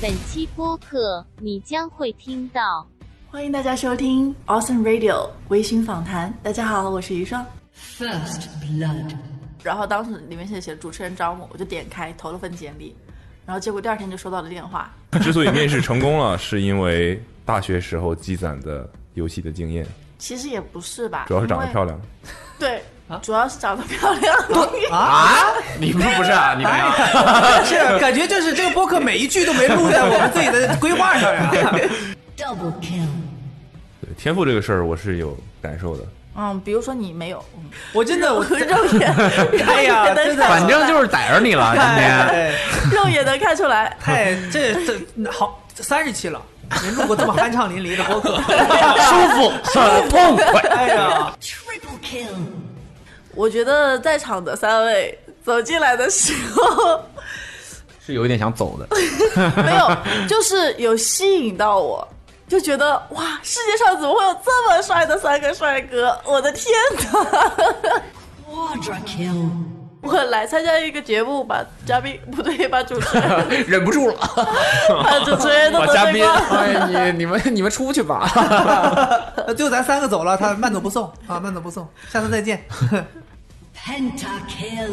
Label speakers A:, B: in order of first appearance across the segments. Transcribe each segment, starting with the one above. A: 本期播客你将会听到。
B: 欢迎大家收听 Awesome Radio 微醺访谈。大家好，我是余霜。
C: First blood.
B: 然后当时里面写写主持人招募，我就点开投了份简历，然后结果第二天就收到了电话。
D: 之所以面试成功了，是因为大学时候积攒的游戏的经验，
B: 其实也不是吧，
D: 主要是长得漂
B: 亮。
D: 亮。
B: 对，
E: 啊
B: 主要是长得漂亮。
F: 啊！你们不是啊？你们 呀？
E: 是，感觉就是这个播客每一句都没录在我们自己的规划上呀。
C: Double kill.
D: 对，天赋这个事儿我是有感受的。
E: 啊
B: 嗯，比如说你没有， 嗯
E: 我真的，我
B: 肉眼，
E: 哎呀，真的，
F: 反正就是逮着你了，今天。
E: 哎，
B: 肉眼能看出来。
E: 太这这好三十期了，您录过这么酣畅淋漓的播客，
F: 舒服，很痛快。
E: 哎呀，
C: Triple kill.
B: 我觉得在场的三位走进来的时候，
F: 是有一点想走的，
B: 没有，就是有吸引到我，就觉得哇，世界上怎么会有这么帅的三个帅哥？我的天哪！
C: Quadra kill.
B: 我来参加一个节目，把嘉宾不对，把主持人，
F: 忍不住了，
B: 把主持人都
F: 把
B: 得罪
F: 嘉宾，
B: 光
F: 哎，你你们你们出去吧。
E: 呃最后咱三个走了，他慢走不送啊，慢走不送，下次再见。
C: Penta kill.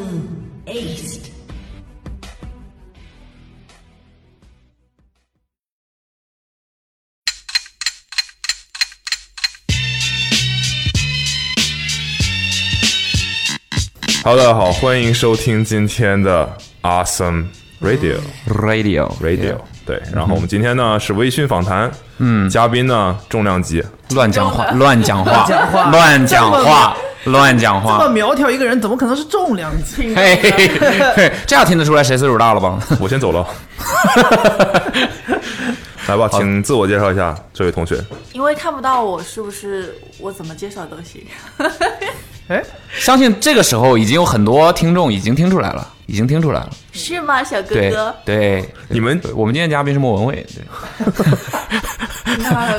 C: Aced.
D: 好，大家好，欢迎收听今天的 Awesome Radio
F: 嗯 Radio
D: Radio。对，然后我们今天呢是微醺访谈，
F: 嗯
D: 嘉宾呢重量 级，
F: 乱讲话，乱讲话
E: 乱讲，话
F: 乱讲话，乱讲
E: 这么
F: 话。
E: 苗条一个人，怎么可能是重量级？
F: 嘿嘿嘿，嘿这样听得出来谁岁数大了吧？
D: 我先走了。 来吧，请自我介绍一下，这位同学。
F: 哎
B: 因为看不到我，是不是我怎么介绍都 行？
E: 哎，
F: 相信这个时候已经有很多听众已经听出来了，已经听出来了。
B: 是吗，小哥
F: 对
B: 哥？
F: 对，
D: 你们
F: 我们今天嘉宾是莫文蔚。对
B: 那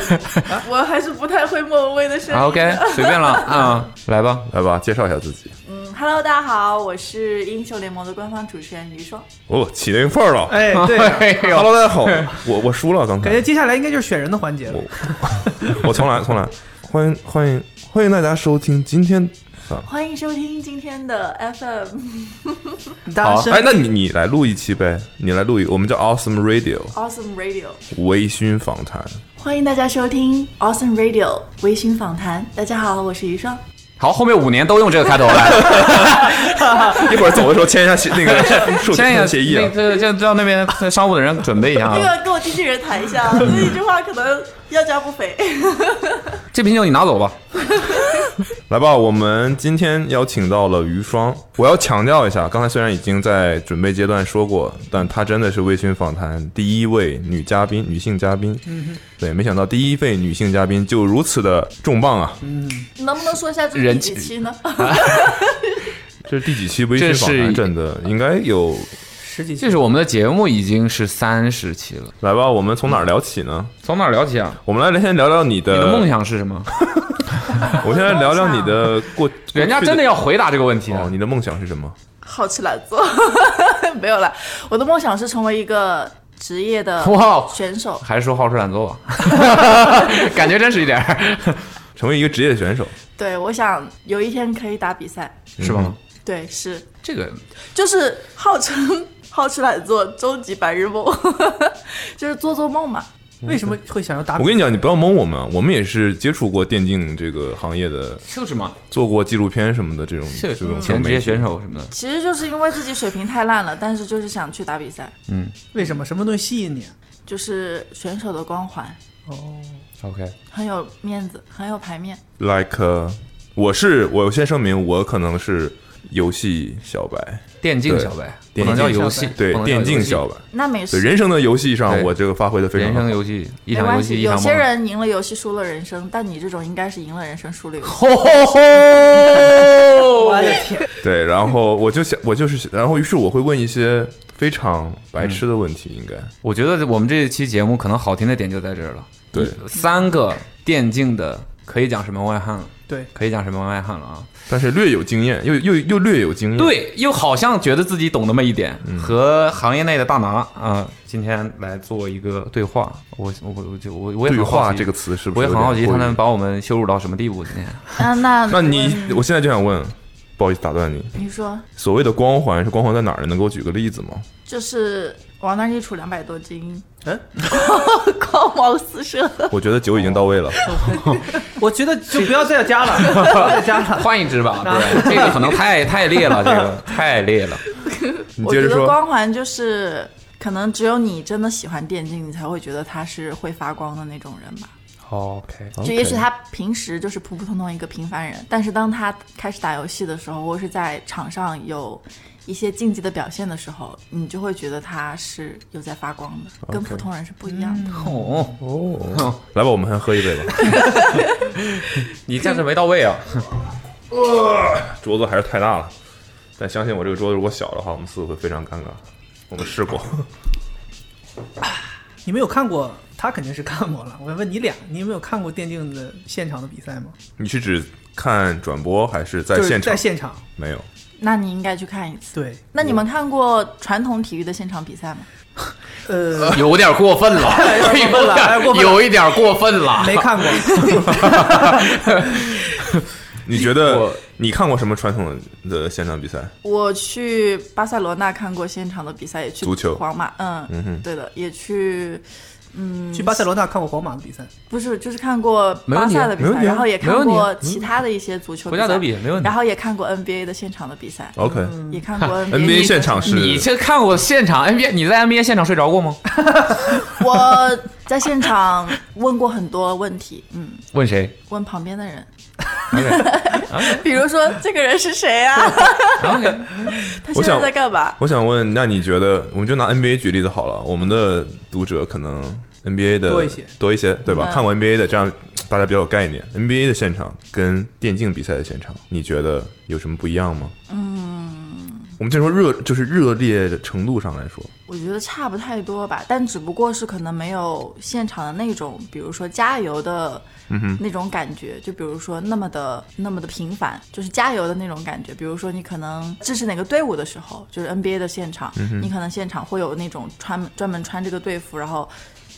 B: 我还是不太会莫文蔚的声音。
F: 啊，OK，随便了啊，来吧。
D: 来吧，介绍一下自己。
B: 嗯，Hello，大家好，我是英雄联盟的官方主持人于霜。
D: 哦，起那个范儿了。
E: 哎，对啊，
F: 哎呦
D: Hello，大家好，我我输了，刚才
E: 感觉接下来应该就是选人的环节了。
D: 我重来，重来。欢迎欢迎欢迎大家收听今天啊，
B: 欢迎收听今天的 FM
E: 大
F: 好
E: 家
D: 哎，那
E: 身
D: 你你来录一期呗，你来录一，我们叫 Awesome Radio
B: Awesome Radio。
D: 微醺访谈。
B: 欢迎大家收听 Awesome Radio 微醺访谈。大家好，我是余霜。
F: 好，后面五年都用这个开头来，
D: 一会儿走的时候 签一下协那个授
F: 现在
D: 权
F: 也
D: 协议啊
F: 那。这这让那边商务的人准备一下
B: 这
F: 啊。
B: 个哎跟我经纪人谈一 下，这一句话可能要价不菲。
F: 这瓶酒你拿走吧。
D: 来吧，我们今天邀请到了余霜。我要强调一下，刚才虽然已经在准备阶段说过，但她真的是微醺访谈第一位女嘉宾，女性嘉宾。对，没想到第一位女性嘉宾就如此的重磅啊！
B: 能不能说一下这是
F: 人
B: 第几期呢？
D: 这是第几期微醺访
F: 这是
D: 谈？真的应该有。
E: 十几
F: 这是我们的节目已经是三十期了，
D: 来吧，我们从哪儿聊起呢？
F: 从哪儿聊起啊？
D: 我们来先聊聊你的
F: 你的梦。想是什么？
D: 我现在聊聊你的过，
F: 人家真的
D: 要
F: 要回答这个问题啊
D: 哦，你的梦想是什么？
B: 好吃懒做， 没有啦。我的梦想是成为一个职业的
F: 哇
B: 选手。
F: 还是说好吃懒做 吧，感觉真实一点儿，
D: 成为一个职业选手，
B: 对，我想有一天可以打比赛。
D: 嗯
F: 是吧？
B: 对，是
F: 这个
B: 就是号称 好吃懒做，终极白日梦， 就是做做梦嘛。
E: 为什么会想要打
D: 我？跟你讲，你不要蒙我们啊，我们也是接触过电竞这个行业的，
F: 就是嘛，
D: 做过纪录片什么的这种
F: 这
D: 这种
F: 个前职业选手什么的，
B: 其实就是因为自己水平太烂了，但是就是想去打比赛，
E: 为什么什么东西吸引你？
B: 就是选手的光环，
E: 哦，
F: OK，
B: 很有面子，很有牌面。
D: Like，呃我是我先声明，我可能是游戏小白，
F: 电竞
D: 对
F: 小白，不
D: 电
F: 能
D: 竞
F: 叫游戏，
D: 对
F: 不能叫
D: 电竞
F: 游戏
D: 小白，
B: 那没
D: 对
B: 事，
D: 人生的游戏上，
F: 对
D: 我这个发挥的非
F: 人
D: 常
F: 生
D: 好。
F: 游戏，一
B: 没
F: 场游
B: 关
F: 戏
B: 系。
F: 一场
B: 有
F: 梦。
B: 些人赢了游戏，输了人生，但你这种应该是赢了人生，输 了游戏。
F: 吼吼吼！
E: 我的天，
D: 对，然后我就想，我就是，然后于是我会问一些非常白痴的问题，应该
F: 我觉得我们这一期节目可能好听的点就在这儿了。
D: 对，
F: 三个电竞的可以讲是门外汉了，
E: 对，
F: 可以讲什么外汉了啊？
D: 但是略有经验，又又又略有经验。，
F: 对，又好像觉得自己懂那么一点，和行业内的大拿啊、今天来做一个对话。我我我就我我也
D: 对
F: 很好
D: 话
F: 奇
D: 这个，词是不
F: 我
D: 是
F: 也
D: 有
F: 很
D: 点
F: 好奇他
D: 过于
F: 们把我们羞辱到什么地步。今天
B: 啊，那
D: 那你，我现在就想问，不好意思打断你，
B: 你说
D: 所谓的光环是光环在哪儿呢？能给我举个例子吗？
B: 就是往那儿一杵两百多斤，
E: 嗯，
F: 哎
B: 光芒四射。
D: 我觉得酒已经到位 了，
E: 我觉得就不要再加了，不要再加了。
F: 换一只吧，对，这个可能太太烈了，这 个太烈了。
D: 你
B: 我
D: 接
B: 觉
D: 着
B: 得
D: 说。
B: 光环就是，可能只有你真的喜欢电竞，你才会觉得他是会发光的那种人吧。
F: OK，
B: 就也许他平时就是普普通通一个平凡人，但是当他开始打游戏的时候，或是在场上有一些竞技的表现的时候，你就会觉得他是有在发光的，跟普通人是不一样的。
F: 哦哦，
D: 来吧，我们还喝一杯吧。
F: 你这是没到位啊！
D: 桌子还是太大了，但相信我，这个桌子如果小的话，我们四个会非常尴尬。我们试过，
E: 你没有看过，他肯定是看过了。我问你俩，你有没有看过电竞的现场的比赛吗？
D: 你是指看转播还是在
E: 就是
D: 呃现场？
E: 在现场，
D: 没有，
B: 那你应该去看一次。
E: 对，
B: 那你们看过传统体育的现场比赛吗？
E: 呃，
F: 有点 过分了，哎
E: 有点过分了有点过分了
F: 有一点过分了。
E: 没看过，
D: 你觉得你看过什么传统的现场比赛？
B: 我去巴塞罗那看过现场的比赛，也去
D: 足球
B: 皇马，嗯，
D: 哼
B: 对的，也去，嗯，
E: 去巴塞罗那看过皇马的比赛。
B: 不是，就是看过
F: 没问
B: 巴
F: 题啊
B: 萨的比
D: 没问
B: 赛，
D: 题啊
B: 然后也
F: 没
B: 看
F: 问题啊
B: 过其他的一些足球
F: 国家
B: 赛
F: 德比没问题哦
B: 然后也看过 NBA 的现场的比赛，
D: OK，
B: 也看过
D: NBA 现场是
F: 嗯你这看过现场 NBA？你在 NBA 现场睡着过吗？
B: 我在现场问过很多问题，嗯，
F: 问谁？
B: 问旁边的 人， 比如说这个人是谁啊？ 他现
D: 我想
B: 在在干嘛？
D: 我想问，那你觉得，我们就拿 NBA 举例子好了，我们的读者可能 NBA 的
E: 多一些
D: 多一些，对吧？
B: 嗯
D: 看过 NBA 的，这样大家比较有概念。NBA 的现场跟电竞比赛的现场，你觉得有什么不一样吗？嗯，我们就说热，就是热烈的程度上来说，
B: 我觉得差不太多吧，但只不过是可能没有现场的那种，比如说加油的那种感觉，就比如说那么的那么的频繁，就是加油的那种感觉。比如说你可能支持哪个队伍的时候，就是 NBA 的现场，你可能现场会有那种穿专门穿这个队服，然后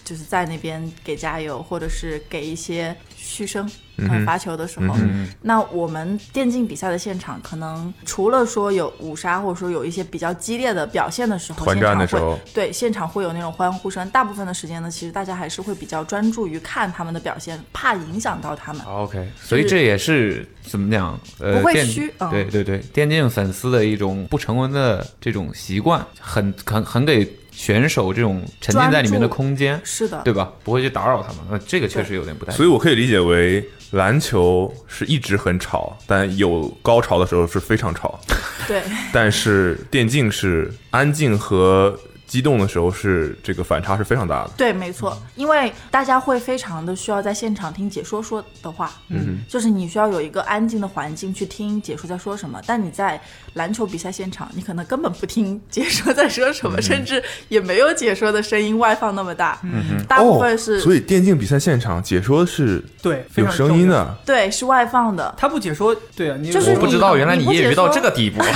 B: 就是在那边给加油，或者是给一些嘘声，嗯，罚球的时候。那我们电竞比赛的现场，可能除了说有五杀，或者说有一些比较激烈的表现的时候，
D: 团战的
B: 现场会
D: 时候
B: 对现场会有那种欢呼声。大部分的时间呢，其实大家还是会比较专注于看他们的表现，怕影响到他
D: 哦
B: 们。
F: OK，所以这也是怎么讲？呃，
B: 不会
F: 电
B: 虚嗯
F: 对对对，电竞粉丝的一种不成文的这种习惯，很很很给选手这种沉浸在里面的空间，
B: 是的，
F: 对吧？不会去打扰他们。那这个确实有点不
E: 哎
F: 太。
D: 所以我可以理解为篮球是一直很吵，但有高潮的时候是非常吵，
B: 对，
D: 但是电竞是安静和激动的时候是这个反差是非常大的。
B: 对，没错，
D: 嗯
B: 因为大家会非常的需要在现场听解说说的话，嗯，就是你需要有一个安静的环境去听解说在说什么。但你在篮球比赛现场，你可能根本不听解说在说什么，
D: 嗯
B: 甚至也没有解说的声音外放那么大，嗯，大部分是、
D: 哦，所以电竞比赛现场解说是
E: 对，非
D: 有
E: 常
D: 声音
E: 重要。
D: 的。
B: 对是外放的。
E: 他不解说，对啊，你
B: 就是
F: 我
B: 你
F: 不知道，原来
B: 你
F: 你
B: 不
F: 业余
B: 解
F: 到
B: 说
F: 这个地步。啊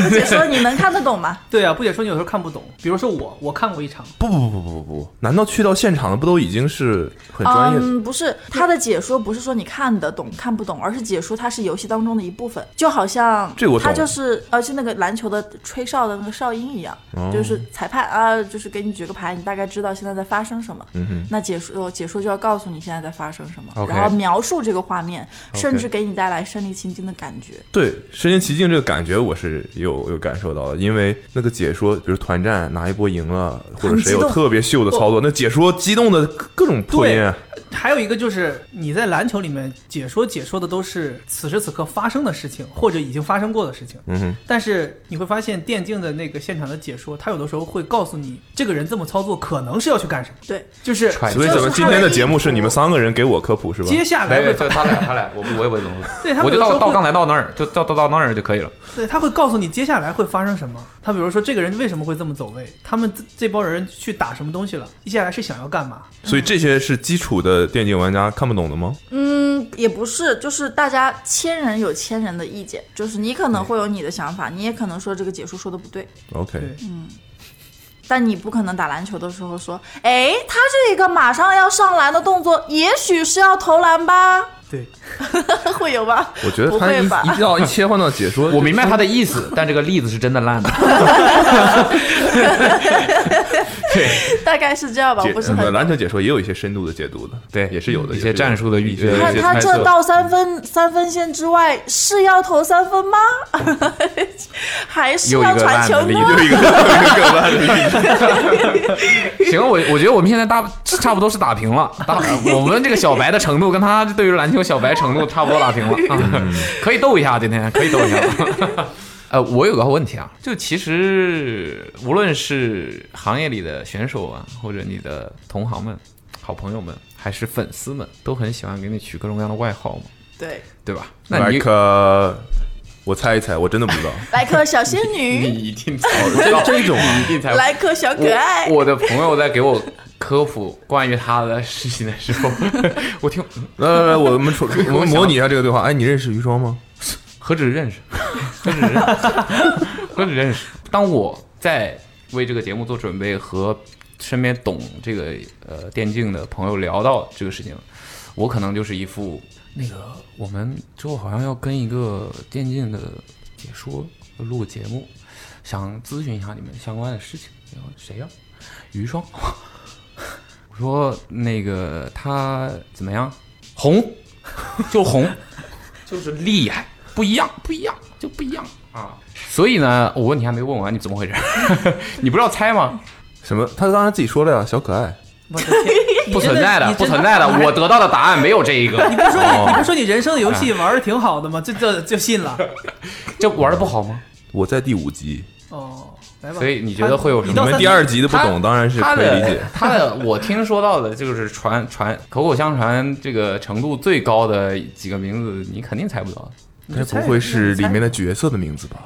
B: 解说你能看得懂吗？
E: 对啊，不解说你有时候看不懂。比如说我，我看过一场，
D: 不不不不不不，难道去到现场的不都已经是很专业的？
B: 嗯，不是，他的解说不是说你看得懂看不懂，而是解说它是游戏当中的一部分，就好像
D: 这我懂
B: 他就是呃，就那个篮球的吹哨的那个哨音一样，
D: 哦
B: 就是裁判啊，就是给你举个牌，你大概知道现在在发生什么。
D: 嗯
B: 那解说呃解说就要告诉你现在在发生什么
F: OK
B: 然后描述这个画面甚至给你带来身临其境的感觉。
D: 对，身临其境这个感觉我是有有感受到的，因为那个解说，比如团战哪一波赢了，或者谁
B: 很激
D: 有
B: 动
D: 特别秀的操作，那解说激动的各种破音啊。
E: 还有一个就是你在篮球里面解说解说的都是此时此刻发生的事情，或者已经发生过的事情。
D: 嗯哼，
E: 但是你会发现电竞的那个现场的解说，他有的时候会告诉你这个人这么操作可能是要去干什么，
B: 对，
E: 就是
F: 揣
D: 所以
F: 就
D: 咱
F: 是
D: 们
B: 他
D: 今天的
B: 的
D: 节目是
B: 意图
D: 你们三个人给我科普是吧？
E: 接下来
F: 没
E: 会
F: 有，就他俩，他俩，我不我也不 会怎么
E: 对他
F: 我
E: 们
F: 就
E: 有时
F: 到
E: 候
F: 到
E: 会
F: 刚才到那儿，就到到到那儿就可以了。
E: 对，他会告诉你接下来会发生什么。他比如说这个人为什么会这么走位，他们这这帮人去打什么东西了，接下来是想要干嘛？
D: 所以这些是基础普的电竞玩家看不懂的吗？
B: 嗯，也不是，就是大家千人有千人的意见，就是你可能会有你的想法，你也可能说这个解说说的不对，
D: OK，
E: 对
B: 但你不可能打篮球的时候说，哎，他这个马上要上篮的动作，也许是要投篮吧？
E: 对，
B: 会有吧？
D: 我觉得
B: 不
D: 他
B: 会吧
D: 一一到一切换到解说，
F: 我明白他的意思，但这个例子是真的 烂的。
B: 大概是这样吧，
D: 解
B: 我不是
D: 呃
B: 很
D: 篮球解说也有一些深度的解读的，
F: 对
D: 也是有的
F: 一些战术的
D: 一
F: 预
D: 些
F: 测
B: 他
D: 一些
B: 他
D: 猜
B: 这
D: 测。
B: 到三分三分线之外是要投三分吗？还是
F: 又一
B: 要
F: 个
B: 传
F: 烂
B: 球
F: 的例
B: 呢？
F: 子，又一个 行，我我觉得我们现在大差不多是打平了，打我们这个小白的程度跟他对于篮球小白程度差不多打平了，啊、可以斗一下，今天可以斗一下。 呃，我有个问题啊，就其实无论是行业里的选手啊，或者你的同行们、好朋友们，还是粉丝们，都很喜欢给你取各种各样的外号嘛，
B: 对，
F: 对吧？那
D: 来
F: 你
D: 可，呃我猜一猜，我真的不知道。
B: 来颗小仙
F: 你
B: 女，
F: 一定才知道，
D: 这种啊
F: 你一定才
B: 来颗小可爱
F: 我。。我的朋友在给我科普关于他的事情的时候， 我听
D: 来来来，我 们说，我
F: 我
D: 们
F: 想
D: 模拟一下这个对话。哎，你认识于双吗？
F: 何止认识，何止认识，何止认识。当我在为这个节目做准备和身边懂这个呃电竞的朋友聊到这个事情，我可能就是一副那个我们之后好像要跟一个电竞的解说录节目，想咨询一下你们相关的事情。然后谁呀、余霜。我说那个他怎么样？红，就红，就是厉害，不一样，不一样，就不一样啊！所以呢，我问你还没问完，你怎么 回事？你不是要猜吗？
D: 什么？他刚才自己说了呀，小可爱。
E: 我 的天，
F: 不存在的，
E: 你
F: 不
E: 真
F: 存在的， 我得到的答案没有这一个。你哦
E: 说你你
F: 不
E: 不说你人生的游戏玩的挺好的吗？这这就信了。
F: 这玩的不好吗？
D: 我在第五集，
E: 哦，来吧。啊
F: 所以你觉得会有什么
E: 你
D: 你
E: 到
D: 们
E: 三
D: 第二集的不懂
F: 他
D: 当然是
F: 他
D: 可以理
F: 的
D: 解。
F: 他的，我听说到的就是传传口口相传这个程度最高的几个名字，你肯定猜不到。
D: 该不会是里面的角色的名字吧？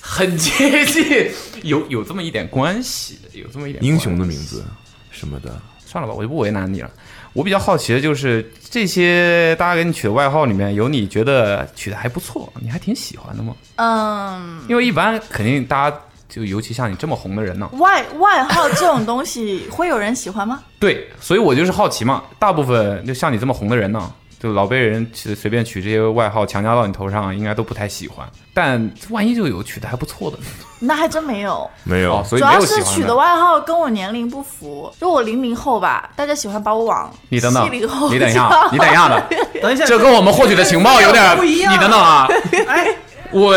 F: 很接近，有有这么一点关系，有这么一点
D: 英雄的
F: 关系
D: 名字什么的。
F: 算了吧，我就不为难你了。我比较好奇的就是这些大家给你取的外号里面，有你觉得取的还不错，你还挺喜欢的吗？
B: 嗯
F: 因为一般肯定大家就尤其像你这么红的人呢、
B: 外外号这种东西会有人喜欢吗？
F: 对，所以我就是好奇嘛。大部分就像你这么红的人呢、就老被人取随便取这些外号强加到你头上，应该都不太喜欢。但万一就有取的还不错的呢，
B: 那还真没有，
D: 没
F: 哦，
D: 有，
F: 所以
B: 主
F: 没
B: 要
F: 有喜
B: 是
F: 欢
B: 取的外号跟我年龄不符，就我零零后吧，大家喜欢把我往
F: 你等等
B: 七零后，
F: 你等一下，你等一下的，
E: 等一下，
F: 这跟我们获取的情报有点
E: 不一样
F: 你等 等啊，
E: 哎，
F: 我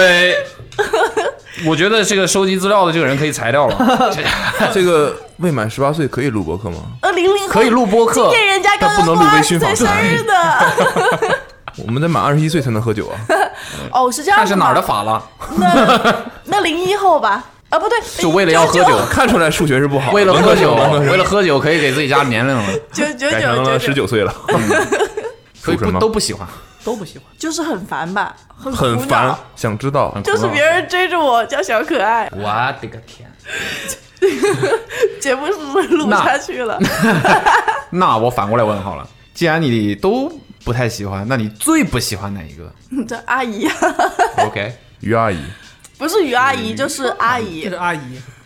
F: 我觉得这个收集资料的这个人可以裁掉 了，
D: 这个未满十八岁可以录播客吗？
B: 呃零零后
F: 可以录播客
B: 今。天人家刚
D: 但不
B: 刚
D: 能录
B: 过
D: 微
B: 二
D: 醺
B: 十岁
D: 访
B: 生
D: 谈
B: 日 的，
D: 我们得满二十一岁才能喝酒啊！
B: 哦是这样，
F: 看是哪儿的？法了？
B: 那那零一后吧，啊不对，
F: 就为了要喝酒，
D: 看出来数学是不好，
F: 为了喝酒，
D: 文科生
F: 为了喝酒可以给自己加年龄了，
B: 九九
D: 改成
B: 九
D: 了
B: 九
D: 十
B: 九，
D: 九岁了，
F: 所
D: 嗯
F: 以
D: 属什
F: 不
D: 么
F: 都不喜欢。
E: 都不喜欢。
B: 就是很烦吧，很
D: 很
B: 苦恼
D: 烦，想知道
F: 很
B: 就是别人追着我叫小可爱，
F: 我的个天！
B: 节目是不是录不
F: 那
B: 下去 了？
F: 那我反过来问好了，既然你都不太喜欢，那你最不喜欢哪一个
B: 这阿姨， 啊
F: ？OK，
D: 于阿姨，
B: 不是于阿姨
F: 嗯
B: 就是阿姨
E: 这是，阿姨，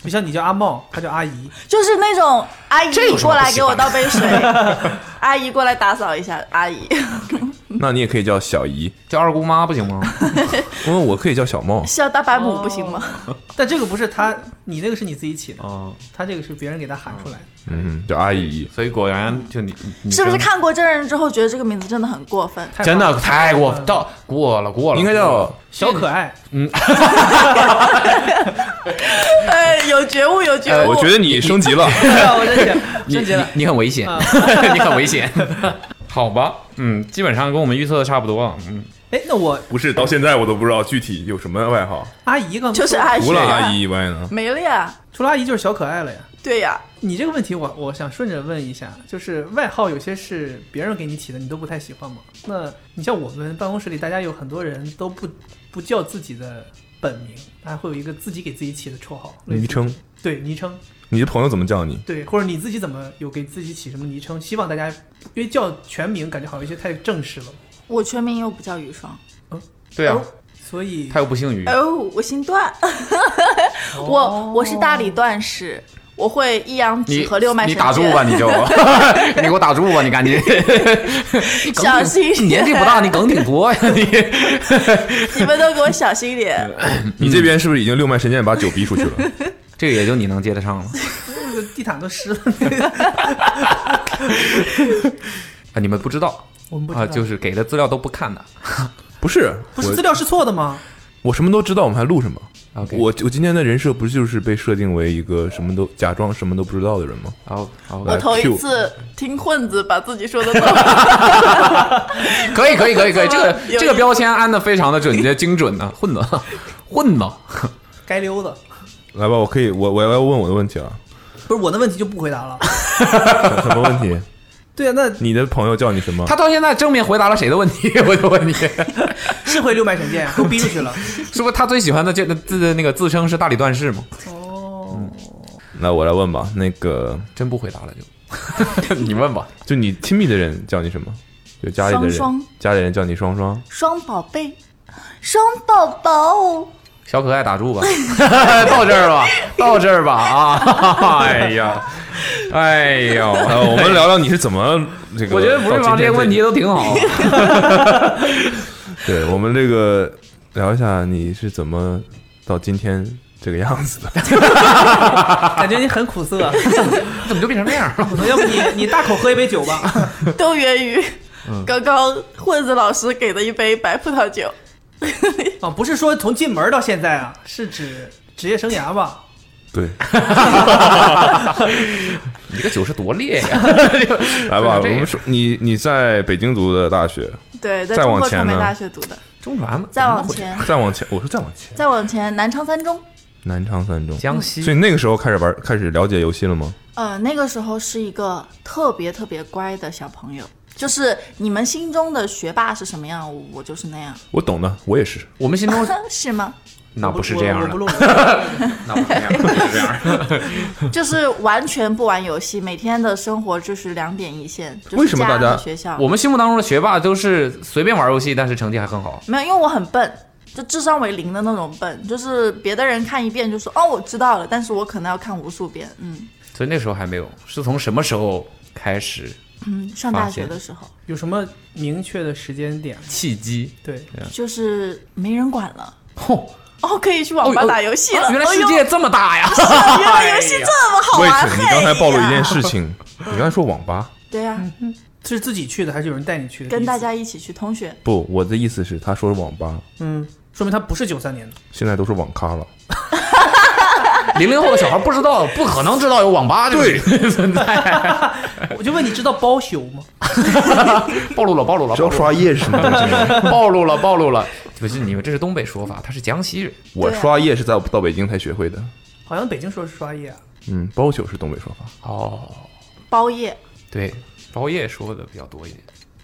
E: 就像你叫阿茂，他叫阿姨。
B: 就是那种阿姨
F: 这有什
B: 过
F: 么不
B: 来
F: 喜
B: 给我
F: 欢的
B: 倒杯水， 阿姨过来打扫一下，阿 姨
D: 那你也可以叫小姨，
F: 叫二姑妈不行吗？
D: 因为我可以叫小茂。
B: 叫大白母不行吗？
E: 但这个不是他，你那个是你自己起的，
F: 哦，
E: 他这个是别人给他喊出来的。
D: 嗯，叫阿姨，
F: 所以果然就你，你
B: 是不是看过真人之后觉得这个名字真的很过分？
E: 太
F: 真
E: 好
F: 的
E: 了
F: 太过到过了过了，
D: 应该叫
E: 小可 爱，
B: 哎，有觉悟，有觉悟。
D: 呃我觉得你升级了，
E: 对啊我在想，
F: 你
E: 升级
F: 你
E: 了。
F: 你很危险，
E: 啊
F: 你很危险。好吧，嗯，基本上跟我们预测的差不多了。嗯，
E: 哎，那我
D: 不是到现在我都不知道具体有什么外号，
E: 阿姨刚才
B: 就是
E: 说
B: 阿姨，
D: 除了阿姨以外呢？
B: 没了呀，
E: 除了阿姨就是小可爱了呀。
B: 对呀，
E: 你这个问题我，我想顺着问一下，就是外号有些是别人给你起的，你都不太喜欢吗？那你像我们办公室里，大家有很多人都不不叫自己的本名，大家会有一个自己给自己起的绰号，
D: 昵称，
E: 对昵称，
D: 你的朋友怎么叫你？
E: 对，或者你自己怎么有给自己起什么昵称？希望大家，因为叫全名感觉好像有些太正式了，哎
B: 我全名又不叫余霜。
F: 对啊，
E: 所以
F: 他又不姓于，
B: 哦，我哦姓段， 我我是大理段氏，我会抑扬
F: 你
B: 指和六脉
F: 你
B: 神
F: 打住吧，
B: 剑。
F: 你就 你给我打住吧，你赶紧
B: 小心一点
F: 你年纪不大，你梗挺多呀，你
B: 你们都给我小心一 点。
D: 呃你这边是不是已经六脉神剑把酒逼出去了？
F: 这个也就你能接得上了。
E: 那个地毯都湿了，
F: 啊，你们不知道
E: 我们不知道，
F: 啊，就是给的资料都不看的。
D: 不是，
E: 不是
D: 我
E: 资料是错的吗？
D: 我什么都知道，我们还录什么
F: OK
D: 我我今天的人设不就是被设定为一个什么都假装什么都不知道的人吗？
F: 然后，然后
D: 来
B: 我头一
D: Q
B: 次听混子把自己说 的那么，
F: 可以可以可以可以，这个
B: 有
F: 这个标签安的非常的准确精准呢，混子混子，
E: 该溜的，
D: 来吧，我可以，我我要问我的问题啊了，
E: 不是我的问题就不回答了。
D: 什什么问题？
E: 对啊，那
D: 你的朋友叫你什么？
F: 他到现在正面回答了谁的问题？ 我就问你，是
E: 是回六脉神剑啊，都逼出去了。
F: 不是他最喜欢的这自那个自称是大理段氏吗？
D: 来，我来问吧。那个，
F: 真不回答了就， 你问吧。
D: 就你亲密的人叫你什么？就家里的人，
B: 双双
D: 家里人叫你双双。
B: 双宝贝，双宝宝，哦
F: 小可爱打住吧， 到这儿吧，到这儿吧 啊！ 哎 呀，哎呦，
D: 啊，我们聊聊你是怎么这个？
F: 我觉得不是
D: 到
F: 方
D: 今
F: 这
D: 天
F: 些问题
D: 个。
F: 都挺好。
D: 对我们这个聊一下你是怎么到今天这个样子 的？
E: 感觉你很苦涩，
F: 怎么就变成这样了？
E: 要不你你大口喝一杯酒 吧？
B: 都源于
D: 嗯
B: 刚刚混子老师给的一杯白葡萄酒。
F: 哦
E: 啊，不是说从进门到现在啊，是指职业生涯吧？
D: 对，
F: 你这个酒是多烈呀！
D: 来吧，我
F: 这样
D: 们说你你在北京读的大学，
B: 对，在
D: 再
B: 中
D: 往
B: 国
D: 前
B: 传媒
D: 呢
B: 大学读的，
F: 中传
B: 再往前，
D: 再往前，我说再往前，
B: 再往前，南昌三中。
D: 南昌三中。
F: 江
D: 所
F: 西
D: 以那个时候开始玩，开始了解游戏了吗？
B: 呃，那个时候是一个特别特别乖的小朋友，就是你们心中的学霸是什么样，我我就是那样，
D: 我懂的，我也是。
F: 我们 心中
B: 是吗？
F: 那不是这
E: 我
F: 样的
E: 我，不录了。
F: 那不是这样的，不是这样的。
B: 就是完全不玩游戏，每天的生活就是两点一线，就是、
D: 为什么大家
B: 学校？
F: 我们心目当中的学霸都是随便玩游戏，但是成绩还很好。
B: 没有，因为我很笨，就智商为零的那种笨，就是别的人看一遍就说哦我知道了，但是我可能要看无数遍。嗯
F: 所以那时候还没有，是从什么时候开始
B: 嗯，上
F: 发
B: 大学
F: 现
B: 的时候
E: 有什么明确的时间点？
F: 契机？
E: 对，
B: 就是没人管了，
F: 哦，
B: 哦可以去网吧
F: 哦
B: 打游戏了，
F: 原来世
B: 哎呦
F: 界这么大呀！哎
B: 原来游戏
D: 哎
B: 这么好
D: 为
B: 玩，
D: 此，你刚才暴露一件嗯
B: 事。
D: 事情，你刚才说网吧，
B: 对呀、啊，
E: 是自己去的还是有人带你去的？
B: 跟大家一起去同学。
D: 不，我的意思是，他说是网吧，
E: 嗯，说明他不是九三年的。
D: 现在都是网咖了。
F: 零零后的小孩不知道，不可能知道有网吧这个东西存在，
E: 我就问你知道包宿吗？
F: 暴露了，暴露了，
D: 知道刷夜是 什么东西
B: 啊
D: 吗？
F: 暴露了，暴露了。不是你们这是东北说法，他是江西人。
D: 我刷夜是在到北京才学会的。
E: 好像北京说是刷夜啊。
D: 嗯，包宿是东北说法。
F: 哦，
B: 包夜，
F: 对，包夜说的比较多一点。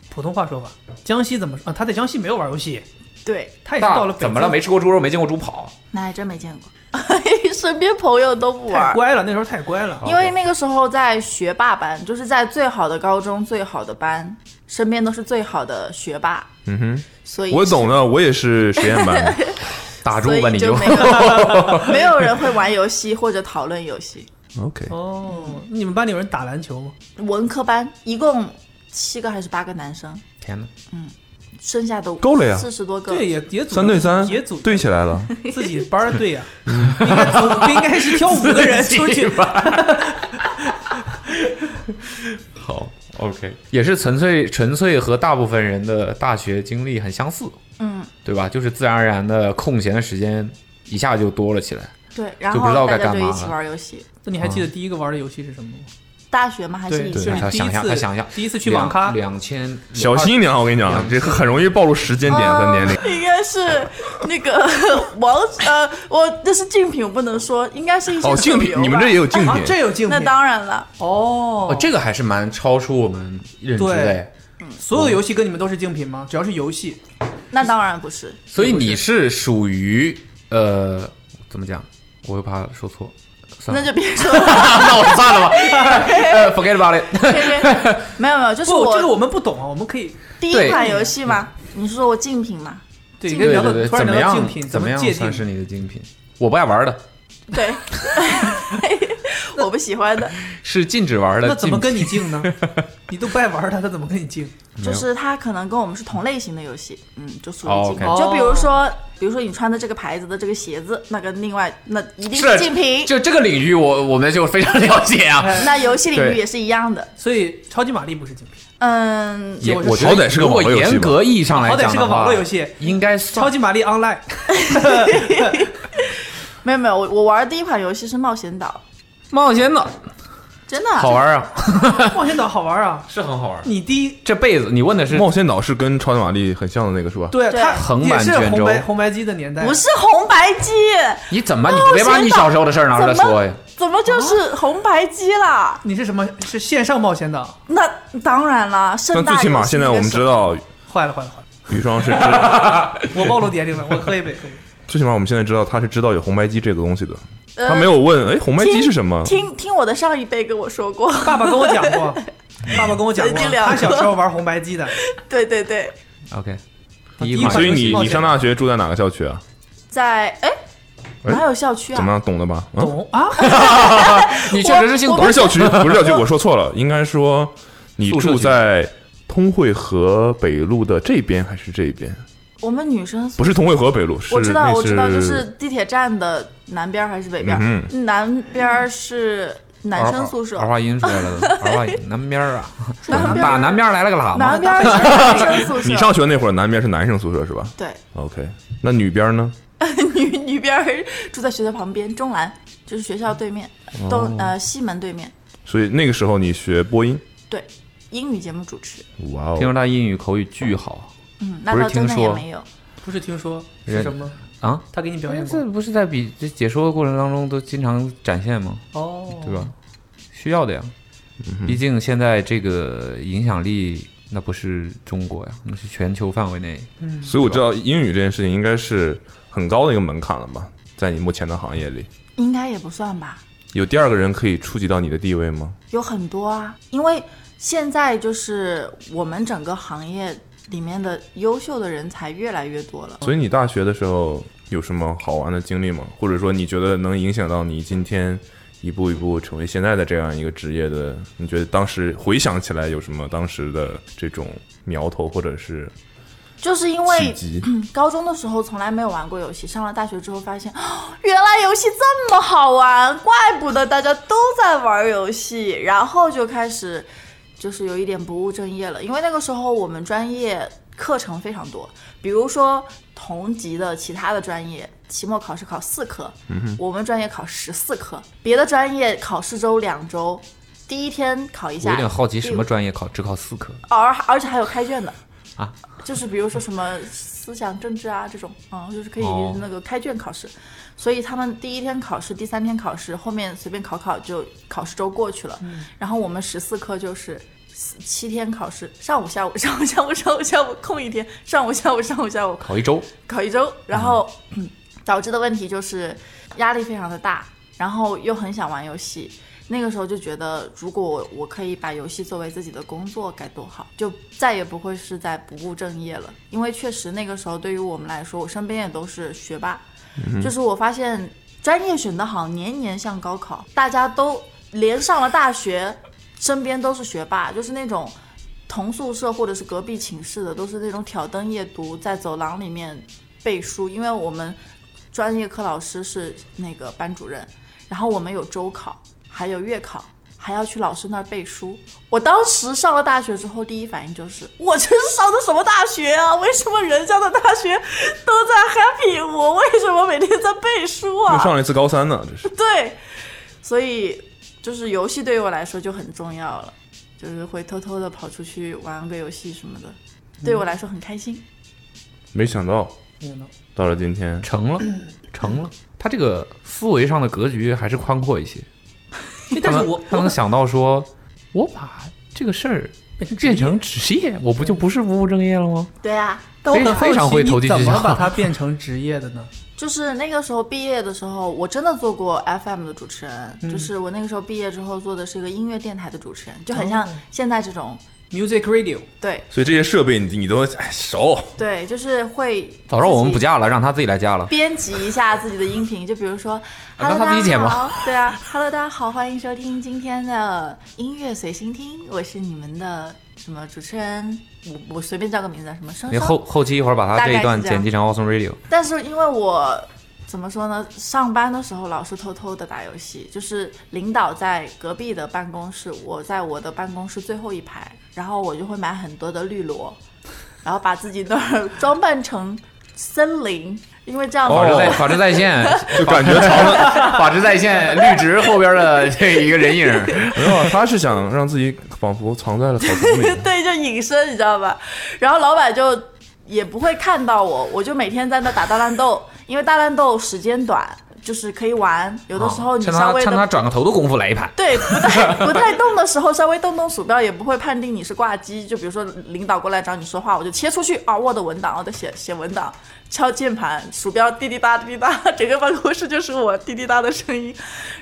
E: 普通话说法，江西怎么说啊？他在江西没有玩游戏，
B: 对，
E: 他也是哎到了北京
F: 怎么了？没吃过猪肉，没见过猪跑。
B: 那还真没见过， 身边朋友都不
E: 太
B: 玩。
E: 乖了，那时候太乖了。
B: 因为那个时候在学霸班，就是在最好的高中、最好的班，身边都是最好的学霸，
D: 嗯哼，
B: 所以
D: 我懂的，我也是实验班 的。
F: 打住
B: 所以
F: 吧，你
B: 就没有没有人会玩游戏或者讨论游戏。
D: OK，
E: 哦，你们班里有人打篮球吗？
B: 文科班一共七个还是八个男生，
F: 天哪，
B: 剩下的
D: 够了呀
B: 四十多个。
E: 对，也也组
D: 三对三
E: 也组
D: 对起来了。
E: 自己班儿对呀、 应该组不应该是挑五个人出去吧？
F: 吧。好，OK，也是纯粹纯粹和大部分人的大学经历很相似，
B: 嗯，
F: 对吧？就是自然而然的空闲时间一下就多了起来。
B: 对，然
F: 就不知道
B: 后大
F: 该
B: 家
F: 干
B: 就
F: 嘛
B: 一起
F: 了
B: 玩游戏。
E: 那你还
F: 啊
E: 记得第一个玩的游戏是什么吗？
B: 大学嘛，还是以
E: 就
B: 前
E: 是
F: 他
E: 第
F: 想
E: 一
F: 一下，
E: 次，
F: 他想一下，
E: 第一次去网咖，
F: 两千，
D: 小心一点啊！我跟你讲，这很容易暴露时间点和年龄。
B: 应该是那个 王呃，我那是竞品，我不能说，应该是一些
D: 哦，竞
B: 手
D: 品，
B: 游
D: 你们
B: 吧
D: 这也有竞
E: 啊
D: 品，
E: 这有竞品
B: 那当然了，
F: 哦
E: 哦，
F: 这个还是蛮超出我们认知的
E: 对
F: 哎。
E: 所有的游戏跟你们都是竞品吗？只要是游戏，
B: 那当然不是，
F: 所以你是属于呃，怎么讲？我又怕说错， 算
B: 那
F: 了，
B: 就别说了，
F: 那我 算了吧，呃，forget about it。
B: 没有没有，就是
E: 不，这个
B: 我
E: 我们不懂啊，我们可以
B: 第一
F: 对
B: 款游戏嘛，你是说我竞品嘛？
E: 对
F: 对
E: 跟
F: 对
E: 聊到
F: 对，
E: 突
F: 怎
E: 然
F: 么
E: 聊到竞
F: 样？
E: 品
F: 怎么
E: 么
F: 样
E: 界
F: 算
E: 定？
F: 是你的竞品？我不爱玩的，
B: 对，我不喜欢的，
F: 是禁止玩的。
E: 那怎么
F: 禁
E: 跟你竞呢？你都不爱玩它，它怎么跟你竞？
F: 没有
B: 就是它可能跟我们是同类型的游戏，嗯，就属于
F: 哦
B: 竞品。
F: ，OK
B: 就比如说，比如说你穿的这个牌子的这个鞋子，那跟另外那一定
F: 是
B: 竞品。
F: 就这个领域我，我们就非常了解啊。
E: 哎
B: 那游戏领
F: 对
B: 域也是一样的，
E: 所以超级玛丽不是竞品，
B: 嗯，
F: 也
D: 我觉得
F: 觉得
D: 是个
F: 如果
D: 网络游戏吧
F: 严格意义上来
E: 好
F: 讲
E: 歹是个
F: 的话
E: 网络游戏
F: 应该
E: 超
F: 算。
E: 级玛丽 Online
B: 没有没有，我我玩的第一款游戏是 冒险岛，
F: 冒险岛
B: 真的
F: 好。玩啊，
E: 冒险岛好玩啊！
F: 是很好玩。
E: 你第一
F: 这辈子你问的是
D: 冒险岛是跟超级玛丽很像的那个是吧？
E: 对
B: 对
E: 它
F: 横
E: 也
F: 版
E: 是
F: 卷
E: 红白
F: 轴
E: 红白机的年代，
B: 不是红白机，
F: 你怎么你
B: 冒
F: 别把
B: 险
F: 你
B: 岛
F: 小时候的事儿拿出
B: 哦
F: 来
B: 怎么
F: 说呀？
B: 怎么就是红白机啦？
E: 你是什么？是线上冒险岛？
B: 那当然啦，盛
D: 但
B: 大
D: 最起码
B: 游戏
D: 现在
B: 那个
D: 我们
B: 时
D: 知道
E: 坏了坏了坏了！
D: 余霜是知，
E: 我暴露年龄了，我喝一杯，喝一杯。
D: 最起码我们现在知道他是知道有红白机这个东西的，
B: 候
D: 他没有问哎红白机是什么？
B: 呃听听我的上一辈跟我说过，
E: 爸爸跟我讲 过，爸爸跟我讲过
B: 曾经，聊过
E: 他小时候玩红白机的，
B: 对对对，
F: OK，
E: 第
F: 第
E: 一
F: 一
E: 款
F: 款
D: 所以
E: 游戏
D: 你
E: 冒
D: 你
E: 险
D: 上大学住在哪个校区啊？
B: 在哎
D: 哎
B: 哪有校区
D: 怎么
B: 啊？
D: 样，懂的吧？啊，
E: 懂啊？
F: 你确实是姓
B: 我
D: 不是，
F: 董
D: 校区，不是校区，我说错了，应该说你
F: 宿舍
D: 住
F: 区
D: 在通惠河北路的这边还是这边？
B: 我们女生
D: 不是通惠河北路，是
B: 我知道
D: 那
B: 我知道，就是是地铁站的南边还是北边？
D: 嗯
B: 南边是男生宿舍
F: 儿，化音出来 了，儿化音南边儿啊，
B: 南边
F: 打南边儿来了个喇嘛
B: 南，边是男生宿舍。
D: 你上学那会儿，南边是男生宿舍是吧
B: 对
D: ？OK，那女边呢？
B: 女女边儿住在学校旁边，中南就是学校对面，东、呃西门对面。
D: 所以那个时候你学播音，
B: 对，英语节目主持，
D: 哇哦
F: 听，说他英语口语巨好
B: 嗯，那
F: 不是
B: 倒真的
F: 听
B: 也
F: 说
B: 没有。
E: 不是听说是
F: 人
E: 什么？
F: 啊。
E: 他给你表演过
F: 这不是在比这解说的过程当中都经常展现吗？
E: 哦，
F: 对
B: 嗯
F: 吧？需要的呀，毕竟现在这个影响力那不是中国呀，那是全球范围内。
D: 所以我知道英语这件事情应该是很高的一个门槛了吧？在你目前的行业里，
B: 应该也不算吧，
D: 有第二个人可以触及到你的地位吗？
B: 有很多啊，因为现在就是我们整个行业里面的优秀的人才越来越多了。
D: 所以你大学的时候有什么好玩的经历吗？或者说你觉得能影响到你今天一步一步成为现在的这样一个职业的？你觉得当时回想起来有什么当时的这种苗头或者是
B: 就是因
D: 契
B: 为
D: 机？
B: 高中的时候从来没有玩过游戏，上了大学之后发现， 哦原来游戏这么好玩，怪不得大家都在玩游戏，然后就开始就是有一点不务正业了，因为那个时候我们专业课程非常多，比如说同级的其他的专业。期末考试考四科，
F: 嗯
B: 我们专业考十四科，别的专业考试周两周，第一天考一
F: 我
B: 下，
F: 有点好奇，
B: 第
F: 什么专业考只考四科？
B: 而而且还有开卷的
F: 啊，
B: 就是比如说什么思想政治啊这种，嗯，就是可以
F: 哦
B: 那个开卷考试，所以他们第一天考试，第三天考试，后面随便考考就考试周过去了，
F: 嗯
B: 然后我们十四科就是。四七天考试，上午、下午、上午、下午、上午、下午空一天，上午、下午、上午、下午
F: 考一周，
B: 考一周，然后、 导致的问题就是压力非常的大，然后又很想玩游戏。那个时候就觉得，如果我我可以把游戏作为自己的工作，该多好！就再也不会是在不务正业了。因为确实那个时候对于我们来说，我身边也都是学霸，就是我发现专业选得好，年年像高考，大家都连上了大学，身边都是学霸，就是那种同宿舍或者是隔壁寝室的，都是那种挑灯夜读，在走廊里面背书，因为我们专业课老师是那个班主任，然后我们有周考，还有月考。还要去老师那儿背书。我当时上了大学之后，第一反应就是，我这是上的什么大学啊？为什么人家的大学都在 happy，我为什么每天在背书啊？
D: 又上了一次高三呢， 这是
B: 对，所以就是游戏对于我来说就很重要了，就是会偷偷的跑出去玩个游戏什么的，对我来说很开心。
D: 没想到
E: 没想到
D: 到了今天，
F: 成了，成了。他这个思维上的格局还是宽阔一些，
E: 哎但是
F: 他能
E: 我
F: 他能想到说，我把这个事儿变成职业，我不就不是不务正业了吗？
B: 对啊，
E: 但我很好
F: 非常
E: 奇
F: 会投机
E: 你怎
F: 取巧
E: 么把它变成职业的呢？
B: 就是那个时候毕业的时候，我真的做过 FM 的主持人，就是我那个时候毕业之后做的是一个音乐电台的主持人，就很像现在这种，
E: Music Radio，
B: 对
D: 所以这些设备你你都哎熟，
B: 对，就是会
F: 早知道我们不
B: 自己
F: 嫁了，让他自己来嫁了。
B: 编辑一下自己的音频，就比如说
F: 让
B: ，Hello
F: 啊他自
B: 大
F: 己剪
B: 家
F: 吧
B: 好，对啊，Hello 大家好，欢迎收听今天的音乐随心听，我是你们的什么主持人，我我随便叫个名字，啊什么双
F: 你
B: 双
F: 后后期一会儿把他
B: 大
F: 这
B: 概
F: 一段
B: 是这样
F: 剪辑成 Awesome Radio，
B: 但是因为我怎么说呢，上班的时候老是偷偷的打游戏，就是领导在隔壁的办公室，我在我的办公室最后一排，然后我就会买很多的绿萝， 然后把自己那儿装扮成森林，因为这样
F: 法治在
B: 我。
F: 法治在线，
D: 就感觉曹了。
F: 法治在线绿植后边的这一个人影儿，
D: 没有啊，他是想让自己仿佛藏在了草丛里
B: 对就隐身，你知道吧？然后老板就。也不会看到我，我就每天在那打大乱斗，因为大乱斗时间短，就是可以玩。有的时候你
F: 哦趁
B: 稍
F: 他
B: 微的
F: 趁他转个头的功夫来一盘。
B: 对，不太不太动的时候，稍微动动鼠标也不会判定你是挂机。就比如说领导过来找你说话，我就切出去啊，Word 文档，我得写写文档，敲键盘，鼠标滴滴答滴 滴答，整个办公室就是我滴滴答的声音。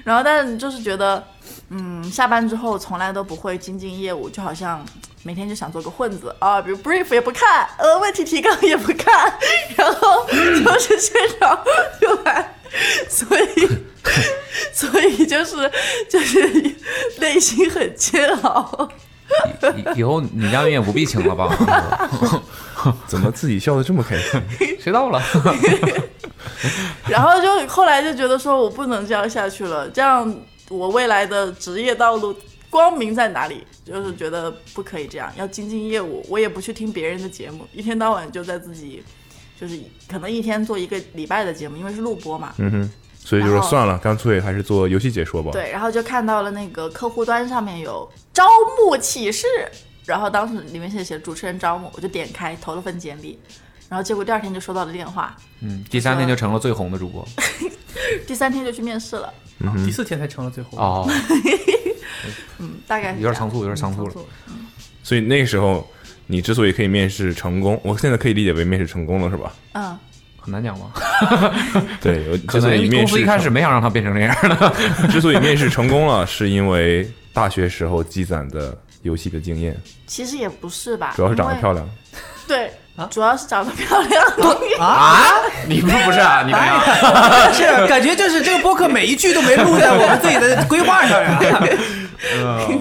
B: 然后，但是就是觉得，嗯，下班之后从来都不会精进业务，就好像。每天就想做个混子啊，比如 brief 也不看，呃，问题提纲也不看， 然后就是现场就来，所以所以就是就是 内心很煎熬。
F: 以以后你嘉宾也不必请了吧？嗯
D: 怎么自己笑得这么开心？
F: 谁到了？
B: 然后就后来就觉得说我不能这样下去了，这样我未来的职业道路光明在哪里？就是觉得不可以这样，要精进业务。我也不去听别人的节目，一天到晚就在自己，就是可能一天做一个礼拜的节目，因为是录播嘛。
D: 嗯哼，所以就说算了，干脆还是做游戏解说吧。
B: 对，然后就看到了那个客户端上面有招募启事，然后当时里面写写主持人招募，我就点开投了份简历，然后结果第二天就收到了电话，
F: 嗯，第三天就成了最红的主播
B: 第三天就去面试了，
E: 第四天才成了最后。
F: 哦，
B: 嗯，大概是
F: 有点
B: 这样
F: 仓促，有点仓促了。
D: 所以那个时候你之所以可以面试成功，我现在可以理解为面试成功了，是 吧？
B: 嗯，
F: 很难讲吗？
D: 对，我
F: 可
D: 之所以
F: 能
D: 面
F: 公
D: 试
F: 司一开始没想让他变成这样的。
D: 成之所以面试成功了， 是因为大学时候积攒的游戏的经验，
B: 其实也不是吧，
D: 主要是长得
B: 因为
D: 漂，啊亮。
B: 对，主要是长得漂亮，
F: 你们 不是啊？你们呀
E: 但是啊感觉就是这个播客每一句都没录 在我们自己的规划上 呀。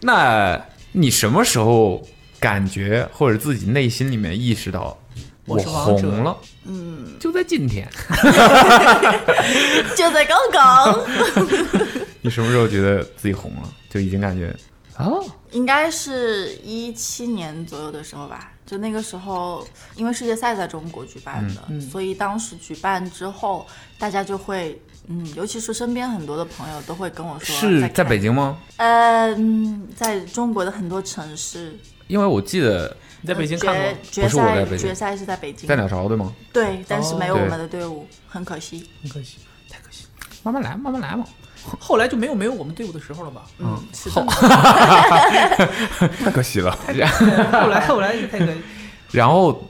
F: 那你什么时候感觉或者自己内心里面意识到
E: 我是王者
F: 红了？嗯，就在今天。
B: 就在刚 刚，
F: 你什么时候觉得自己红了？就已经感觉哦，
B: 应该是一七年左右的时候吧。就那个时候，因为世界赛在中国举办
F: 嗯
B: 的，所以当时举办之后，大家就会，嗯，尤其是身边很多的朋友都会跟我说，
F: 是在
B: 在看
F: 北，京吗？
B: 嗯，在中国的很多城市，
F: 因为我记得
E: 你在北京看过？
B: 决决
F: 不是我在
B: 赛
F: 北京
B: 决赛是在北京，
F: 在鸟巢对吗？
B: 对，但是没有
F: 哦
B: 我们的队伍，很可惜。
E: 很可惜，太可惜了。
F: 慢慢来，慢慢来嘛。
E: 后来就没有没有我们队伍的时候了吧？
B: 嗯，是
F: 好
B: 的，
D: 太可惜了，
E: 后来后来太可惜。
F: 然后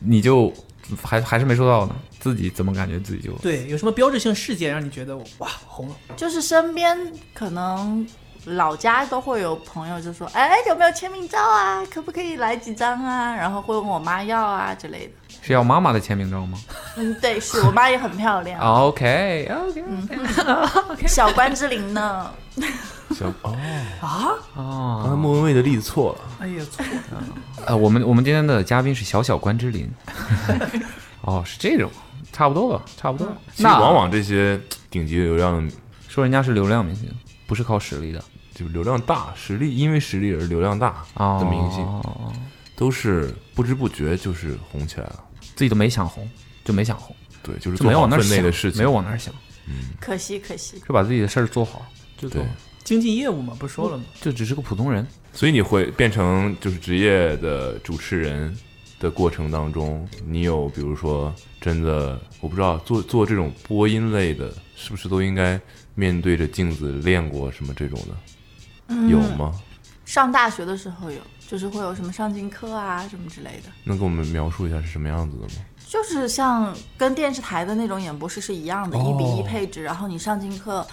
F: 你就还还是没收到呢，自己怎么感觉自己就
E: 对，有什么标志性事件让你觉得哇红了？
B: 就是身边可能老家都会有朋友就说，哎，有没有签名照啊？可不可以来几张啊？然后会问我妈要啊之类的。
F: 是要妈妈的签名照吗
B: 嗯，对，是我妈也很漂
F: 啊
B: 亮，
F: ？OK OK，
E: 嗯
B: 小关之琳呢？
D: 行哦。刚才
F: 哦，
D: 啊莫文蔚的例子错了，
E: 哎呀，错 了，
F: 呃，我们我们今天的嘉宾是小小关 之琳。哦，是这种，差不多吧，差不多。
D: 嗯其实
F: 那
D: 往往这些顶级流量
F: 说人家是流量明星，不是靠实力的
D: 就流量大，实力因为实力而流量大
F: 啊
D: 的明星，
F: 哦
D: 都是不知不觉就是红起来了。
F: 自己都没想红，就没想红，
D: 对，就是
F: 就
D: 做
F: 没
D: 好
F: 往那儿
D: 分内
F: 想
D: 的事情，
F: 没有往那儿想，
B: 可惜，可惜。
F: 就把自己的事儿做好，就
D: 对
F: 做好，
E: 经济业务嘛，不是说了吗？
F: 就只是个普通人。
D: 所以你会变成就是职业的主持人的过程当中，你有比如说真的我不知道做做这种播音类的，是不是都应该面
B: 嗯
D: 对着镜子练过什么这种的？有吗？
B: 上大学的时候有，就是会有什么上镜课啊什么之类的，
D: 能给我们描述一下是什么样子的吗？
B: 就是像跟电视台的那种演播室是一样的，一、
D: 哦
B: 比一配置。然后你上镜课，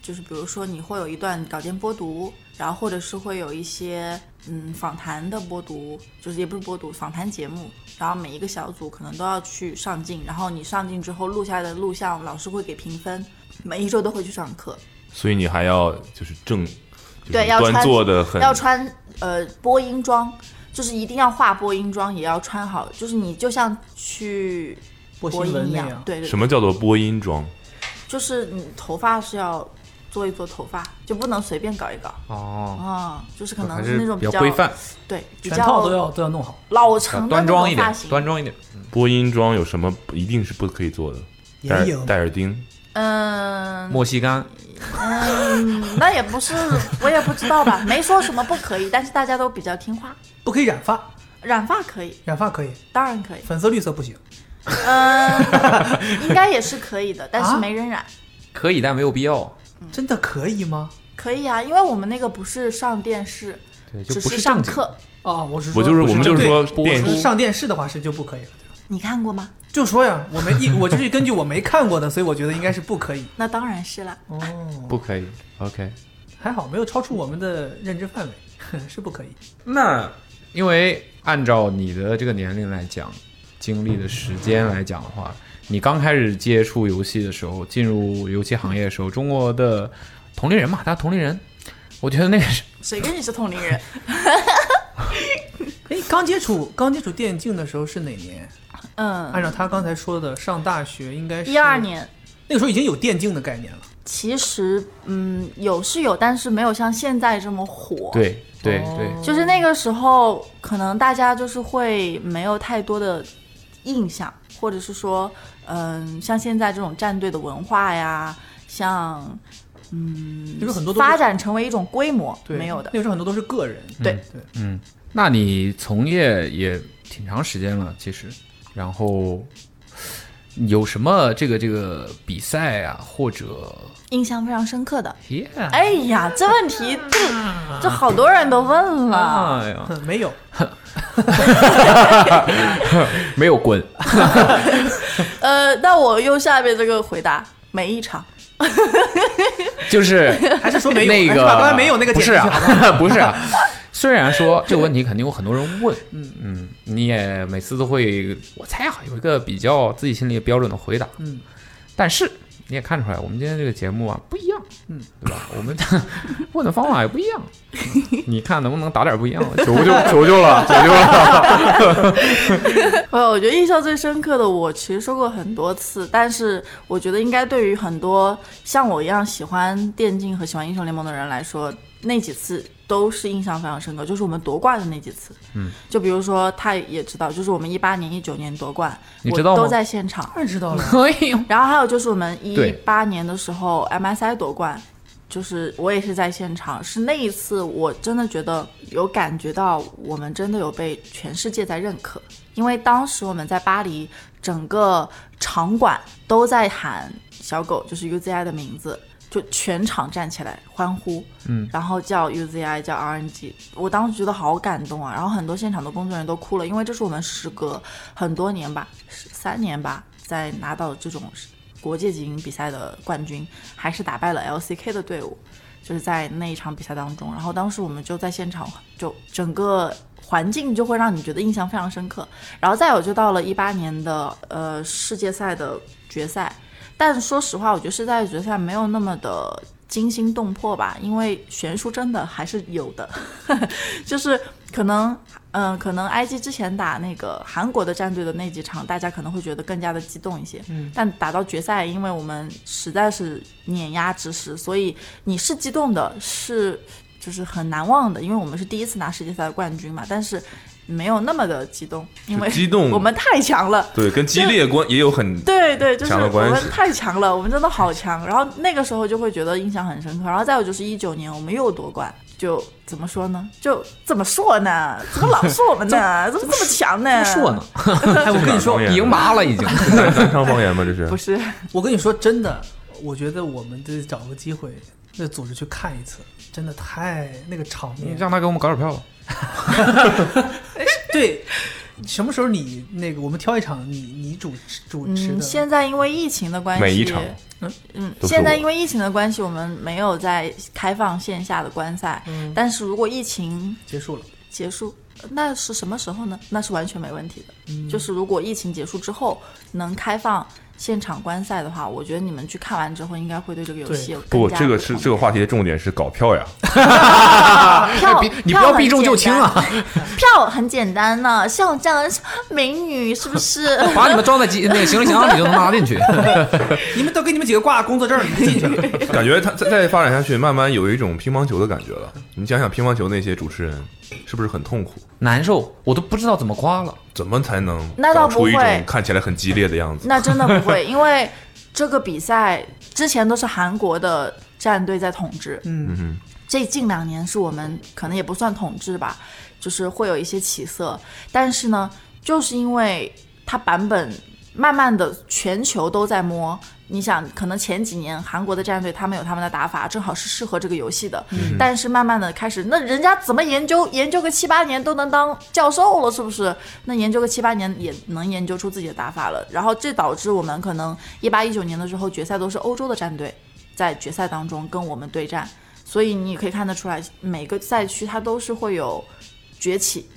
B: 就是比如说你会有一段稿件播读，然后或者是会有一些嗯访谈的播读，就是也不是播读，访谈节目。然后每一个小组可能都要去上镜，然后你上镜之后录下来的录像，老师会给评分。每一周都会去上课，
D: 所以你还要就是正，就是
B: 对，要
D: 端
B: 穿
D: 坐的很，
B: 要穿呃播音装，就是一定要化播音装，也要穿好，就是你就像去
E: 播
B: 播
E: 新
B: 音
E: 闻
B: 一
E: 那
B: 样，
E: 样。
B: 对对，
D: 什么叫做播音装？
B: 就是你头发是要做一做头发，就不能随便搞一搞
F: 哦，
B: 啊、就是可
F: 还
B: 能
F: 是
B: 那种
F: 比
B: 较
F: 较规范，呃
B: 对，比
E: 全套都
B: 较
E: 要都要弄好，
B: 老
D: 啊
B: 成的
F: 端
B: 那
F: 庄
B: 种
F: 一
B: 发
F: 点，
B: 型。
F: 端庄一点。
D: 播音装有什么一定是不可以做的？戴
E: 也有
D: 耳戴耳钉，
B: 嗯
F: 莫西干，
B: 嗯，那也不是， 我也不知道吧，没说什么不可以，但是大家都比较听话。
E: 不可以染发，
B: 染发可以，
E: 染发可以，
B: 当然可以，
E: 粉色绿色不行。
B: 嗯， 应该也是可以的，但是
E: 啊
B: 没人染。
F: 可以，但没有必要。
E: 真的可以吗？
B: 可以啊，因为我们那个不是上电视，
F: 对，就
B: 只
F: 不是
B: 上
F: 正经。
B: 课。
E: 哦，我是
D: 我就是
E: 不
D: 我们就是
E: 对
D: 说
F: 播
D: 电
F: 出
E: 就是
D: 视
E: 上电视的话是就不可以了。对吧
B: 你看过吗？
E: 就说呀，我没一我就是根据我没看过的，所以我觉得应该是不可以。
B: 那当然是啦。
E: 哦，
F: 不可以。OK，
E: 还好没有超出我们的认知范围， 是不可以。
F: 那因为按照你的这个年龄来讲，经历的时间来讲的话，你刚开始接触游戏的时候，进入游戏行业的时候，中国的同龄人嘛，大家同龄人，我觉得那个是
B: 谁跟你是同龄人？
E: 哎，刚接触刚接触电竞的时候是哪年？按
B: 嗯，
E: 照他刚才说的，上大学应该是
B: 一二，年。
E: 那个时候已经有电竞的概念了。
B: 其实，嗯，有是有，但是没有像现在这么火。，
F: 对对
E: 哦
F: 哎对，
B: 就是那个时候，可能大家就是会没有太多的印象，或者是说，嗯，像现在这种战队的文化呀，像嗯
E: 就是很多都是
B: 发展成为一种规模，
E: 对
B: 没有的
E: 那。个时候很多都是个人。
B: 对，
F: 那你从业也挺长时间了，其实，然后有什么这个这个比赛啊，或者
B: 印象非常深刻 的。
F: yeah，
B: 哎呀，这问题这这好多人都问了。
E: 啊
F: 哎呀，
E: 哼 没有，
F: 没有滚，
B: 呃，那我用下面这个回答，每一场。
F: 就是
E: 还是说没有？还
F: 那个
E: 是把刚才没有那个
F: 不
E: 解
F: 是
E: 释好吧
F: 啊， 不 是啊。虽然说这个问题肯定有很多人问，嗯嗯，你也每次都会，我猜啊有一个比较自己心里标准的回答，
E: 嗯，
F: 但是你也看出来，我们今天这个节目啊不一样，
E: 嗯，
F: 对吧？我们问的方法也不一样，嗯你看能不能打点不一样的？求求求求了，求求了！
B: 呃，我觉得印象最深刻的，我其实说过很多次，但是我觉得应该对于很多像我一样喜欢电竞和喜欢英雄联盟的人来说，那几次都是印象非常深刻，就是我们夺冠的那几次。嗯，就比如说他也知道，就是我们一八年、一九年夺冠，
F: 你知道
B: 我
F: 吗
B: 都在现场。
E: 当然知道了。
F: 可以吗，
B: 然后还有就是我们一
F: 对
B: 八年的时候 MSI 夺冠，就是我也是在现场，是那一次我真的觉得有感觉到我们真的有被全世界在认可，因为当时我们在巴黎，整个场馆都在喊小狗就是 UZI 的名字。就全场站起来欢呼，嗯，然后叫 UZI 叫 RNG，我当时觉得好感动啊，然后很多现场的工作人员都哭了，因为这是我们时隔很多年吧，十三年吧，再拿到这种国际级比赛的冠军，还是打败了 LCK 的队伍，就是在那一场比赛当中。然后当时我们就在现场，就整个环境就会让你觉得印象非常深刻。然后再有就到了一八年的呃世界赛的决赛，但说实话，我觉得世界赛的决赛没有那么的。惊心动魄吧，因为悬殊真的还是有的， 就是可能，嗯、可能 IG 之前打那个韩国的战队的那几场，大家可能会觉得更加的激动一些，
D: 嗯
B: 但打到决赛，因为我们实在是碾压之势，所以你是激动的，是就是很难忘的，因为我们是第一次拿世界赛的冠军嘛，但是没有那么的激动，因为
D: 就激动
B: 我们太强了。
D: 对，跟激烈关也有很
B: 对对，就是
D: 强的
B: 我
D: 关
B: 们
D: 系
B: 太强了，我们真的好强。然后那个时候就会觉得印象很深刻。然后再有就是一九年，我们又夺冠，就怎么说呢？就怎么说呢？怎么老说我们 呢？怎么这么强呢？
F: 说呢，
E: 哎，我跟你 说，哎
F: 赢麻了已 经。
D: 南南昌方言吗？这是
B: 不是，
E: 我跟你说真的，我觉得我们得找个机会那组织去看一次，真的太那个场
F: 你
E: 面，
F: 让他给我们搞点票吧。
E: 对，什么时候你那个我们挑一场你你主持主持的？
B: 嗯，现在因为疫情的关系，
D: 每一场
B: 嗯，
D: 都是
B: 现在
D: 我
B: 因为疫情的关系，我们没有在开放线下的观赛。但是如果疫情
E: 结束了，
B: 结束，呃那是什么时候呢？那是完全没问题的。
F: 嗯
B: 就是如果疫情结束之后能开放现场观赛的话，我觉得你们去看完之后，应该会对这个游戏有更
D: 不，
B: 加
D: 这个是
B: 不同
D: 这个话题的重点是搞票呀。
B: 票
F: 别，哎你不要避重就轻啊！
B: 票很简单呢、像我这样的美女是不是？
F: 把你们装在机那个行李箱里就能拉进去。
E: 你们都给你们几个挂工作证，你们进去了。
D: 感觉他再再发展下去，慢慢有一种乒乓球的感觉了。你想想乒乓球那些主持人，是不是很痛苦？
F: 难受，我都不知道怎么夸了。
D: 怎么才能
B: 那
D: 搞
B: 倒
D: 出一
B: 不
D: 种
B: 会
D: 看起来很激烈的样子？
B: 那真的不会， 因为这个比赛之前都是韩国的战队在统治，
E: 嗯
D: 嗯
B: 这近两年是我们可能也不算统治吧，就是会有一些起色，但是呢，就是因为它版本慢慢的全球都在摸。你想，可能前几年韩国的战队他们有他们的打法，正好是适合这个游戏的。
D: 嗯
B: 但是慢慢的开始，那人家怎么研究研究个七八年都能当教授了，是不是？那研究个七八年也能研究出自己的打法了。然后这导致我们可能一八一九年的时候决赛都是欧洲的战队在决赛当中跟我们对战，所以你也可以看得出来，每个赛区它都是会有崛起，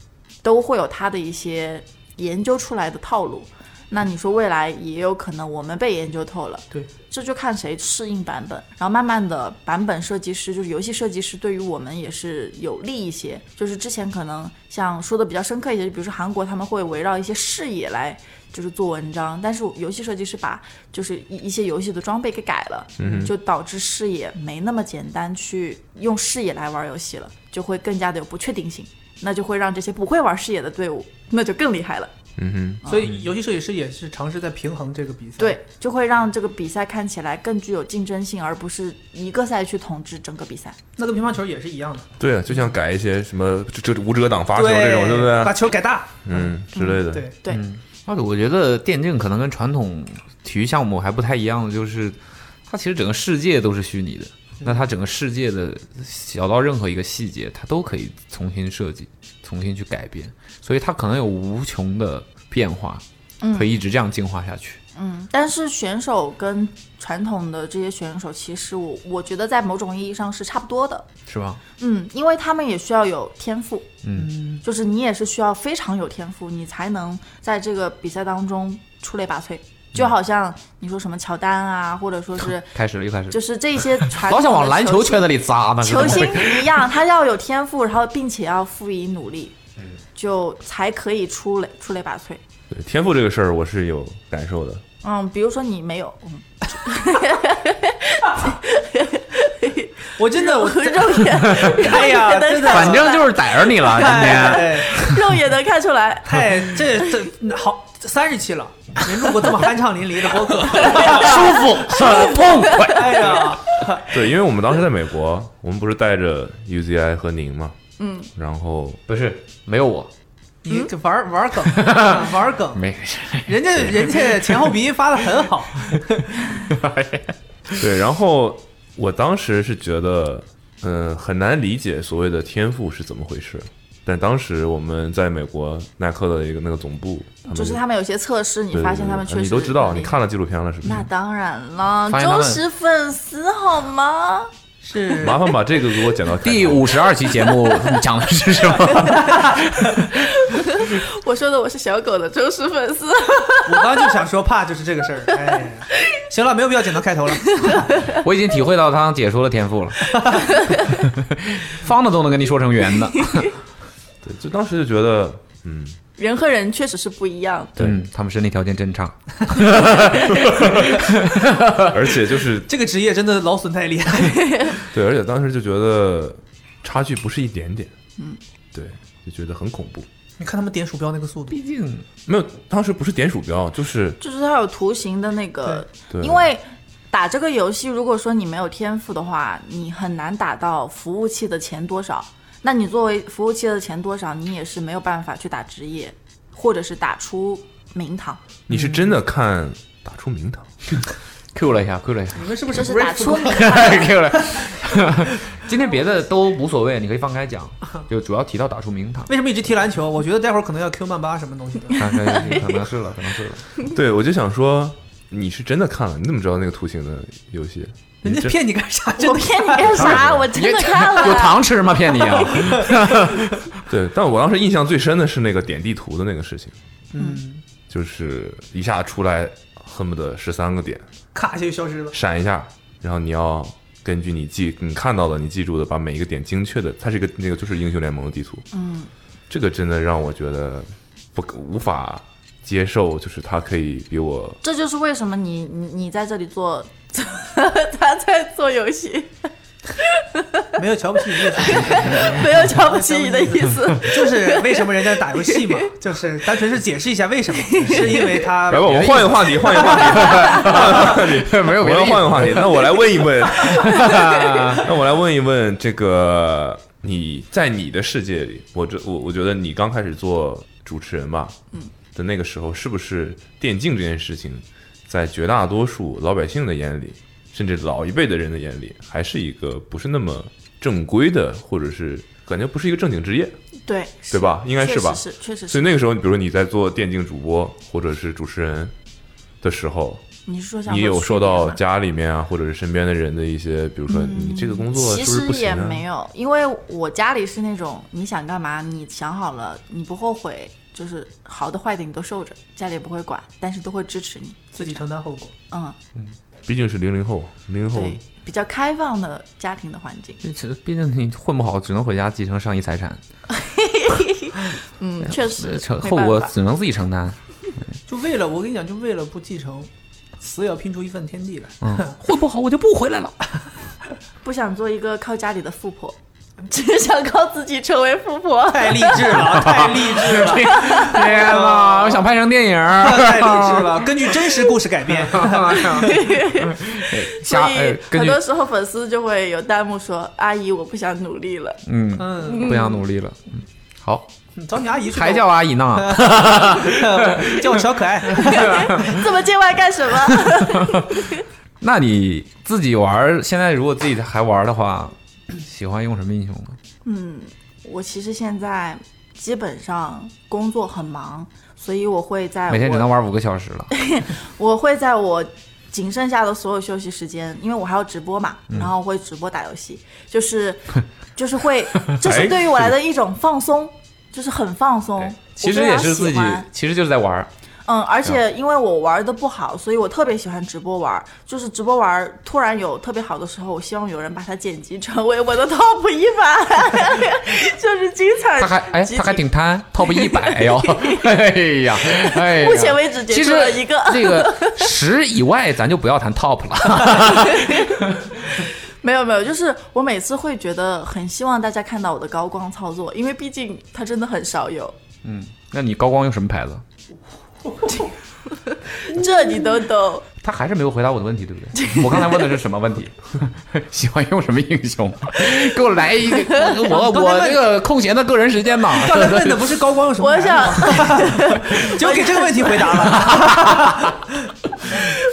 B: 都会有它的一些研究出来的套路。那你说未来也有可能我们被研究透了，
E: 对，
B: 这就看谁适应版本，然后慢慢的版本设计师就是游戏设计师对于我们也是有利一些。就是之前可能像说的比较深刻一些，就比如说韩国他们会围绕一些视野来就是做文章，但是游戏设计师把就是一一些游戏的装备给改了，就导致视野没那么简单去用视野来玩游戏了，就会更加的有不确定性，那就会让这些不会玩视野的队伍那就更厉害了。
D: 哼，嗯
E: 所以游戏设计师也是尝试在平衡这个比赛。
B: 对，就会让这个比赛看起来更具有竞争性，而不是一个赛区统治整个比赛。
E: 那跟乒乓球也是一样的，
D: 哼，对，啊就像改一些什么这这无遮挡罚球
E: 对
D: 这种，对不
E: 把
D: 对？
E: 球改大，
D: 嗯，之类的。
E: 对，
B: 对，
F: 而且我觉得电竞可能跟传统体育项目还不太一样，就是它其实整个世界都是虚拟的，
B: 嗯
F: 那它整个世界的小到任何一个细节，它都可以重新设计、重新去改变，所以它可能有无穷的变化，可以一直这样进化下去。
B: 嗯，但是选手跟传统的这些选手，其实我我觉得在某种意义上是差不多的。
F: 是吧？
B: 嗯，因为他们也需要有天赋，
F: 嗯，
B: 就是你也是需要非常有天赋，你才能在这个比赛当中出类拔萃。就好像你说什么乔丹啊，或者说 是
F: 开始了，又开始
B: 就
F: 了，
B: 是这些传
F: 老
B: 统
F: 想往
B: 的
F: 篮球
B: 星
F: 圈子里扎
D: 啊
F: 呢。
B: 球
F: 是
B: 星
F: 吧
B: 一样，他要有天赋，然后并且要付以努力，
D: 嗯
B: 就才可以出类出类拔萃。
D: 对天赋这个事儿，我是有感受的。
B: 嗯，比如说你没有，嗯
E: 我真的我
B: 肉 眼
E: 哎呀，真的，
F: 反正就是逮着你 了，今天
E: 哎
B: 肉眼能看出来。
E: 太这这好三十期了，您录过这么酣畅淋漓的播客，
F: 舒服，很痛快。
E: 哎呀，
D: 对，因为我们当时在美国，我们不是带着 UZI 和宁嘛，嗯，然后
F: 不是，没有我，
E: 你这玩玩梗，玩 梗，
F: 没
E: 人家人家前后鼻音发的很好，
D: 对，然后我当时是觉得，嗯、很难理解所谓的天赋是怎么回事。但当时我们在美国耐克的一个那个总部，他们
B: 就是他们有些测试，你
D: 对
B: 发现
D: 对
B: 他们
D: 嗯对
B: 确实
D: 你都知道，
B: 能力
D: 你。看了纪录片了是不是？
B: 那当然了，
F: 发现他
B: 忠
F: 们
B: 实粉丝好吗？
E: 是
D: 麻烦把这个给我剪到开头
F: 第五十二期节 目讲的是什么？
B: 我说的我是小狗的忠实粉丝。
E: 我刚刚就想说，怕就是这个事儿。哎呀，行了，没有必要剪到开头了。
F: 我已经体会到他解说的天赋了， 方的都能跟你说成圆的。
D: 对，就当时就觉得，嗯
B: 人和人确实是不一样的，
D: 对
F: 嗯，他们身体条件真差。
D: 而且就是
E: 这个职业真的劳损太厉害，
D: 对，而且当时就觉得差距不是一点点，嗯，对，就觉得很恐怖。
E: 你看他们点鼠标那个速度，
F: 毕竟
D: 没有，当时不是点鼠标，就是
B: 就是它有图形的那个
D: 对，
B: 因为打这个游戏，如果说你没有天赋的话，你很难打到服务器的前多少。那你作为服务器的前多少，你也是没有办法去打职业，或者是打出名堂，
D: 你是真的看打出名堂，
F: Q 了一下，Q 了一下
E: 你们是不
B: 就是是打
E: grateful？
B: 出名。
F: ，Q 了。 今天别的都无所谓，你可以放开讲，就主要提到打出 名堂。
E: 为什么一直踢篮球？我觉得待会儿可能要 Q 曼巴什么东西的。
D: 啊
F: 可能是了，可能是了。
D: 对，我就想说，你是真的看了，你怎么知道那个图形的游戏？
E: 人
D: 你
E: 家
D: 真
E: 骗你干啥？真
B: 我
E: 的
B: 骗你干啥？我真的看了。
F: 有糖吃吗？骗你 啊！
D: 对，但我当时印象最深的是那个点地图的那个事情，
E: 嗯，
D: 就是一下出来恨不得十三个点，
E: 咔就消失了。
D: 闪一下，然后你要根据你记你看到的、你记住的，把每一个点精确的，它是一个那个就是英雄联盟的地图。嗯，这个真的让我觉得不无法接受，就是它可以比我
B: 这就是为什么你你你在这里做， 他在做游 戏，
E: 没有瞧不起你的意思，
B: 没有瞧不起你的意思。
E: 就是为什么人家打游戏嘛，就是单纯是解释一下为什么，是因为 他
D: 来吧，我们换一个话题，换一个话题，换一个话题，
F: 没有
D: 我
F: 别
D: 要
F: 的意思
D: 换一个话题。那我来问一问，那我来问一问这个你在你的世界里，我这我我觉得你刚开始做主持人吧，嗯，的那个时候，是不是电竞这件事情，在绝大多数老百姓的眼里，甚至老一辈的人的眼里，还是一个不是那么正规的，或者是感觉不是一个正经职业，
B: 对，
D: 对吧？应该
B: 确实
D: 吧？
B: 是，确实
D: 所
B: 是。
D: 以那个时候，比如说你在做电竞主播或者是主持人的时候，
B: 你是说想
D: 你有受
B: 说
D: 到
B: 区别吗
D: 家里面啊，或者是身边的人的一些，比如说你这个工作
B: 嗯其
D: 是不是
B: 实
D: 不行
B: 也
D: 啊？
B: 没有，因为我家里是那种你想干嘛，你想好了，你不后悔，就是好的坏的你都受着，家里也不会管，但是都会支持你。
F: 哦
E: 自己承担后果。
B: 嗯，
D: 毕竟是零零后，零零后
B: 对，比较开放的家庭的环境，
F: 毕竟你混不好，只能回家继承上亿财产，
B: 嗯，确实
F: 承
B: 没
F: 后果
B: 办法
F: 只能自己承担。
E: 就为了我跟你讲，就为了不继承，死也要拼出一份天地来。
F: 嗯，混不好我就不回来了。
B: 不想做一个靠家里的富婆，只想靠自己成为富 婆。
E: 太励志了，太励志了，
F: 天呐，我想拍成电影 儿。
E: 太励志了！根据真实故事改编，
B: 所
F: 下呃
B: 以，
F: 根
B: 很
F: 据
B: 多时候粉丝就会有弹幕说：“阿姨，我不想努力了。
F: 嗯，
E: 嗯，
F: 不想努力了。嗯，好，
E: 找你阿姨去吧
F: 还叫阿姨啊呢？
E: 叫我小可 爱，
B: 这么见外干什么？
F: 那你自己玩儿，现在如果自己还玩儿的话， 喜欢用什么英雄呢？
B: 我其实现在基本上工作很忙，所以我会在
F: 每天只能
B: 我
F: 玩五个小时了。
B: 哎我会在我仅剩下的所有休息时间，因为我还要直播嘛，
F: 嗯
B: 然后我会直播打游戏，就是 就是会，这是对于我来的一种放松，就是很放松。
F: 其实
B: 哎我非
F: 也
B: 常
F: 是自
B: 喜
F: 己啊
B: 欢，
F: 其实就是在玩儿。
B: 嗯，而且因为我玩的不好，所以我特别喜欢直播玩儿。就是直播玩儿突然有特别好的时候，我希望有人把它剪辑成为我的 top 一百， 就是精彩。
F: 他还哎，
B: 集
F: 他还
B: 锦
F: 挺贪，top 一 百哟！哎呀，哎呀，
B: 目前为止
F: 其
B: 结
F: 实
B: 束了一个
F: 这个十以外，咱就不要谈 top 了。
B: 没有没有，就是我每次会觉得很希望大家看到我的高光操作，因为毕竟它真的很少有，
F: 嗯，那你高光用什么牌子？嗯
B: 这你都 懂。
F: 他还是没有回答我的问题，对不 对？我刚才问的是什么问题？ 喜欢用什么英雄？给我来一个， 我我这个空闲的个人时间嘛。
E: 刚才问的不是高光有什么
F: 啊
B: 我
E: 来的吗？
B: 想
E: 就给这个问题回答 了。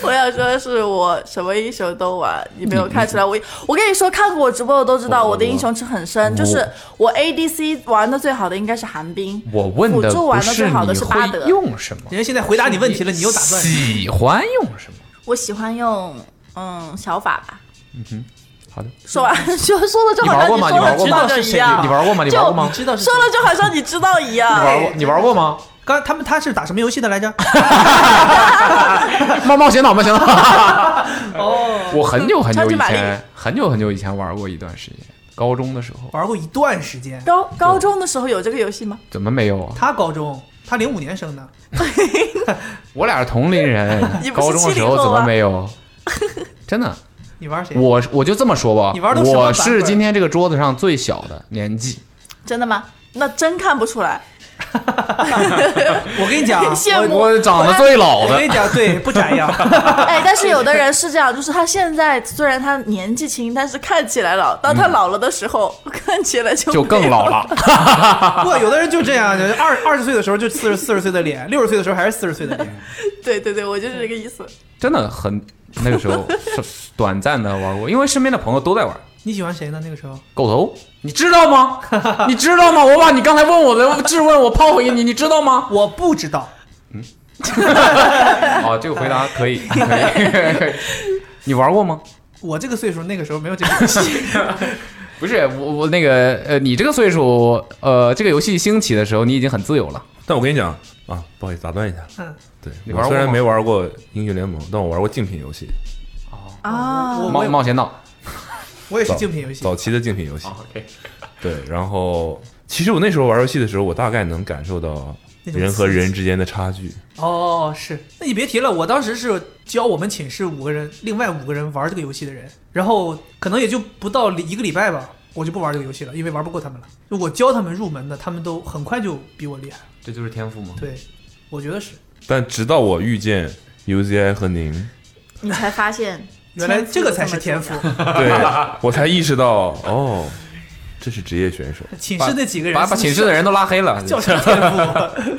B: 我想说的是，我什么英雄都玩，你没有看出来我。我跟你说，看过我直播的都知道，
F: 嗯我
B: 我的英雄池很深。就是我 ADC 玩的最好的应该是寒冰，
F: 我问的
B: 辅助
F: 不
B: 玩的最
F: 是
B: 好的
F: 你
B: 是巴德
F: 会。用什么，
E: 人家现在回答你问题了，你又打断。
F: 喜欢用什么？
B: 我喜欢用嗯小法吧。
F: 好的，
B: 说完 说说的就
F: 你
B: 好
F: 玩
B: 像
F: 过吗？你
B: 说
F: 玩
B: 了
F: 过
B: 知
F: 吗
B: 道？就一
F: 你
B: 样，
F: 玩过吗？你玩过吗
E: 你？知道是谁
B: 说了就好像你知道一
F: 你
B: 样。
F: 玩过？你玩 过吗？
E: 刚他们他是打什么游戏的来着？
F: 冒冒险岛，冒 险岛。
E: 哦，
F: 我很久很久
B: 超级
F: 以
B: 玛丽
F: 前，很久很久以前玩过一段时间，高中的时候，
E: 玩过一段时间。
B: 高高中的时候有这个游戏吗？
F: 怎么没有啊？
E: 他高中，他零五年生的，
F: 我俩是同龄人
B: 你，不是
F: 高中的时候
B: 70后啊
F: 怎么
B: 吗
F: 没有？真的，
E: 你玩谁？
F: 我我就这么说吧
E: 你玩，都什么
F: 我
E: 版本
F: 是今天这个桌子上最小的年纪，
B: 真的吗？那真看不出来，
E: 我跟你讲，啊
B: 羡慕。
F: 我长得
B: 哎
F: 最老
E: 我
F: 的
E: 跟。你讲，对，不展样。
B: 哎，但是有的人是这样，就是他现在虽然他年纪轻，但是看起来老。当他老了的时候，看起来就
F: 就更老了，
E: 不，有的人就这样，就是二二十岁的时候就四十四十岁的脸，六十岁的时候还是四十岁的脸。
B: 没有。对对对，我就是这个意思。
F: 真的很那个时候是短暂的玩过，因为身边的朋友都在玩，
E: 你喜欢谁呢？那个时候
F: 狗头，你知道吗？你知道吗？我把你刚才问我的质问我抛回给你，你知道吗？
E: 我不知道，
F: 哦，这个回答可以，可以。 可以你玩过吗？
E: 我这个岁数那个时候没有这个游 戏。
F: 不是我，我那个呃，你这个岁数，呃，这个游戏兴起的时候，你已经很自由了。
D: 但我跟你讲啊，不好意思打断一下，
E: 嗯，
D: 对
F: 你
D: 我
F: 玩过
D: 虽然
F: 吗
D: 没玩过英雄联盟，但我玩过竞品游戏，
B: 啊，
E: 我
F: 冒
E: 我也
F: 冒险岛。
E: 我也是
D: 早
E: 竞品游戏
D: 早，期的竞品游戏。
F: OK，
D: 对，然后其实我那时候玩游戏的时候，我大概能感受到
E: 那种
D: 人和
E: 刺激
D: 人之间的差距。
E: 哦，是，那你别提了，我当时是教我们寝室五个人，另外五个人玩这个游戏的人，然后可能也就不到一个礼拜吧，我就不玩这个游戏了，因为玩不过他们了。就我教他们入门的，他们都很快就比我厉害。
F: 这就是天赋吗？
E: 对，我觉得是，
D: 但直到我遇见 UZI 和您，
B: 你才发现
E: 原来这个才是
B: 天
E: 天
B: 赋
E: 赋。
D: 对我才意识到，哦，这是职业选手。
E: 寝室那几个人
F: 把把 寝室的人都拉黑了。
E: 叫 什么天赋？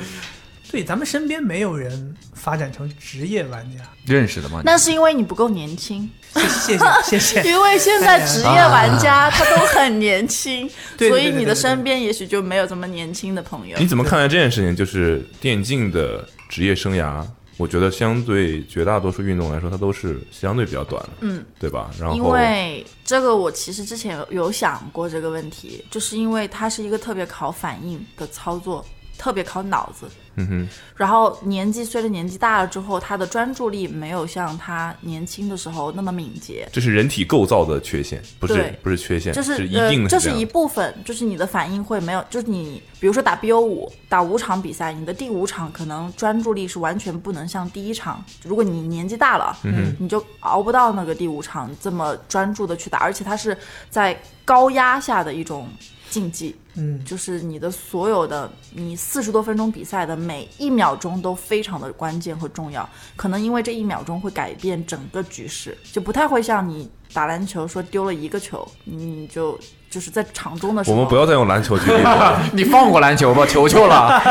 E: 对，咱们身边没有人发展成职业玩家。
F: 认识的吗？
B: 那是因为你不够年轻，
E: 谢谢谢谢 谢。
B: 因为现在职业玩家他都很年轻，
E: 哎对对对
B: 所以
E: 对
B: 你
E: 对
B: 的身边也许就没有这么年轻的朋友
D: 你。怎么看待这件事情？就是电竞的职业生涯，我觉得相对绝大多数运动来说，它都是相对比较短的，嗯，对吧？然后
B: 因为这个，我其实之前有有想过这个问题，就是因为它是一个特别考反应的操作，特别考脑子。
D: 嗯哼，
B: 然后年纪随着年纪大了之后，他的专注力没有像他年轻的时候那么敏捷，
D: 这是人体构造的缺陷，不是
B: 对
D: 不是缺陷，
B: 就是
D: 一
B: 呃
D: 定，的
B: 这
D: 这
B: 是
D: 样
B: 一
D: 的。
B: 部分，就是你的反应会没有，就是你比如说打 BO 五，打五场比赛，你的第五场可能专注力是完全不能像第一场，如果你年纪大了，嗯，你就熬不到那个第五场这么专注的去打，而且它是在高压下的一种竞技。
E: 嗯，
B: 就是你的所有的你四十多分钟比赛的每一秒钟都非常的关键和重要，可能因为这一秒钟会改变整个局势，就不太会像你打篮球说丢了一个球，你就就是在场中的时
D: 我
B: 候，
D: 们不要再用篮球 举例了，
F: 你放过篮球吧，球球了。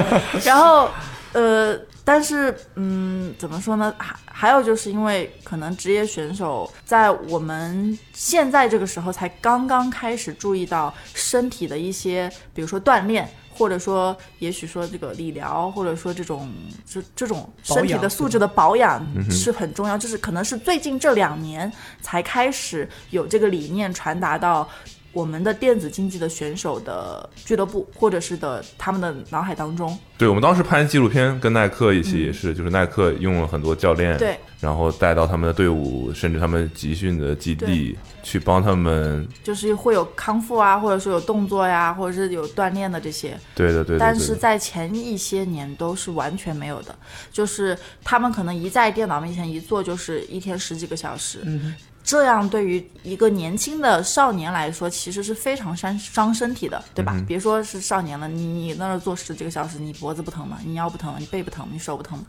B: 然后呃，但是嗯，怎么说呢？还还有就是因为可能职业选手在我们现在这个时候才刚刚开始注意到身体的一些，比如说锻炼。或者说，也许说这个理疗，或者说这种这这种身体
E: 保
B: 的
E: 养
B: 素质的保养是很重要，就是可能是最近这两年才开始有这个理念传达到我们的电子竞技的选手的俱乐部，或者是的他们的脑海当中。
D: 对我们当时拍纪录片跟耐克一起也是，就是耐克用了很多教练，
B: 嗯对，
D: 然后带到他们的队伍，甚至他们集训的基地去帮他们，
B: 就是会有康复啊，或者说有动作呀，或者是有锻炼的这些，
D: 对的对的，
B: 但
D: 对
B: 是
D: 的
B: 在前一些年都是完全没有的，就是他们可能一在电脑面前一坐就是一天十几个小时，
D: 嗯
B: 这样对于一个年轻的少年来说，其实是非常伤伤身体的，
D: 嗯
B: 对吧？别说是少年了，你你那儿坐十几个小时，你脖子不疼吗？你腰不疼吗？你背不疼吗？你手不疼吗？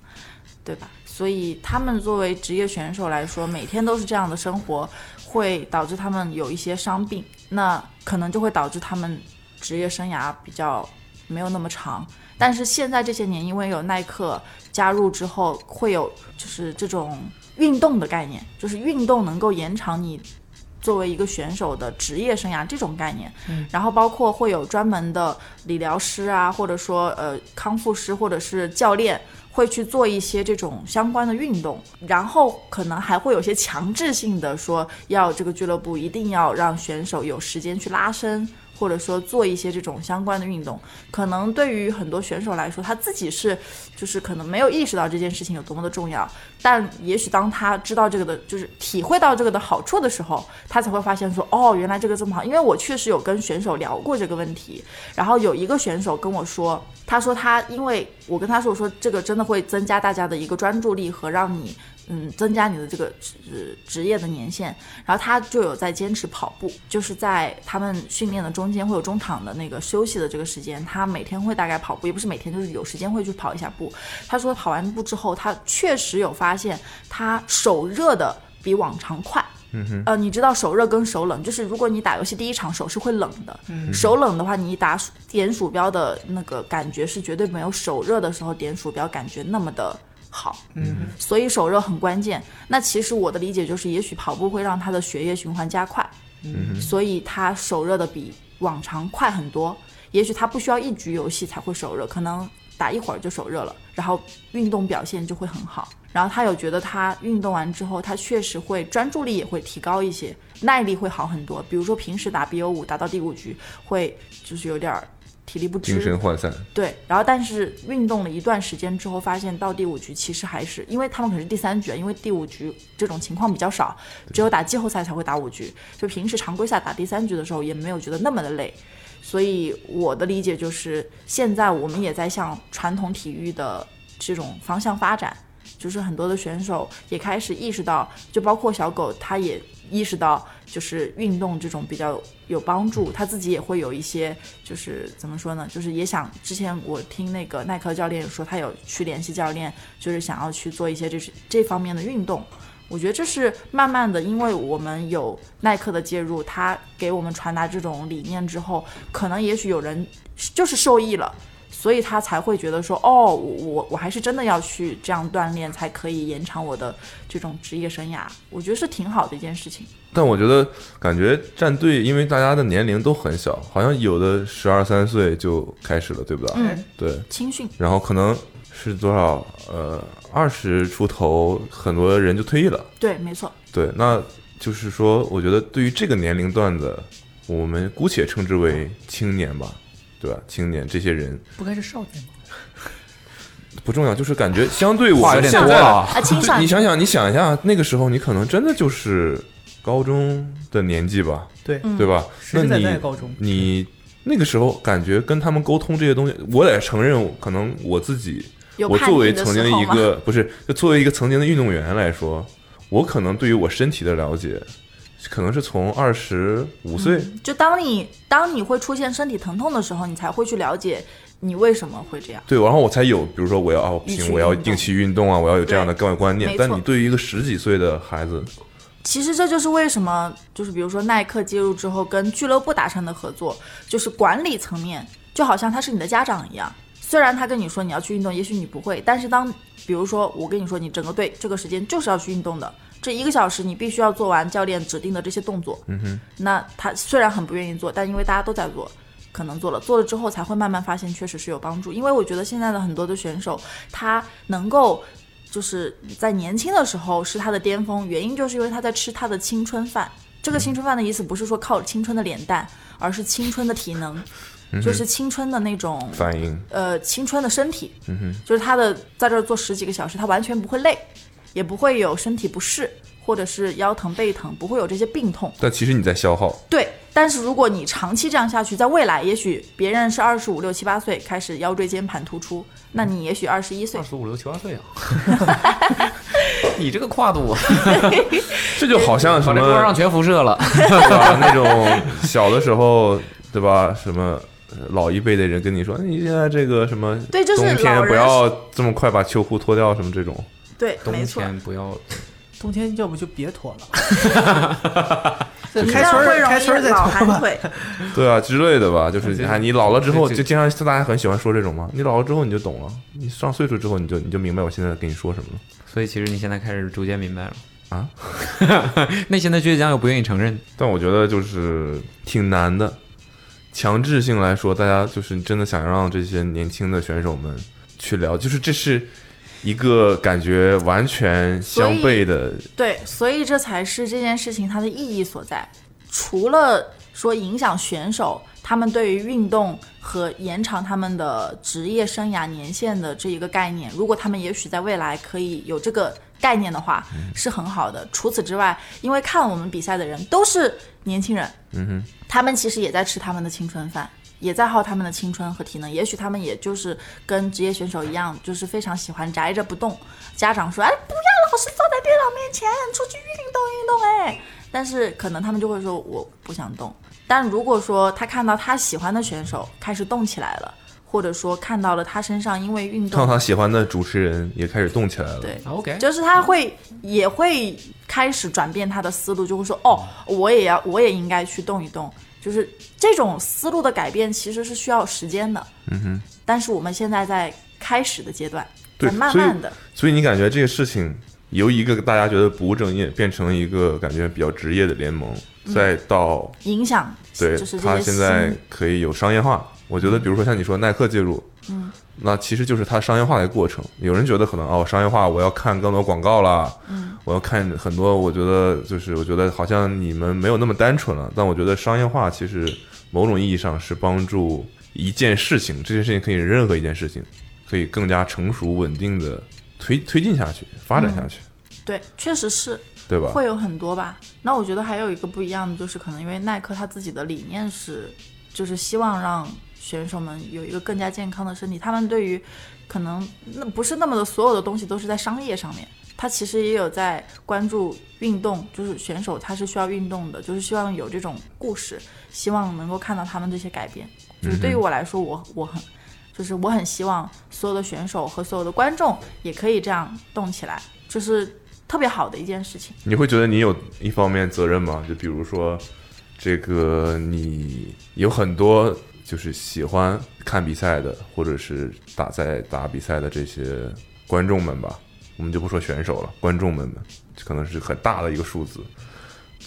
B: 对吧？所以他们作为职业选手来说，每天都是这样的生活，会导致他们有一些伤病，那可能就会导致他们职业生涯比较没有那么长。但是现在这些年，因为有耐克加入之后，会有就是这种运动的概念，就是运动能够延长你作为一个选手的职业生涯这种概念。然后包括会有专门的理疗师啊，或者说呃康复师或者是教练。会去做一些这种相关的运动，然后可能还会有些强制性的说，要这个俱乐部一定要让选手有时间去拉伸，或者说做一些这种相关的运动。可能对于很多选手来说，他自己是就是可能没有意识到这件事情有多么的重要，但也许当他知道这个的，就是体会到这个的好处的时候，他才会发现说，哦，原来这个这么好。因为我确实有跟选手聊过这个问题，然后有一个选手跟我说，他说他因为我跟他说，我说这个真的会增加大家的一个专注力和让你。嗯，增加你的这个职职业的年限，然后他就有在坚持跑步，就是在他们训练的中间会有中场的那个休息的这个时间，他每天会大概跑步，也不是每天，就是有时间会去跑一下步。他说跑完步之后，他确实有发现他手热的比往常快。嗯哼，呃，你知道手热跟手冷，就是如果你打游戏第一场手是会冷的，手冷的话，你一打鼠点鼠标的那个感觉是绝对没有手热的时候点鼠标感觉那么的好。
E: 嗯，
B: 所以手热很关键。那其实我的理解就是，也许跑步会让他的血液循环加快，嗯、所以他手热的比往常快很多。也许他不需要一局游戏才会手热，可能打一会儿就手热了，然后运动表现就会很好。然后他有觉得他运动完之后，他确实会专注力也会提高一些，耐力会好很多。比如说平时打 BO 五打到第五局，会就是有点儿体力不支，
D: 精神涣散，
B: 对，然后但是运动了一段时间之后，发现到第五局其实还是，因为他们可是第三局啊，因为第五局这种情况比较少，只有打季后赛才会打五局，就平时常规赛打第三局的时候也没有觉得那么的累，所以我的理解就是，现在我们也在向传统体育的这种方向发展，就是很多的选手也开始意识到，就包括小狗，他也意识到，就是运动这种比较有帮助，他自己也会有一些，就是怎么说呢，就是也想。之前我听那个耐克教练说，他有去联系教练，就是想要去做一些这是这方面的运动。我觉得这是慢慢的，因为我们有耐克的介入，他给我们传达这种理念之后，可能也许有人就是受益了，所以他才会觉得说，哦，我我我还是真的要去这样锻炼，才可以延长我的这种职业生涯。我觉得是挺好的一件事情。
D: 但我觉得感觉战队，因为大家的年龄都很小，好像有的十二三岁就开始了，对不对？
B: 嗯，
D: 对，
B: 青训，
D: 然后可能是多少？呃，二十出头，很多人就退役了。
B: 对，没错，
D: 对，那就是说，我觉得对于这个年龄段的，我们姑且称之为青年吧，对吧？青年这些人
E: 不该是少年吗？
D: 不重要，就是感觉相对我
F: 话有
D: 们
F: 点
D: 现
F: 多
D: 在
F: 了啊
B: 啊，青
D: 就
B: 少
D: 你
B: 年，
D: 想想，你想一下，那个时候你可能真的就是高中的年纪吧，
E: 对，
B: 嗯
D: 对吧？
E: 实
D: 那
E: 实嗯在
D: 你
E: 在高中，
D: 你那个时候感觉跟他们沟通这些东西，我得承认，可能我自己，
B: 有
D: 我
B: 叛
D: 作为
B: 逆的
D: 曾经
B: 时
D: 的
B: 候
D: 一
B: 吗？
D: 个不是，就作为一个曾经的运动员来说，我可能对于我身体的了解，可能是从二十五
B: 嗯
D: 岁。
B: 就当你当你会出现身体疼痛的时候，你才会去了解你为什么会这样。
D: 对，然后我才有，比如说我要哦，不
B: 定
D: 行，
B: 期
D: 我要
B: 运动
D: 定期运动啊，我要有这样的观观念
B: 没。
D: 但
B: 错
D: 你对于一个十几岁的孩子，
B: 其实这就是为什么，就是比如说耐克介入之后跟俱乐部达成的合作，就是管理层面，就好像他是你的家长一样。虽然他跟你说你要去运动，也许你不会，但是当比如说我跟你说你整个队这个时间就是要去运动的，这一个小时你必须要做完教练指定的这些动作。嗯哼，那他虽然很不愿意做，但因为大家都在做，可能做了，做了之后才会慢慢发现确实是有帮助。因为我觉得现在的很多的选手，他能够就是在年轻的时候是他的巅峰，原因就是因为他在吃他的青春饭。这个青春饭的意思不是说靠青春的脸蛋，而是青春的体能，就是青春的那种
D: 反应
B: 呃青春的身体，就是他的在这儿做十几个小时，他完全不会累，也不会有身体不适或者是腰疼背疼，不会有这些病痛。
D: 但其实你在消耗。
B: 对，但是如果你长期这样下去，在未来也许别人是二十五六七八岁开始腰椎间盘突出，那你也许二十一岁
D: 哦
F: 二，十五六七八岁啊，你这个跨度，
D: 这就好像什
F: 把这
D: 么
F: 多让全辐射了。
D: 对吧？那种小的时候，对吧？什么呃老一辈的人跟你说，哎你现在这个什么，
B: 对就是
D: 冬天
B: 老人
D: 不要这么快把秋裤脱掉，什么这种。
B: 对，
F: 冬
B: 没错。
F: 天不要，
E: 冬天要不就别脱 了，
B: 你这
E: 开
B: 样
E: 春
B: 会
E: 儿开
B: 容
E: 春儿
B: 易
E: 再
B: 老
E: 脱
B: 寒
E: 吧。
B: 腿，
D: 对啊，之类的 吧，就是
F: 这
D: 啊，你老了之后，
F: 这
D: 就经常大家很喜欢说这种嘛。你老了之后你就懂了，你上岁数之后你就你就明白我现在跟你说什么了。
F: 所以其实你现在开始逐渐明白了
D: 啊。
F: 内心的倔强又不愿意承认，
D: 但我觉得就是挺难的，强制性来说，大家就是真的想让这些年轻的选手们去聊，就是这是一个感觉完全相悖的
B: 对，所以这才是这件事情它的意义所在。除了说影响选手他们对于运动和延长他们的职业生涯年限的这一个概念，如果他们也许在未来可以有这个概念的话，是很好的。除此之外，因为看我们比赛的人都是年轻人，嗯哼，他们其实也在吃他们的青春饭。也在耗他们的青春和体能，也许他们也就是跟职业选手一样，就是非常喜欢宅着不动。家长说：“哎，不要老师坐在电脑面前，出去运动运动。”哎，但是可能他们就会说：“我不想动。”但如果说他看到他喜欢的选手开始动起来了，或者说看到了他身上因为运
D: 让
B: 动，
D: 他喜欢的主持人也开始动起来了。
B: 对
F: OK
B: 就是他会也会开始转变他的思路，就会说：“哦，我也要，我也应该去动一动。”就是这种思路的改变其实是需要时间的。嗯哼，但是我们现在在开始的阶段，
D: 对
B: 再，慢
D: 所以
B: 慢的，
D: 所以你感觉这个事情由一个大家觉得不务正业，变成一个感觉比较职业的联盟，再到
B: 影响
D: 对
B: 就是这
D: 它
B: 些
D: 现在
B: 新
D: 可以有商业化。我觉得，比如说像你说耐克介入，嗯，那其实就是它商业化的过程。有人觉得可能哦，商业化我要看更多广告啦，嗯，我要看很多，我觉得就是我觉得好像你们没有那么单纯了。但我觉得商业化其实某种意义上是帮助一件事情，这件事情可以是任何一件事情，可以更加成熟稳定的推推进下去，发展下
B: 嗯
D: 去，
B: 对，确实是
D: 对吧？
B: 会有很多吧。那我觉得还有一个不一样的就是，可能因为耐克他自己的理念是，就是希望让选手们有一个更加健康的身体。他们对于可能那不是那么的所有的东西都是在商业上面，他其实也有在关注运动，就是选手他是需要运动的，就是希望有这种故事，希望能够看到他们这些改
D: 嗯
B: 变。就是对于我来说，我我很。就是我很希望所有的选手和所有的观众也可以这样动起来，就是特别好的一件事情。
D: 你会觉得你有一方面责任吗？就比如说，这个你有很多就是喜欢看比赛的，或者是打在打比赛的这些观众们吧，我们就不说选手了，观众们们，这可能是很大的一个数字。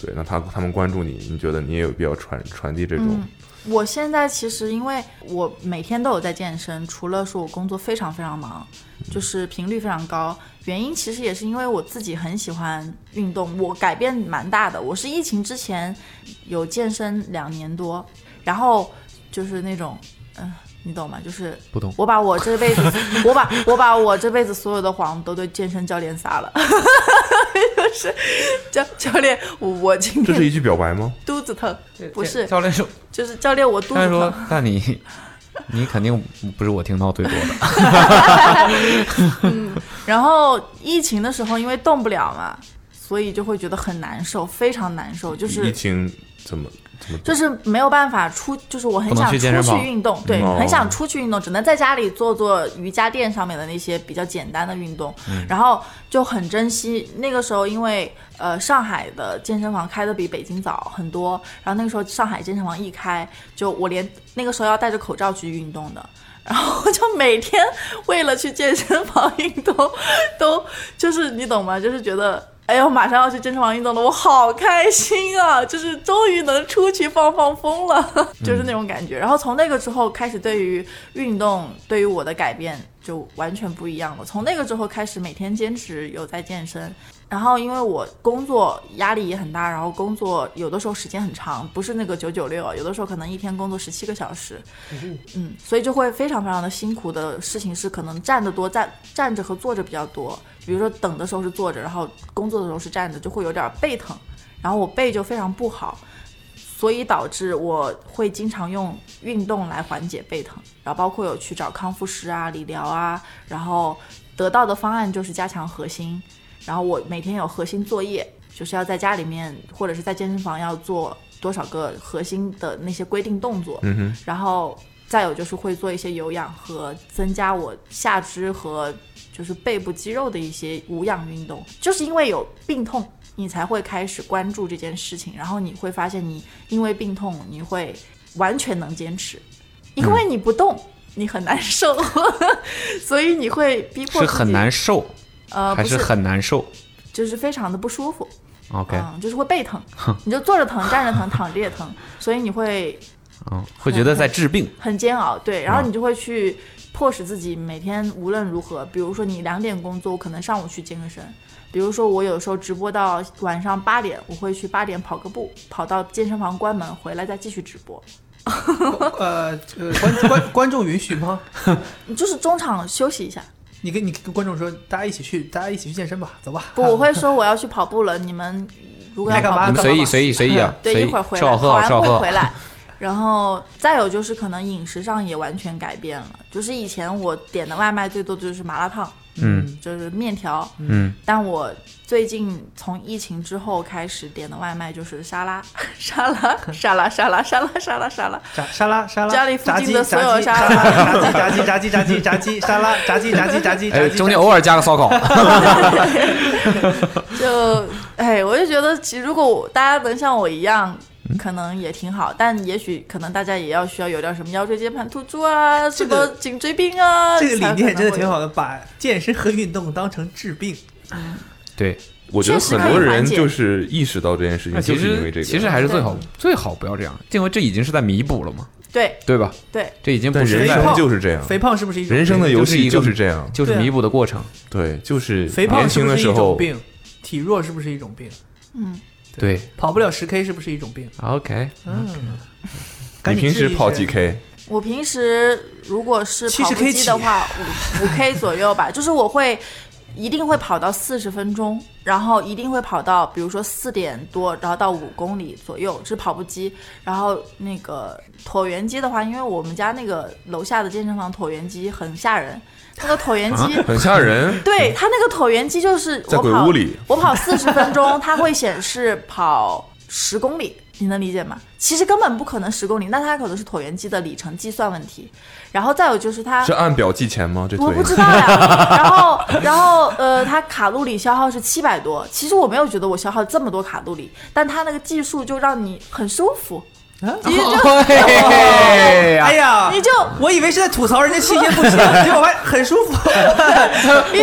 D: 对，那他他们关注你，你觉得你也有必要传传递这种？
B: 嗯我现在其实因为我每天都有在健身，除了说我工作非常非常忙，就是频率非常高。原因其实也是因为我自己很喜欢运动，我改变蛮大的。我是疫情之前有健身两年多，然后就是那种，嗯、你懂吗？就是
F: 不懂
B: 我把我这辈子，我把我把我这辈子所有的谎都对健身教练撒了， 就是教教练，我我今
D: 这是
B: 天
D: 一句表白吗？
B: 肚子疼，不是，
F: 教练说，
B: 就是教练我肚
F: 教
B: 子
F: 练
B: 疼。
F: 说， 那你你肯定不是我听到 最多的，
B: 然后疫情的时候，因为动不了嘛，所以就会觉得很难受，非常难受， 就
D: 疫
B: 是
D: 情怎么怎么？
B: 就是没有办法出，就是我很
F: 不能
B: 想
F: 去健身
B: 出去
F: 房
B: 运动，对，
D: 哦
B: 很想出去运动，只能在家里做做瑜伽垫上面的那些比较简单的运动，
F: 嗯
B: 然后就很珍惜那个时候，因为呃上海的健身房开的比北京早很多，然后那个时候上海健身房一开，就我连那个时候要戴着口罩去运动的。然后我就每天为了去健身房运动，都就是你懂吗？就是觉得，哎呦，马上要去健身房运动了，我好开心啊！就是终于能出去放放风了， 就是那种感觉。然后从那个之后开始，对于运动，对于我的改变就完全不一样了。从那个之后开始，每天坚持有在健身。然后因为我工作压力也很大，然后工作有的时候时间很长，不是那个九九六，有的时候可能一天工作十七个小时，嗯，所以就会非常非常的辛苦的事情是，可能站得多，站站着和坐着比较多。比如说等的时候是坐着，然后工作的时候是站着，就会有点背疼，然后我背就非常不好，所以导致我会经常用运动来缓解背疼，然后包括有去找康复师啊、理疗啊，然后得到的方案就是加强核心，然后我每天有核心作业，就是要在家里面或者是在健身房要做多少个核心的那些规定动作，
D: 嗯哼，
B: 然后再有就是会做一些有氧和增加我下肢和就是背部肌肉的一些无氧运动，就是因为有病痛。你才会开始关注这件事情，然后你会发现，你因为病痛，你会完全能坚持，因
F: 嗯
B: 为你不动，你很难受， 所以你会逼迫
F: 是
B: 自己
F: 很难受
B: 呃，
F: 还
B: 不
F: 是很难受
B: 就是非常的不舒服，
F: ？OK，
B: 嗯，就是会 背疼，你就坐着疼，站着疼，躺着也疼，所以你会
F: 嗯，会觉得在治病。
B: 很煎熬，对，
E: 嗯
B: 然后你就会去迫使自己每天无论如何，比如说你两点工作，我可能上午去健个身，比如说我有时候直播到晚上八点，我会去八点跑个步，跑到健身房关门回来再继续直播，
E: 呃呃，观观观众允许吗？
B: 你就是中场休息一下。
E: 你跟你跟观众说，大家一起去，大家一起去健身吧，走吧。
B: 不，我会说我要去跑步了，你们如果要
E: 你还干
B: 跑
E: 嘛
B: 步
F: 你们
E: 干
F: 随
E: 嘛
F: 意随意随意啊，
B: 对，
F: 随
B: 一
F: 意
B: 会儿回
F: 吃
B: 来，
F: 好
B: 跑
F: 喝啊
B: 完
F: 吃好
B: 步
F: 喝
B: 回
F: 啊。
B: 来。然后再有就是可能饮食上也完全改变了，就是以前我点的外卖最多的就是麻辣烫，
F: 嗯，
B: 就是面条，
F: 嗯，
B: 但我最近从疫情之后开始点的外卖就是沙拉， 沙拉，沙拉，沙拉，沙拉，沙拉，沙拉，
E: 炸沙拉沙拉，
B: 家里附
E: 炸
B: 近
E: 鸡
B: 的所有
E: 炸鸡炸鸡炸鸡炸鸡炸鸡炸鸡沙拉炸鸡炸鸡炸鸡炸
F: 哎，
E: 鸡，
F: 中间偶尔加 个烧烤，
B: 就哎，我就觉得其实如果我大家能像我一样，
E: 嗯
B: 可能也挺好，但也许可能大家也要需要有点什么腰椎间盘突出啊，什
E: 这个
B: 么颈椎病啊，
E: 这 个
B: 才可
E: 理念
B: 能
E: 真的
B: 会
E: 挺好的，把健身和运动当成治病。
F: 对，
D: 我觉得
B: 确实
D: 很
B: 可以
D: 多人
B: 缓解
D: 就是意识到这件事情，
F: 那其
D: 就是因
F: 实
D: 为这个。
F: 其实还是最好最好不要这样，因为这已经是在弥补了嘛，
B: 对
F: 对吧？
B: 对，
F: 这已经不
D: 但
F: 是
D: 人
F: 在
E: 肥
D: 生
E: 胖
D: 就是这样，
E: 肥胖是不是一
D: 嗯
E: 种
D: 人生的游戏
F: 就
D: 就是是
F: 一个
D: 这样，
F: 就是弥补的过程。
D: 对，就是
E: 肥
D: 年
E: 胖是
D: 轻
E: 不
D: 的
E: 是
D: 时
E: 一种
D: 候，
E: 病？体弱是不是一种病？
F: 对
E: 跑不了十 K 是不是一种病？
F: ，OK，
E: 嗯，
D: 你
E: 赶紧
D: 平
E: 治
D: 时
E: 一
D: 跑
E: 治
D: 几 K？
B: 我平时如果是跑步
E: 70K
B: 机的话，五五 K 左右吧，就是我会一定会跑到四十分钟，然后一定会跑到比如说四点多，然后到五公里左右，这是跑步机。然后那个椭圆机的话，因为我们家那个楼下的健身房椭圆机很吓人，那个椭圆机。。
D: 很吓人
B: 对它那个椭圆机就是
D: 嗯在
B: 我
D: 鬼
B: 跑
D: 屋里
B: 我跑四十分钟，它会显示跑十公里，你能理解吗？其实根本不可能十公里，那它可能是椭圆机的里程计算问题。然后再有就是它
D: 是，按表计钱吗？这
B: 我
D: 腿
B: 不知道 呀。然后然后呃，它卡路里消耗是七百多，其实我没有觉得我消耗这么多卡路里，但它那个计数就让你很舒服， 你就哦
F: 哎
D: 啊
F: 呀
E: 哎呀，
B: 你就
E: 我以为是在吐槽人家器械不 行，结果还很舒服。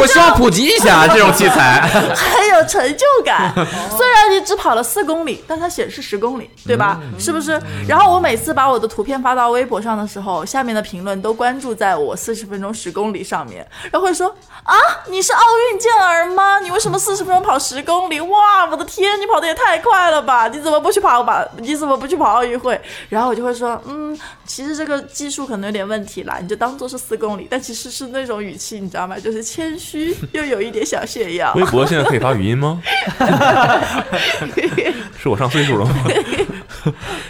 F: 我希望普及一 下这种器材。
B: 很有成就感。虽然你只跑了四公里，但它显示十公里，对吧？是不是？然后我每次把我的图片发到微博上的时候，下面的评论都关注在我四十分钟十公里上面，然后会说啊，你是奥运健儿吗？你为什么四十分钟跑十公里？哇，我的天，你跑得也太快了吧！你怎么不去跑吧？你怎么不去跑奥运会？然后我就会说，嗯，其实这个技术可能有点问题啦，你就当做是四公里，但其实是那种语气，你知道吗？就是谦虚又有一点小炫耀。
D: 微博现在可以发语音 吗？是我上岁数了吗？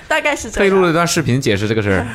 B: 大概是这
F: 特意录
B: 样。
F: 了一段视频解释这个 事儿，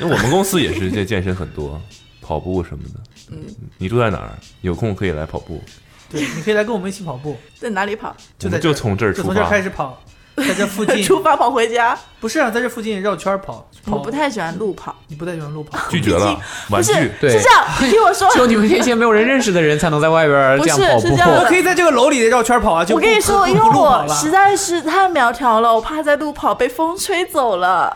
D: 因为我们公司也是这健身很多，跑步什么的。嗯，你住在哪儿？有空可以来跑步。
E: 对，你可以来跟我们一起跑步，
B: 在哪里跑？
D: 我
E: 就在
D: 们
E: 这
D: 就
E: 儿
D: 从这儿
E: 就
D: 出
E: 从这儿
D: 发
E: 开。始跑，在这附 近
B: 出发跑回家。
E: 不是啊，在这附近绕圈儿跑。跑
B: 我不太喜欢路跑，
E: 你不太喜欢路跑，
D: 拒绝了，
B: 不
D: 婉
B: 是
D: 拒。
F: 对
B: 是这样。听我 说，
F: 只有你们这些没有人认识的人才能在外边儿这样
B: 不是
F: 跑
B: 是这样
F: 步
E: 我。可以在这个楼里绕圈儿跑啊。就
B: 我跟
E: 不
B: 你说，
E: 不
B: 因为
E: 不路跑
B: 我
E: 了
B: 实在是太苗条了，我怕在路跑被风吹走了。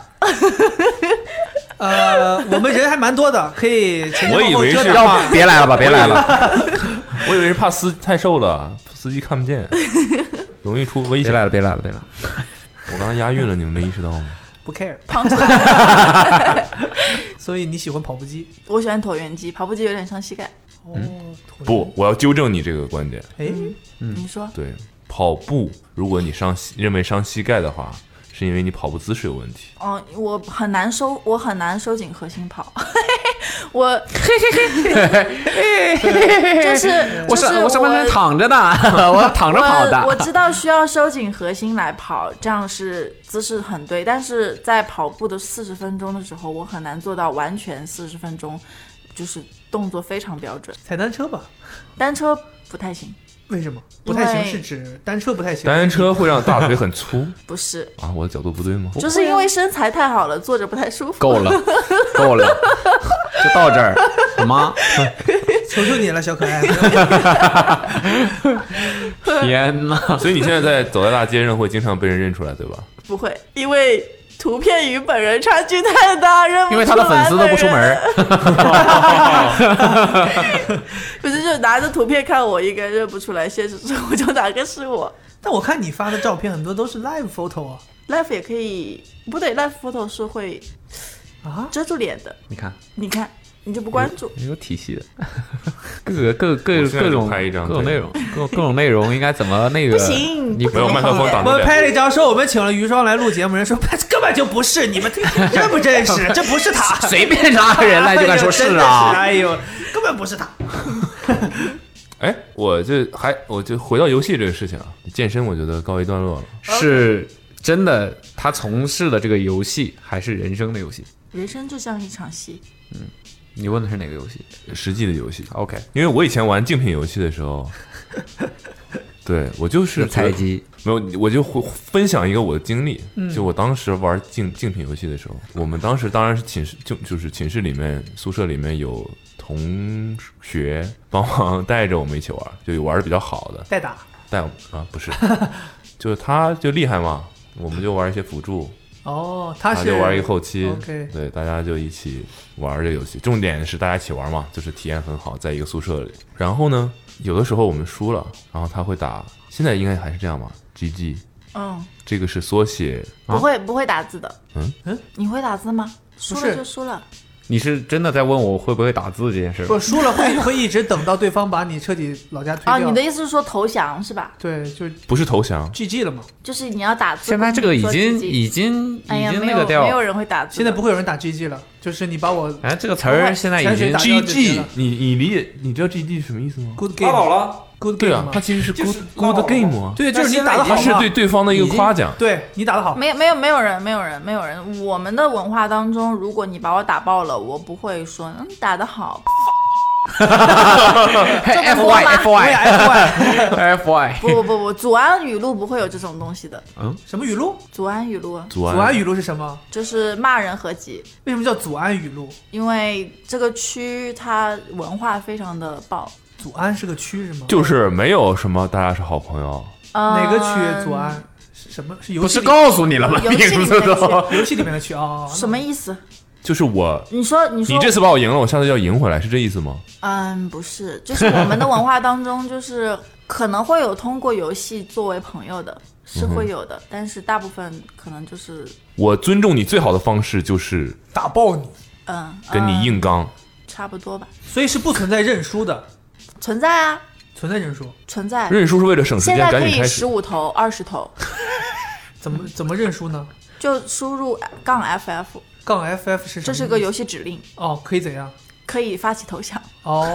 E: 呃，我们人还蛮多的，可以前
D: 我
E: 前
D: 以
E: 后后
D: 为
E: 遮
D: 是
E: 挡。
D: 怕，
F: 别来了吧，别来了，
D: 我以为是怕司太瘦了，司机看不 见，容易出危
F: 别
D: 险。
F: 来了，别来了，别来了。
D: 我刚才押韵了，你们没意识到吗？
E: 不 care，
B: 胖出来，
E: 所以你喜欢跑步机？
B: 我喜欢椭圆机，跑步机有点伤膝盖。
E: 哦，突然，
D: 不，我要纠正你这个观点。
E: 哎，
B: 嗯
F: 嗯
B: 你说
D: 对，跑步，如果你伤膝认为伤膝盖的话，是因为你跑步姿势有问题。
B: 嗯，我很难收，我很难收紧核心跑。 我 就是就
F: 我
B: 是
F: 上我上半身躺 着呢，我躺着跑
B: 呃我我
F: 的。
B: 知道需要收紧核心来跑，这样是姿势很对，但是在跑步的四十分钟的时候，我很难做到完全四十分钟，就是动作非常标准。
E: 踩单车吧？
B: 单车不太行，
E: 为什么不太行？
B: 因为
E: 是指单车不太行？
D: 单车会让大腿很粗
B: 不是，
D: 啊！我的角度不对吗？
B: 就是因为身材太好了，坐着不太舒服。
F: 够了，够 了，就到这儿，好吗？
E: 求求你了，小可爱，
F: 天哪！
D: 所以你现在在走在大街上会经常被人认出来，对吧？
B: 不会，因为图片与本人差距太大，认不
F: 因为他的粉丝都不出门
B: 出来本人。
F: 儿，
B: 不是，就拿着图片看我，应该认不出来现实生活中哪个是我。
E: 但我看你发的照片很多都是 live photo 啊
B: Life 也可以，不对，Life photo 是会
E: 啊！
B: 遮住脸的。
F: 你看，
B: 你看，你就不关注。
F: 有体系的， 各个各各
D: 我现在
F: 各种
D: 就拍一张
F: 各种内容，各各种内容应该怎么那个？
B: 不行
F: 你
B: 不
D: 没有麦克风挡
E: 我
D: 住
E: 们
D: 脸。
E: 拍了一张，说我们请了于双来录节目，人说 根本就不是你们，真不真 实？这不是他，
F: 随便拿个人来就敢说
E: 真
F: 是
E: 的
F: 啊？
E: 哎呦，根本不是他。
D: 哎，我这还我就回到游戏这个事情啊，健身我觉得告一段落了。
E: 啊
F: 是真的，他从事的这个游戏还是人生的游戏？
B: 人生就像一场戏，
F: 你问的是哪个游戏
D: 实际的游戏，
F: ？OK，
D: 因为我以前玩竞品游戏的时候，对我就是
F: 是采
D: 觉得
F: 集。
D: 没有，我就会分享一个我的经历。
E: 嗯
D: 就我当时玩竞竞品游戏的时候，我们当时当然是寝室，就就是寝室里面、宿舍里面有同学帮忙带着我们一起玩，就有玩的比较好的
E: 代打，
D: 带我们啊，不是，就是他就厉害嘛，我们就玩一些辅助，
E: 哦，他
D: 他
E: 是
D: 啊就玩一个后期
E: OK
D: 对，大家就一起玩这个游戏。重点是大家一起玩嘛，就是体验很好，在一个宿舍里。然后呢，有的时候我们输了，然后他会打，现在应该还是这样吧，GG，
F: 啊
B: 嗯，
D: 这个是缩写，
B: 不会不会打字的。
D: 嗯
E: 嗯，
B: 你会打字吗？输
E: 是
B: 了就输了。
F: 你是真的在问我会不会打字这件事吗？
E: 不输了会 会一直等到对方把你彻底老家推掉。
B: 啊，你的意思是说投降是吧？
E: 对，就
D: 不是投降，
E: GG 了嘛。
B: 就是你要打字。
F: 现在这个已
B: 说
F: 经
B: 自己
F: 已经已
B: 哎呀，
F: 经
B: 没
F: 那
B: 有
F: 个
B: 没有
F: 掉，
B: 人会打字的。
E: 现在不会有人打 GG 了，就是你把我
F: 哎，这个词儿现在已经
E: 打掉就行了
D: 你你理解你知道 GG 什么意思吗？
E: good
G: 拉倒
E: game
G: 了，
E: good
D: 对
E: game
D: 啊
E: 嘛，
D: 它其实是
G: 就是
D: good good
G: 拉倒
D: game 啊，
E: 对，就是你
G: 那现在
E: 打的
G: 已经
E: 好
D: 它是
E: 嘛
D: 对，对方的一个夸奖。
E: 对你打的好，
B: 没有没有没有人没有人没有人，我们的文化当中，如果你把我打爆了，我不会说嗯打得 好，这么
F: F
B: 多
F: Y
B: 吗
F: F
E: 我也
F: Y
E: F Y
F: F Y，
B: 不不不不，祖安语录不会有这种东西的。
E: 什么语录？
B: 祖安语录
D: 祖
E: 祖安语录是什么？
B: 就是骂人合集，
E: 为什么叫祖安语录？
B: 因为这个区它文化非常的爆。
E: 祖安是个区是吗？
D: 就是没有什么大家是好朋友，
B: 嗯、
E: 哪个区？啊祖安是什么？是游
F: 不
E: 戏
F: 是
E: 里
F: 告诉你了吗？
B: 游戏里
F: 名字
B: 面的
F: 都
E: 游戏里面的区哦。
B: 什么意思？
D: 就是我，
B: 你说你说
D: 你这次把我赢了，我下次要赢回来，是这意思吗？
B: 嗯，不是，就是我们的文化当中，就是可能会有通过游戏作为朋友的，是
D: 嗯
B: 会有的，但是大部分可能就是
D: 我尊重你最好的方式就是
E: 打爆你？
B: 嗯，
D: 跟你
B: 嗯
D: 硬刚，
B: 差不多吧，
E: 所以是不存在认输的，
B: 存在啊，
E: 存在认输。
B: 存在。
D: 认输是为了省时
B: 现
D: 间，
B: 在
D: 赶
B: 可
D: 紧
B: 以
D: 开
B: 十
D: 始。
B: 五投、二十投，
E: 怎么怎么认输呢？
B: 就输入杠 FF，
E: 杠 FF 是什么？
B: 这是个游戏指令，
E: 哦，可以怎样？
B: 可以发起投降。
E: 哦，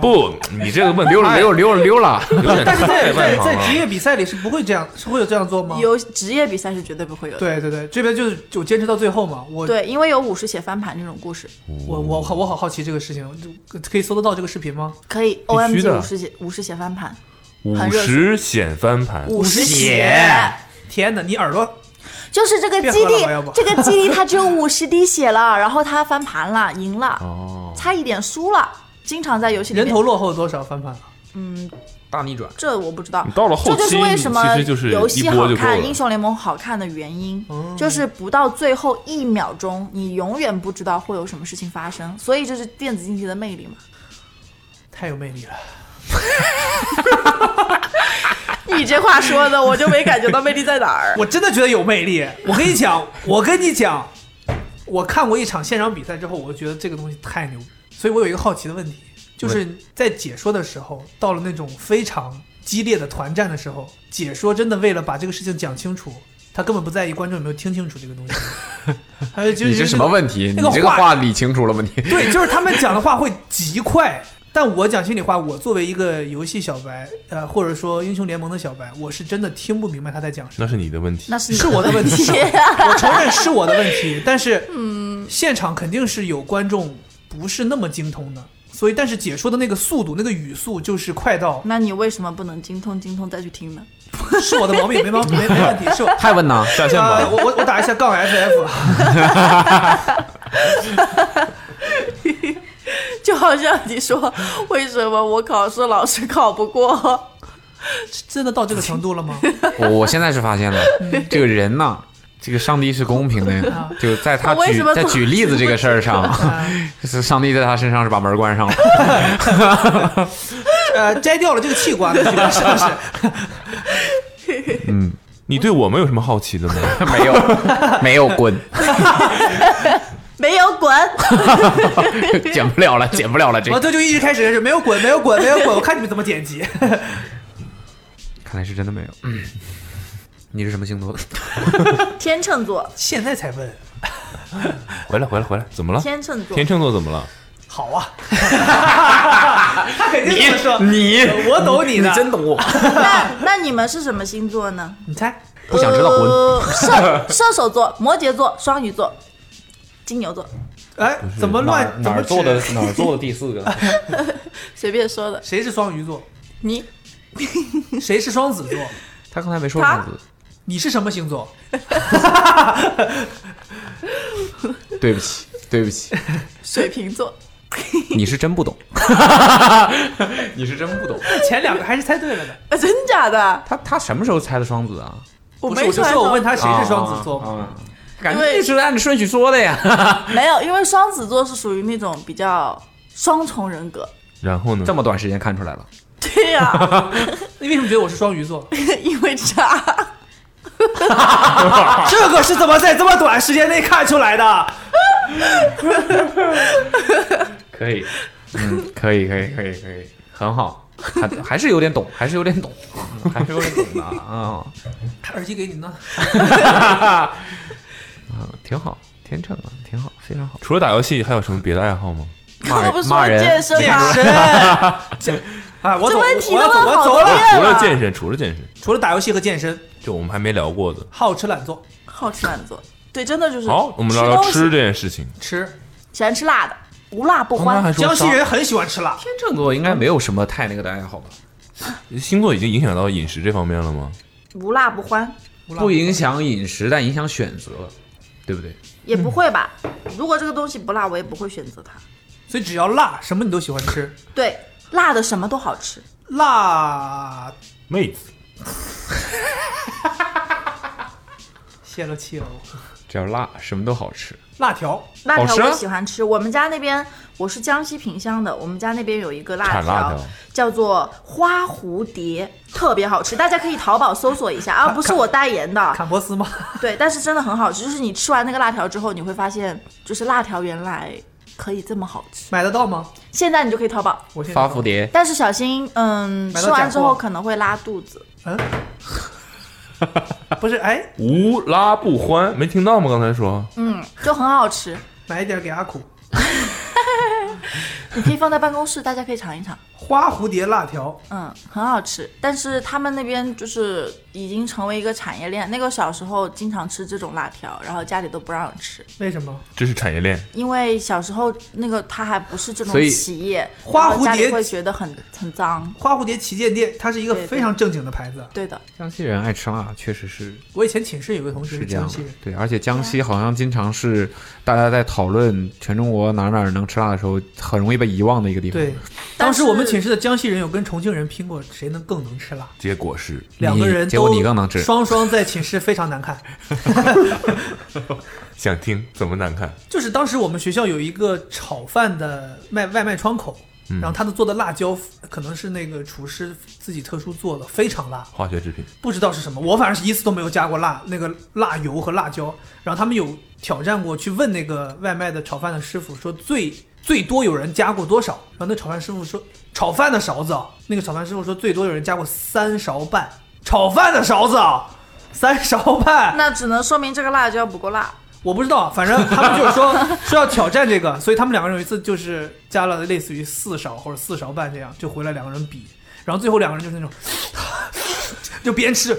D: 不，你这个问
F: 溜了溜了溜了溜了，
D: 有点
E: 但是
D: 太外
E: 在在
D: 行啊
E: 在职
D: 了。
E: 业比赛里是不会这样，是会有这样做吗？
B: 游职业比赛是绝对不会有的。
E: 对对对，这边就是就坚持到最后嘛。我
B: 对，因为有武士血翻盘这种故事，
E: 我我好我好好奇这个事情，就可以搜得到这个视频吗？
B: 可以
D: 必须的
B: OMG 武士血武士血翻盘，
D: 五十险翻盘，
B: 武士
E: 天哪，你耳朵
B: 就是这个
E: 别
B: 基
E: 喝了
B: 地
E: 吧要不，
B: 这个基地他只有五十滴血了，然后他翻盘了，赢了，差一点输了。经常在游戏里
E: 人
B: 面
E: 头落后多少翻盘了？
F: 大逆转。
B: 这我不知道
D: 你。到了后
B: 这就是
D: 期，
B: 为
D: 你
B: 什么
D: 其实就是
B: 游
D: 一
B: 戏
D: 波
B: 好
D: 就够
B: 看、
D: 了
B: 英。雄联盟好看的原因，就是不到最后一秒钟，你永远不知道会有什么事情发生，所以这是电子竞技的魅力嘛。
E: 太有魅力了。
B: 你这话说的，我就没感觉到魅力在哪儿。
E: 我真的觉得有魅力。我跟你 讲，我跟你讲，我看过一场现场比赛之后，我觉得这个东西太牛。所以我有一个好奇的问题，就是在解说的时候，到了那种非常激烈的团战的时候，解说真的为了把这个事情讲清楚，他根本不在意观众有没有听清楚这个 东西。还有就是
F: 你这什么问题？你
E: 那个
F: 这个
E: 话
F: 话理清楚了吗？ 你
E: 对，就是他们讲的话会极快。但我讲心里话，我作为一个游戏小白，呃，或者说英雄联盟的小白，我是真的听不明白他在讲什么。
D: 那是你的问题
B: 那，是你
E: 是我的问题
B: 题。
E: 我承认是我的问题，但是现场肯定是有观众不是那么精通的，所以但是解说的那个速度、那个语速就是快 到
B: 那你为什么不能精通精通再去听呢？
E: 是我的毛病，没毛病，没没问题，是我。
F: 太问呐，
D: 下线
E: 啊
D: 吧。
E: 我我我打一下杠啊 FF，
B: 就好像你说，为什么我考试老是考不过？
E: 真的到这个程度了吗？
F: 我我现在是发现了，
B: 嗯
F: 这个人呐，这个上帝是公平的，就在他
B: 啊我为
F: 举
B: 什么
F: 在
B: 做
F: 举例子这个事儿上，
B: 啊
F: 是上帝在他身上是把门关上了。
E: 呃，摘掉了这个器 官，是不是？
D: 你对我们有什么好奇的吗？
F: 没有，没有 滚，
B: 没有滚！
F: 剪不了了，剪不了了。这
E: 我这就一直开始是没有滚，没有滚，没有滚，我看你们怎么剪辑。
F: 看来是真的没有。嗯你是什么星座的？
B: 天秤座，
E: 现在才问，
D: 回来，回来，回来，怎么了？
B: 天秤座，
D: 天秤座怎么了？
E: 好啊， 他肯定这么说，呃
F: 你
E: 我懂 你的，
F: 懂我，
B: 那那你们是什么星座呢？
E: 你猜。
F: 不想知道滚。
B: 呃射射手座、摩羯座、双鱼座、金牛座，
E: 哎，怎么乱？怎么指？
F: 哪儿做的第 四个？
B: 随便说的。
E: 谁是双鱼座？
B: 你
E: 谁是双子座？
F: 他刚才没说
B: 他
F: 双子，
E: 你是什么星座？
F: 对不起，对不起，
B: 水瓶座，
F: 你是真 不懂，你是真不懂。
E: 前两个还是猜对了的。
B: 啊真假的？
F: 他他什么时候猜的双子啊？
B: 我
E: 不
B: 没
E: 是，我就
B: 突然
E: 说我
B: 想
E: 问他谁是双子座嘛，
F: 啊，感
B: 因为
F: 觉一直按着顺序说的呀。
B: 没有，因为双子座是属于那种比较双重人格。
D: 然后呢？
F: 这么短时间看出来了，
B: 对呀、
E: 你为什么觉得我是双鱼座？
B: 因为渣。
E: 这个是怎么在这么短时间内看出来的？
F: 可以，嗯，可以，可以，可以，可以，很好，还还是有点懂，还是有点懂，嗯还是有点懂的啊。 嗯
E: 耳机给你呢。
F: 啊，嗯挺好，天秤啊，挺好，非常好。
D: 除了打游戏，还有什么别的爱好吗？
F: 骂
B: 我不
F: 人，
B: 是
F: 骂
B: 说健
F: 人，
B: 身 吗？
E: 啊，我
B: 这
E: 走，
B: 问题
E: 我要
B: 都
E: 走，我
B: 问
E: 要
B: 好
E: 走了。
B: 对啊
D: 除了
B: 了
D: 健身，除了健身，
E: 除了打游戏和健身，
D: 就我们还没聊过的。
E: 好吃懒做，
B: 好吃懒做，对，真的就是。
D: 好，我们聊聊
B: 东西
D: 吃这件事情。
E: 吃。
B: 喜欢吃辣的，无辣不
D: 刚才
B: 欢。
D: 还说
E: 江西
D: 沙
E: 人很喜欢吃辣，
F: 天秤座应该没有什么太那个的爱好吧？
D: 星座已经影响到饮食这方面了吗？
B: 无辣不欢，
F: 不影响饮食，但影响选择，对不对？
B: 也不会吧？如果这个东西不辣，我也不会选择它。
E: 所以只要辣，什么你都喜欢吃。
B: 对，辣的什么都好吃。
E: 辣
D: 妹子，
E: 泄了气了我，
F: 只要辣，什么都好吃。
E: 辣条
B: 辣条
F: 好吃啊
B: 我喜欢吃，我们家那边我是江西萍乡的，我们家那边有一个辣
D: 产辣
B: 条
D: 条
B: 叫做花蝴蝶，特别好吃，大家可以淘宝搜索一下啊，不是我代言的，
E: 坎波斯吗？
B: 对，但是真的很好吃。就是你吃完那个辣条之后，你会发现，就是辣条原来可以这么好吃。
E: 买得到吗？
B: 现在你就可以淘宝，
E: 我现在
F: 发蝴蝶，
B: 但是小心，嗯，
E: 买
B: 吃
E: 到假
B: 完之后
E: 货
B: 可能会拉肚子。
E: 嗯，不是，哎，
D: 无拉不欢，没听到吗？刚才说
B: 嗯，就很好吃。
E: 买一点给阿苦。
B: 你可以放在办公室，大家可以尝一尝。
E: 花蝴蝶辣条，
B: 嗯，很好吃。但是他们那边就是已经成为一个产业链。那个小时候经常吃这种辣条，然后家里都不让吃，
E: 为什么？
D: 这是产业链，
B: 因为小时候那个它还不是这种
F: 所以
B: 企业，
E: 花
B: 然后
E: 蝴
B: 家里
E: 蝶
B: 会觉得很很脏。
E: 花蝴蝶旗舰店，它是一个
B: 对对
E: 非常正经的牌子。
B: 对的，
F: 江西人爱吃辣，确实是
E: 我以前寝室有个同学
F: 是
E: 是
F: 这样
E: 江
F: 的
E: 西人，。
F: 对，啊而且江西好像经常是大家在讨论全中国哪儿哪儿能吃辣的时候，很容易被遗忘的一个地方。
E: 对，
B: 但
E: 当时我们
B: 是
E: 寝室的江西人有跟重庆人拼过，谁能更能吃辣。
D: 结果是
E: 两个人
F: 结果
E: 都
F: 你更能吃
E: 双双在寝室非常难看。
D: 想听怎么难看？
E: 就是当时我们学校有一个炒饭的卖外卖窗口，然后他的做的辣椒可能是那个厨师自己特殊做的，非常辣，
D: 化学制品，
E: 不知道是什么，我反正是一次都没有加过辣，那个辣油和辣椒。然后他们有挑战过，去问那个外卖的炒饭的师傅说最最多有人加过多少？然后那炒饭师傅说炒饭的勺子，啊，那个炒饭师傅说最多有人加过三勺半，炒饭的勺子，啊，三勺半。
B: 那只能说明这个辣椒不够辣。
E: 我不知道，反正他们就是说 说要挑战这个，所以他们两个人有一次就是加了类似于四勺或者四勺半这样，就回来两个人比，然后最后两个人就是那种， 就边吃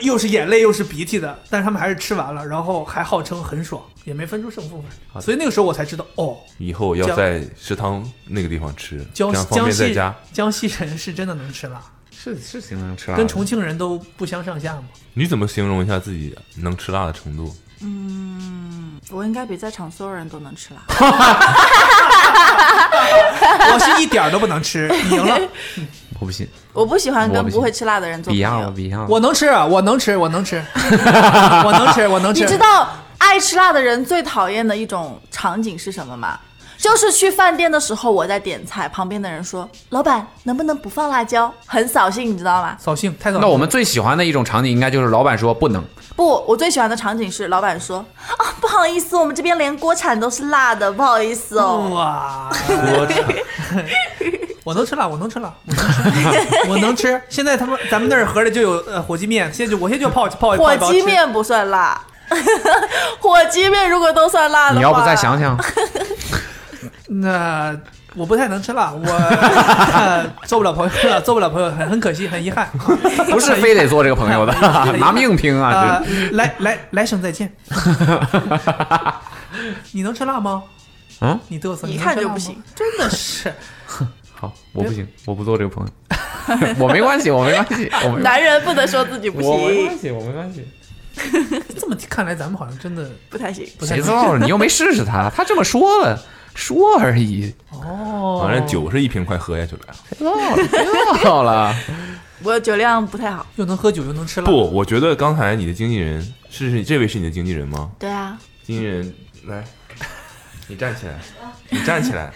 E: 又是眼泪又是鼻涕的，但是他们还是吃完了，然后还号称很爽，也没分出胜负，所以那个时候我才知道哦，
D: 以后要
E: 江
D: 在食堂那个地方吃，这
E: 江
D: 样
E: 西
D: 方
E: 江
D: 便在
E: 西
D: 家。
E: 江西人是真的能吃辣，
F: 是是挺能
D: 啊
F: 吃辣的，
E: 跟重庆人都不相上下嘛。
D: 你怎么形容一下自己能吃辣的程度？
B: 我应该比在场所有人都能吃辣。
E: 我是一点儿都不 能吃，你赢了，
F: 我不信，
B: 我不喜欢
F: 我
B: 跟
F: 不
B: 不会吃辣的人做
F: 比
B: 朋
F: 呀，我
B: 友。
F: 比呀，
E: 我能吃，啊我能吃，我能吃， 我能吃，我能吃
B: 你。知道爱吃辣的人最讨厌的一种场景是什么吗？就是去饭店的时候，我在点菜，旁边的人说：“老板，能不能不放辣椒？”很扫兴，你知道吗？
E: 扫兴，太扫兴了。
F: 那我们最喜欢的一种场景应该就是老板说不能，
B: 不，我最喜欢的场景是老板说：“啊，不好意思，我们这边连锅铲都是辣的，不好意思
F: 嗯
B: 哦。
E: 哇！ 我能吃辣，我能吃辣，我能吃，我能吃。现在他们咱们那儿盒里就有呃火鸡面，现在就我现在就泡泡
B: 火
E: 泡一包吃
B: 鸡。面不算辣， 火鸡面如果都算辣的话，
F: 你要不再想想，
E: 那我不太能吃辣，我呃 做不了朋友了，做不了朋友，很很可惜，很遗憾。
F: 不是非得做这个朋友的，拿命拼啊！
E: 呃
F: 这，
E: 来来来生再见。 你能吃辣吗？
F: 嗯，
E: 你嘚瑟，
B: 一
E: 你能
B: 看
E: 吃
B: 就
E: 辣
B: 不
E: 吗
B: 行，
E: 真的是。
F: 好，我不行，我不做这个朋友，我没关系，我没关系，我没关
B: 男人不能说自己
F: 系，
B: 不
F: 我没
B: 行，
F: 关系，我没关系。
E: 这么看来，咱们好像真的
B: 不太行。
E: 不太
F: 谁知道你又没试试他，他这么说了，说而已，
E: 哦。
D: 反正酒是一瓶快喝下去了呀。
F: 知道了，知道了。
B: 我酒量不太好。
E: 又能喝酒又能吃辣。
D: 不，我觉得刚才你的经纪人是是这位是你的经纪人吗？
B: 对啊，
D: 经纪人，来，你站起来，你站起来，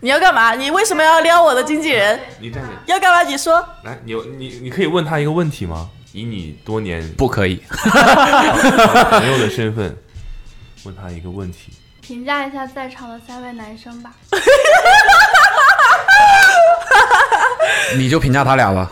B: 你要干嘛？你为什么要撩我的经纪人？
D: 你站起来，
B: 要干嘛？你说。
D: 来，你你你可以问他一个问题吗？以你多年
F: 不可以，
D: 朋友的身份， 问他一个问题。
G: 评价一下在场的三位男生吧。
F: 你就评价他俩吧。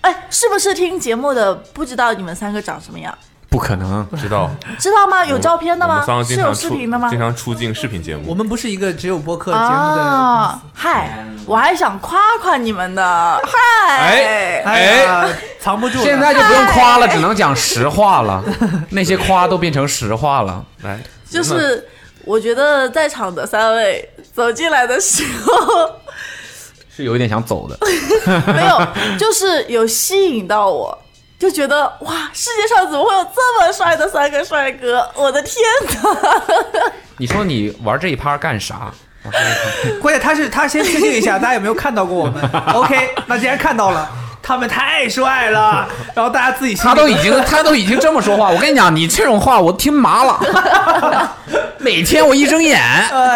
B: 哎，是不是听节目的不知道你们三个长什么样？
F: 不可能，
D: 知道
B: 知道吗？有照片的
D: 我
B: 吗
D: 们三？个经
B: 是
D: 常
B: 有
D: 出
B: 视频的吗
D: 经？常出镜视频节目
E: 我。们不是一个只有播客节目的公
B: 啊
E: 司。，
B: 嗨，我还想夸夸你们的，嗨，
F: 哎
E: 哎呀，藏不住了。
F: 现在就不用夸了，只能讲实话了。那些夸都变成实话了。
D: 来，
B: 就是我觉得在场的三位走进来的时候，
F: 是有一点想走的，
B: 没有，就是有吸引到我，就觉得哇，世界上怎么会有这么帅的三个帅哥？我的天哪！
F: 你说你玩这一趴干啥？
E: 关键他是他先确定一下，大家有没有看到过我们？OK，那既然看到了，他们太帅了，然后大家自己心里
F: 他都已经 他都已经这么说话，我跟你讲，你这种话我听麻了。 每天我一睁眼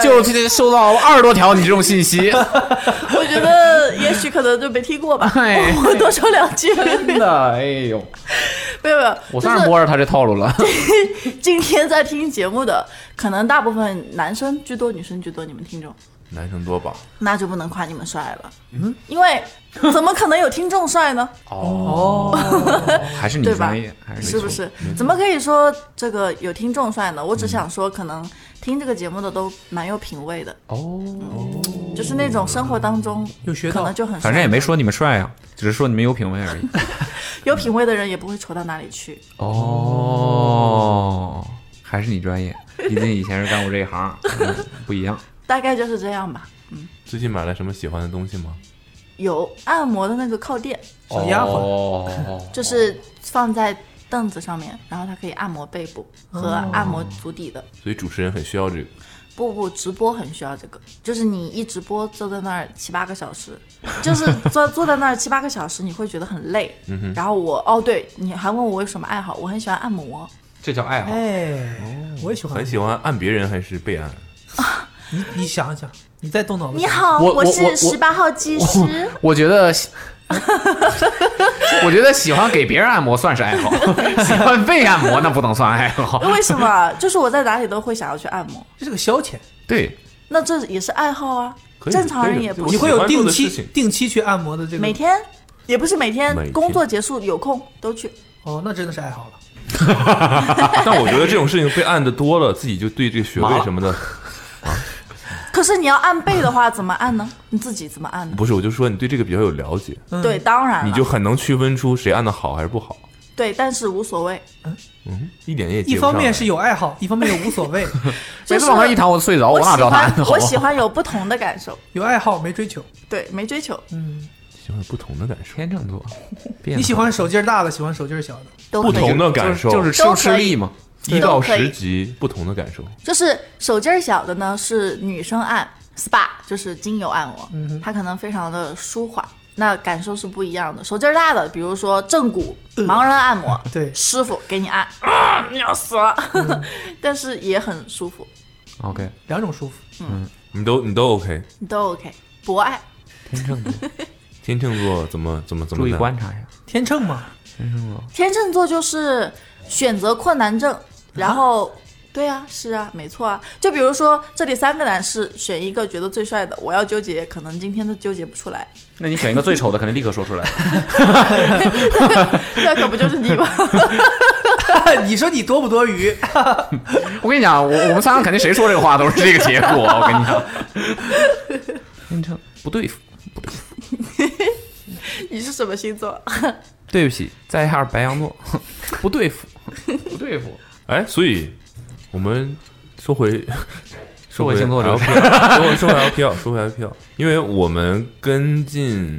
F: 就收到二十多条你这种信息，
B: 我觉得也许可能就没听过吧，
F: 哎
B: 我我多说两 句。
F: 真的，哎呦，
B: 没有没有，
F: 我
B: 就
F: 算是
B: 是
F: 摸着他这套路了。
B: 今天在听节目的，可能大部分男生居多，女生居多，你们听众。
D: 男生多吧？
B: 那就不能夸你们帅了，嗯，因为怎么可能有听众帅呢？
F: 还嗯是你
B: 对吧
F: 专业，还是你嗯
B: 是不
F: 专业？
B: 是？怎么可以说这个有听众帅呢？我只
F: 嗯
B: 想说，可能听这个节目的都蛮有品味的，
F: 哦，
B: 就是那种生活当中
E: 有学
B: 可
E: 到
B: 能，就很帅，
F: 反正也没说你们帅啊，只是说你们有品位而已。
B: 有品味的人也不会丑到哪里去。
F: 哦，还是你专业，毕竟以前是干过这一行，嗯不一样。
B: 大概就是这样吧。
D: 最近买了什么喜欢的东西吗？
B: 有按摩的那个靠垫，
E: 小丫鬟
F: 哦，
B: 就是放在凳子上面，然后它可以按摩背部和按摩足底的。
D: 所以主持人很需要这个。
B: 不不，直播很需要这个，就是你一直播坐在那儿七八个小时，就是坐 坐在那儿七八个小时，你会觉得很累。然后我哦，对，你还问我有什么爱好，我很喜欢按摩，
F: 这叫爱好。
E: 哎，我也喜欢。
D: 很喜欢按别人还是被按？
E: 你你想想，你再动脑子
B: 你，好，
F: 我我我
B: 是十八号技师。
F: 我觉得 喜，我觉得喜欢给别人按摩算是 爱好，喜欢被按摩那不能算爱好。
B: 为什么？啊就是我在哪里都会想要去按摩，
E: 这是个消遣。
F: 对，
B: 那这也是爱好啊。
D: 可以
B: 正常人
D: 可以
B: 也
D: 的
B: 不
D: 我
E: 你
B: 是
E: 会有
D: 喜欢做
E: 定
D: 的
E: 期
D: 事情
E: 定期去按摩的这个
B: 每天，也不是每天，
D: 每天
B: 工作结束有空都去。
E: 哦，那真的是爱好了。
D: 但我觉得这种事情被按的多了，自己就对这个穴位什么的，
B: 可是你要按背的话，怎么按呢？你自己怎么按呢？
D: 不是，我就说你对这个比较有了解，
B: 对，当然了，
D: 你就很能区分出谁按的好还是不好。
B: 对，但是无所谓。
D: 嗯，一点也接
E: 一
D: 不上
E: 方
D: 来
E: 面是有爱好，一方面又无所谓。
F: 每次往上一躺我就睡着，
B: 我
F: 哪知道他按的
B: 喜
F: 好啊
B: 欢，我
F: 不
B: 喜
F: 好？
B: 欢有不同的感受，
E: 有爱好没追求，
B: 对，没追求，
D: 喜欢不同的感受，
F: 天秤座，
E: 你喜欢手劲儿大的，喜欢手劲儿小的。
B: 都
D: 不
B: 可以
D: 同的感受
F: 就是吃不吃力嘛？
D: 一到
B: 都可以
D: 十级不同的感受。
B: 就是手劲儿小的呢是女生按 SPA，就是精油按摩，它可能非常的舒缓，那感受是不一样的。手劲儿大的，比如说正骨、盲人按摩，
E: 对
B: 师傅给你按，啊，你要死了， 但是也很舒服，
F: OK，
E: 两种舒服，
D: 你都你都 OK，
B: 你都 OK，博爱。
F: 天秤座，
D: 天秤座怎么怎么怎么
F: 注意
D: 的
F: 观察一下。
E: 天秤嘛，
B: 天秤座就是选择困难症，然后。对啊，是啊，没错啊。就比如说，这里三个男士选一个觉得最帅的，我要纠结，可能今天都纠结不出来。
F: 那你选一个最丑的，肯定立刻说出来。
B: 那可不就是你吗？
E: 你说你多不多余？
F: 我跟你讲，我我们三个肯定谁说这个话都是这个结 果。我跟你讲，天秤不对付，
B: 你是什么星座？
F: 对不起，在下白羊座， 不对付，不对付。
D: 哎，所以我们说 回说
F: 回星座这
D: LPL，
F: 个
D: 说回说回 LPL，说回 LPL，因为我们跟进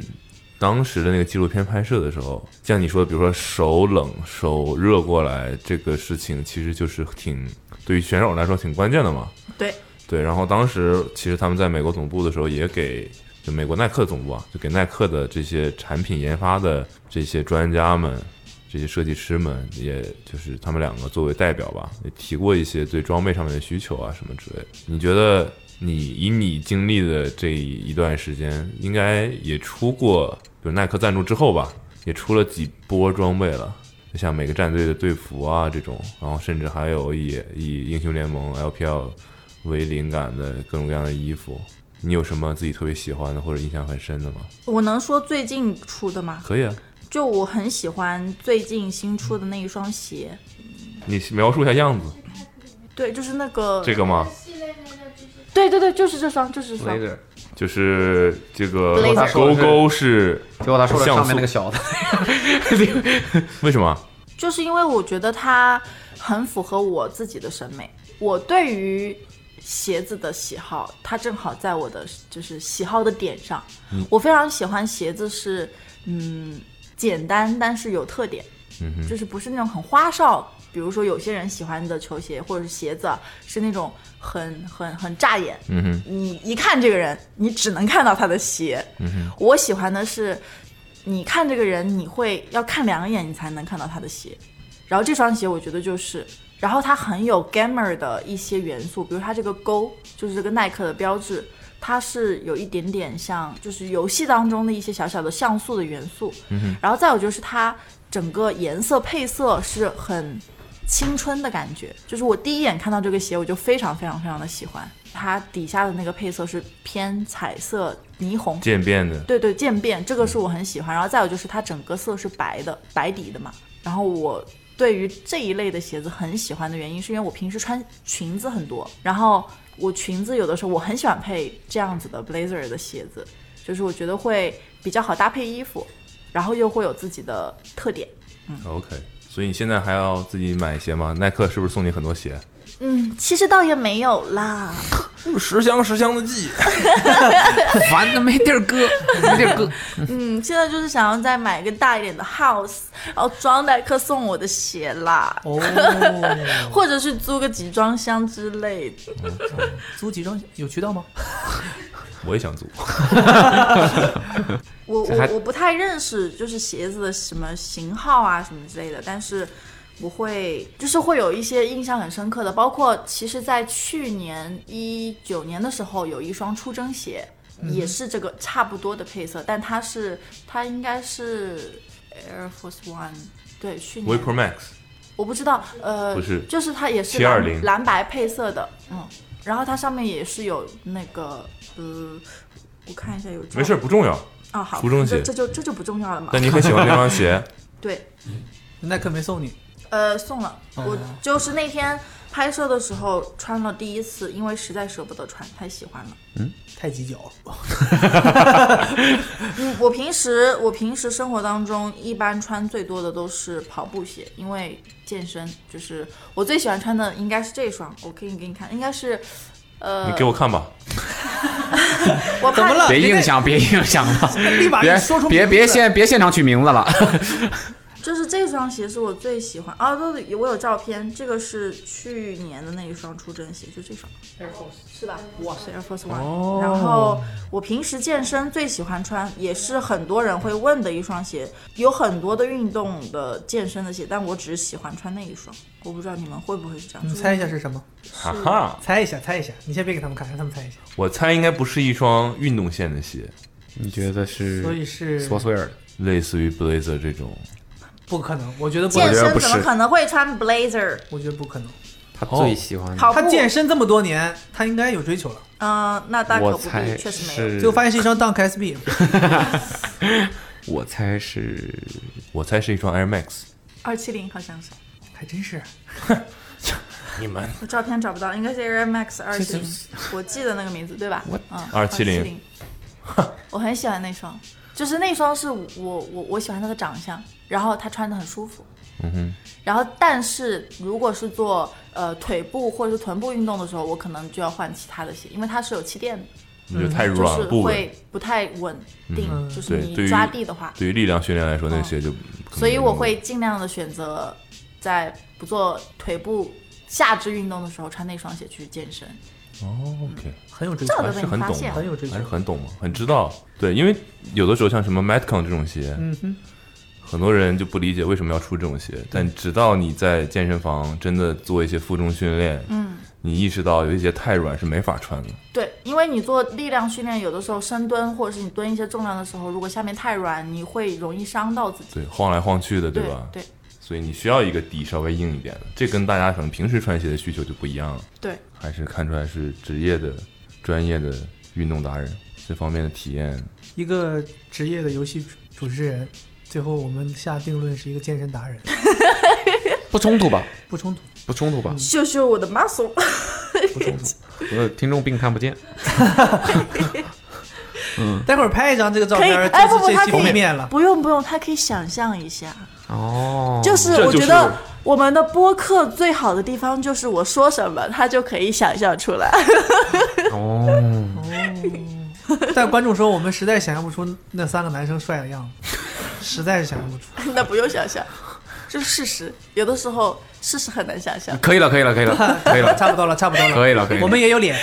D: 当时的那个纪录片拍摄的时候，像你说的，比如说手冷手热过来这个事情，其实就是挺对于选手来说挺关键的嘛。
B: 对，
D: 对，然后当时其实他们在美国总部的时候，也给就美国耐克总部啊，就给耐克的这些产品研发的这些专家们、这些设计师们，也就是他们两个作为代表吧，也提过一些对装备上面的需求啊什么之类的。你觉得你以你经历的这一段时间，应该也出过，比如耐克赞助之后吧，也出了几波装备了。就像每个战队的队服啊这种，然后甚至还有以以英雄联盟 LPL 为灵感的各种各样的衣服。你有什么自己特别喜欢的或者印象很深的吗？
B: 我能说最近出的吗？
D: 可以啊，
B: 就我很喜欢最近新出的那一双鞋，
D: 你描述一下样子，
B: 对，就是那个，
D: 这个吗？
G: 系列那个就是
B: 对对对，就是这双，就是这双。
F: Blazer，
D: 就是这个
B: Blazer
D: 勾勾是
F: 结果他说了
D: 像
F: 上面
D: 素
F: 那个小 的，
D: 为什么？
B: 就是因为我觉得它很符合我自己的审美。我对于鞋子的喜好，它正好在我的就是喜好的点上。我非常喜欢鞋子是，嗯，简单但是有特点，
D: 嗯
B: 就是不是那种很花哨。比如说有些人喜欢的球鞋或者是鞋子啊是那种很很很扎眼，
D: 嗯哼，
B: 你一看这个人，你只能看到他的鞋。我喜欢的是，你看这个人，你会要看两眼，你才能看到他的鞋。然后这双鞋，我觉得就是，然后它很有 gamer 的一些元素，比如它这个勾，就是这个耐克的标志，它是有一点点像，就是游戏当中的一些小小的像素的元素。然后再有就是它整个颜色配色是很青春的感觉，就是我第一眼看到这个鞋，我就非常非常非常的喜欢。它底下的那个配色是偏彩色霓虹，
D: 渐变的，
B: 对对，渐变，这个是我很喜欢。然后再有就是它整个色是白的，白底的嘛。然后我对于这一类的鞋子很喜欢的原因，是因为我平时穿裙子很多，然后我裙子有的时候我很喜欢配这样子的 blazer 的鞋子，就是我觉得会比较好搭配衣服，然后又会有自己的特点。
D: OK，所以你现在还要自己买鞋吗？耐克是不是送你很多鞋？
B: 嗯，其实倒也没有啦。
D: 十箱十箱的寄。
F: 烦的没地儿搁，没地儿搁。
B: 嗯，现在就是想要再买一个大一点的 house，然后装耐克送我的鞋啦，
E: 哦，
B: 或者是租个集装箱之类的。
E: 租集装箱有渠道吗？
D: 我也想租，
B: 我
F: 这还
B: 我我不太认识，就是鞋子的什么型号啊什么之类的，但是我会就是会有一些印象很深刻的，包括其实，在去年一九年的时候，有一双出征鞋，
D: 嗯
B: 也是这个差不多的配色，但它是它应该是 Air Force One，对，去
D: v
B: 年
D: p r o Max
B: 我不知道，呃，
D: 不是
B: 就是它也是
D: 720
B: 蓝蓝白配色的，嗯，然后它上面也是有那个呃，我看一下有照
D: 没事不重要，
B: 啊，好，
D: 服装
B: 这
D: 鞋
B: 这就这就不重要了嘛。
D: 但你很喜欢这双鞋，
B: 对，
E: 耐克没送你，
B: 呃，送了，
E: 哦
B: 我就是那天拍摄的时候穿了第一次，因为实在舍不得穿，太喜欢了。
E: 太犄角了。
B: 嗯，我平时我平时生活当中一般穿最多的都是跑步鞋，因为健身就是我最喜欢穿的应该是这双，我可以给你看，应该是。 呃，
D: 你给我看吧。
B: 我
E: 怎
B: 怕
E: 么了？
F: 别
E: 你那
F: 硬想，别硬想了，
E: 立马
F: 别
E: 一说出
F: 别
E: 名
F: 别
E: 字
F: 现别现场取名字 了。
B: 就是这双鞋是我最喜欢啊，都有我有照片，这个是去年的那一双出征鞋，就这双 Air Force 是吧？哇，是 Air Force One、然
F: 哦
B: 后我平时健身最喜欢穿，也是很多人会问的一双鞋，有很多的运动的健身的鞋，但我只喜欢穿那一双。我不知道你们会不会是这样？
E: 你
B: 就是
E: 猜一下是什么？
D: 哈哈，
E: 猜一下，猜一下。你先别给他们看，让他们猜一下。
D: 我猜应该不是一双运动线的鞋，
F: 你觉得是
E: 所以是
F: 索斯威尔的？
D: 类似于 Blazer 这种。
E: 不可能，我觉得不可
B: 健
E: 能，
B: 身
F: 不
B: 怎么
F: 是
B: 可能会穿 blazer？
E: 我觉得不可能。
F: 他
D: 最
F: 喜欢
B: 跑步，
E: 他健身这么多年，他应该有追求了。
B: 嗯、那大可
F: 我
B: 不
F: 猜
B: 必，确实没有。
F: 是，
E: 最后发现是一双 Dunk SB，
F: 我猜是
D: 我猜是一双 Air Max。
B: 二七零好像是，
E: 还真是。
D: 你们
B: 我照片找不到，应该是 Air Max 二七零，我记得那个名字对吧？嗯，
D: 270，
B: 我很喜欢那双，就是那双是我我我喜欢他的长相，然后他穿的很舒服。
D: 嗯哼，
B: 然后，但是如果是做呃腿部或者是臀部运动的时候，我可能就要换其他的鞋，因为它是有气垫的，
D: 你就太
B: 嗯就
D: 软
B: 是
D: 不稳。
B: 会不太稳定，
E: 嗯
B: 就是
D: 对，对
B: 你
D: 于
B: 抓地的话，
D: 对于力量训练来说，那
B: 嗯
D: 鞋就可能
B: 所以
D: 没
B: 我
D: 那么
B: 会尽量的选择在不做腿部下肢运动的时候穿那双鞋去健身。
D: 哦，OK，
E: 很有追
B: 这
E: 求
B: 我，都
D: 还
B: 被
D: 是
B: 你
D: 很
B: 发
D: 懂
B: 现
D: 嘛
B: 了
E: 很。有追求
D: 还是。很懂嘛，很知道。对，因为有的时候像什么 Metcon 这种鞋，
E: 嗯哼，
D: 很多人就不理解为什么要出这种鞋，但直到你在健身房真的做一些负重训练，嗯，你意识到有一些太软是没法穿的。
B: 对，因为你做力量训练，有的时候深蹲或者是你蹲一些重量的时候，如果下面太软，你会容易伤到自己。
D: 对，晃来晃去的，
B: 对
D: 吧？
B: 对
D: 所以你需要一个底稍微硬一点的，这跟大家可能平时穿鞋的需求就不一样了。
B: 对，
D: 还是看出来是职业的、专业的运动达人，这方面的体验
E: 一个职业的游戏主主持人，最后我们下定论是一个健身达人，
F: 不冲突吧？
E: 不冲突。
F: 不冲突
E: 嗯
F: 吧？
B: 秀秀我的 muscle，
F: 不冲突。我的听众并看不见，
E: 待会儿拍一张这个照
B: 可以，
E: 片，
B: 哎不不，
E: 这
B: 他
E: 期
B: 可
E: 封
B: 以
E: 面了。
B: 不用不用，他可以想象一下，
F: 哦，
B: 就是
D: 这
B: 我
D: 就
B: 觉
D: 是
B: 得我们的播客最好的地方就是我说什么，他就可以想象出来。
F: 哦，
E: 但观众说我们实在想象不出那三个男生帅的样子，实在是想象不出。
B: 那不用想象，这是事实。有的时候事实很难想象。
F: 可以了，可以了，可 以了，可以了，
E: 差不多了，差不多了，
F: 可以了可以了
E: 我们也有 脸。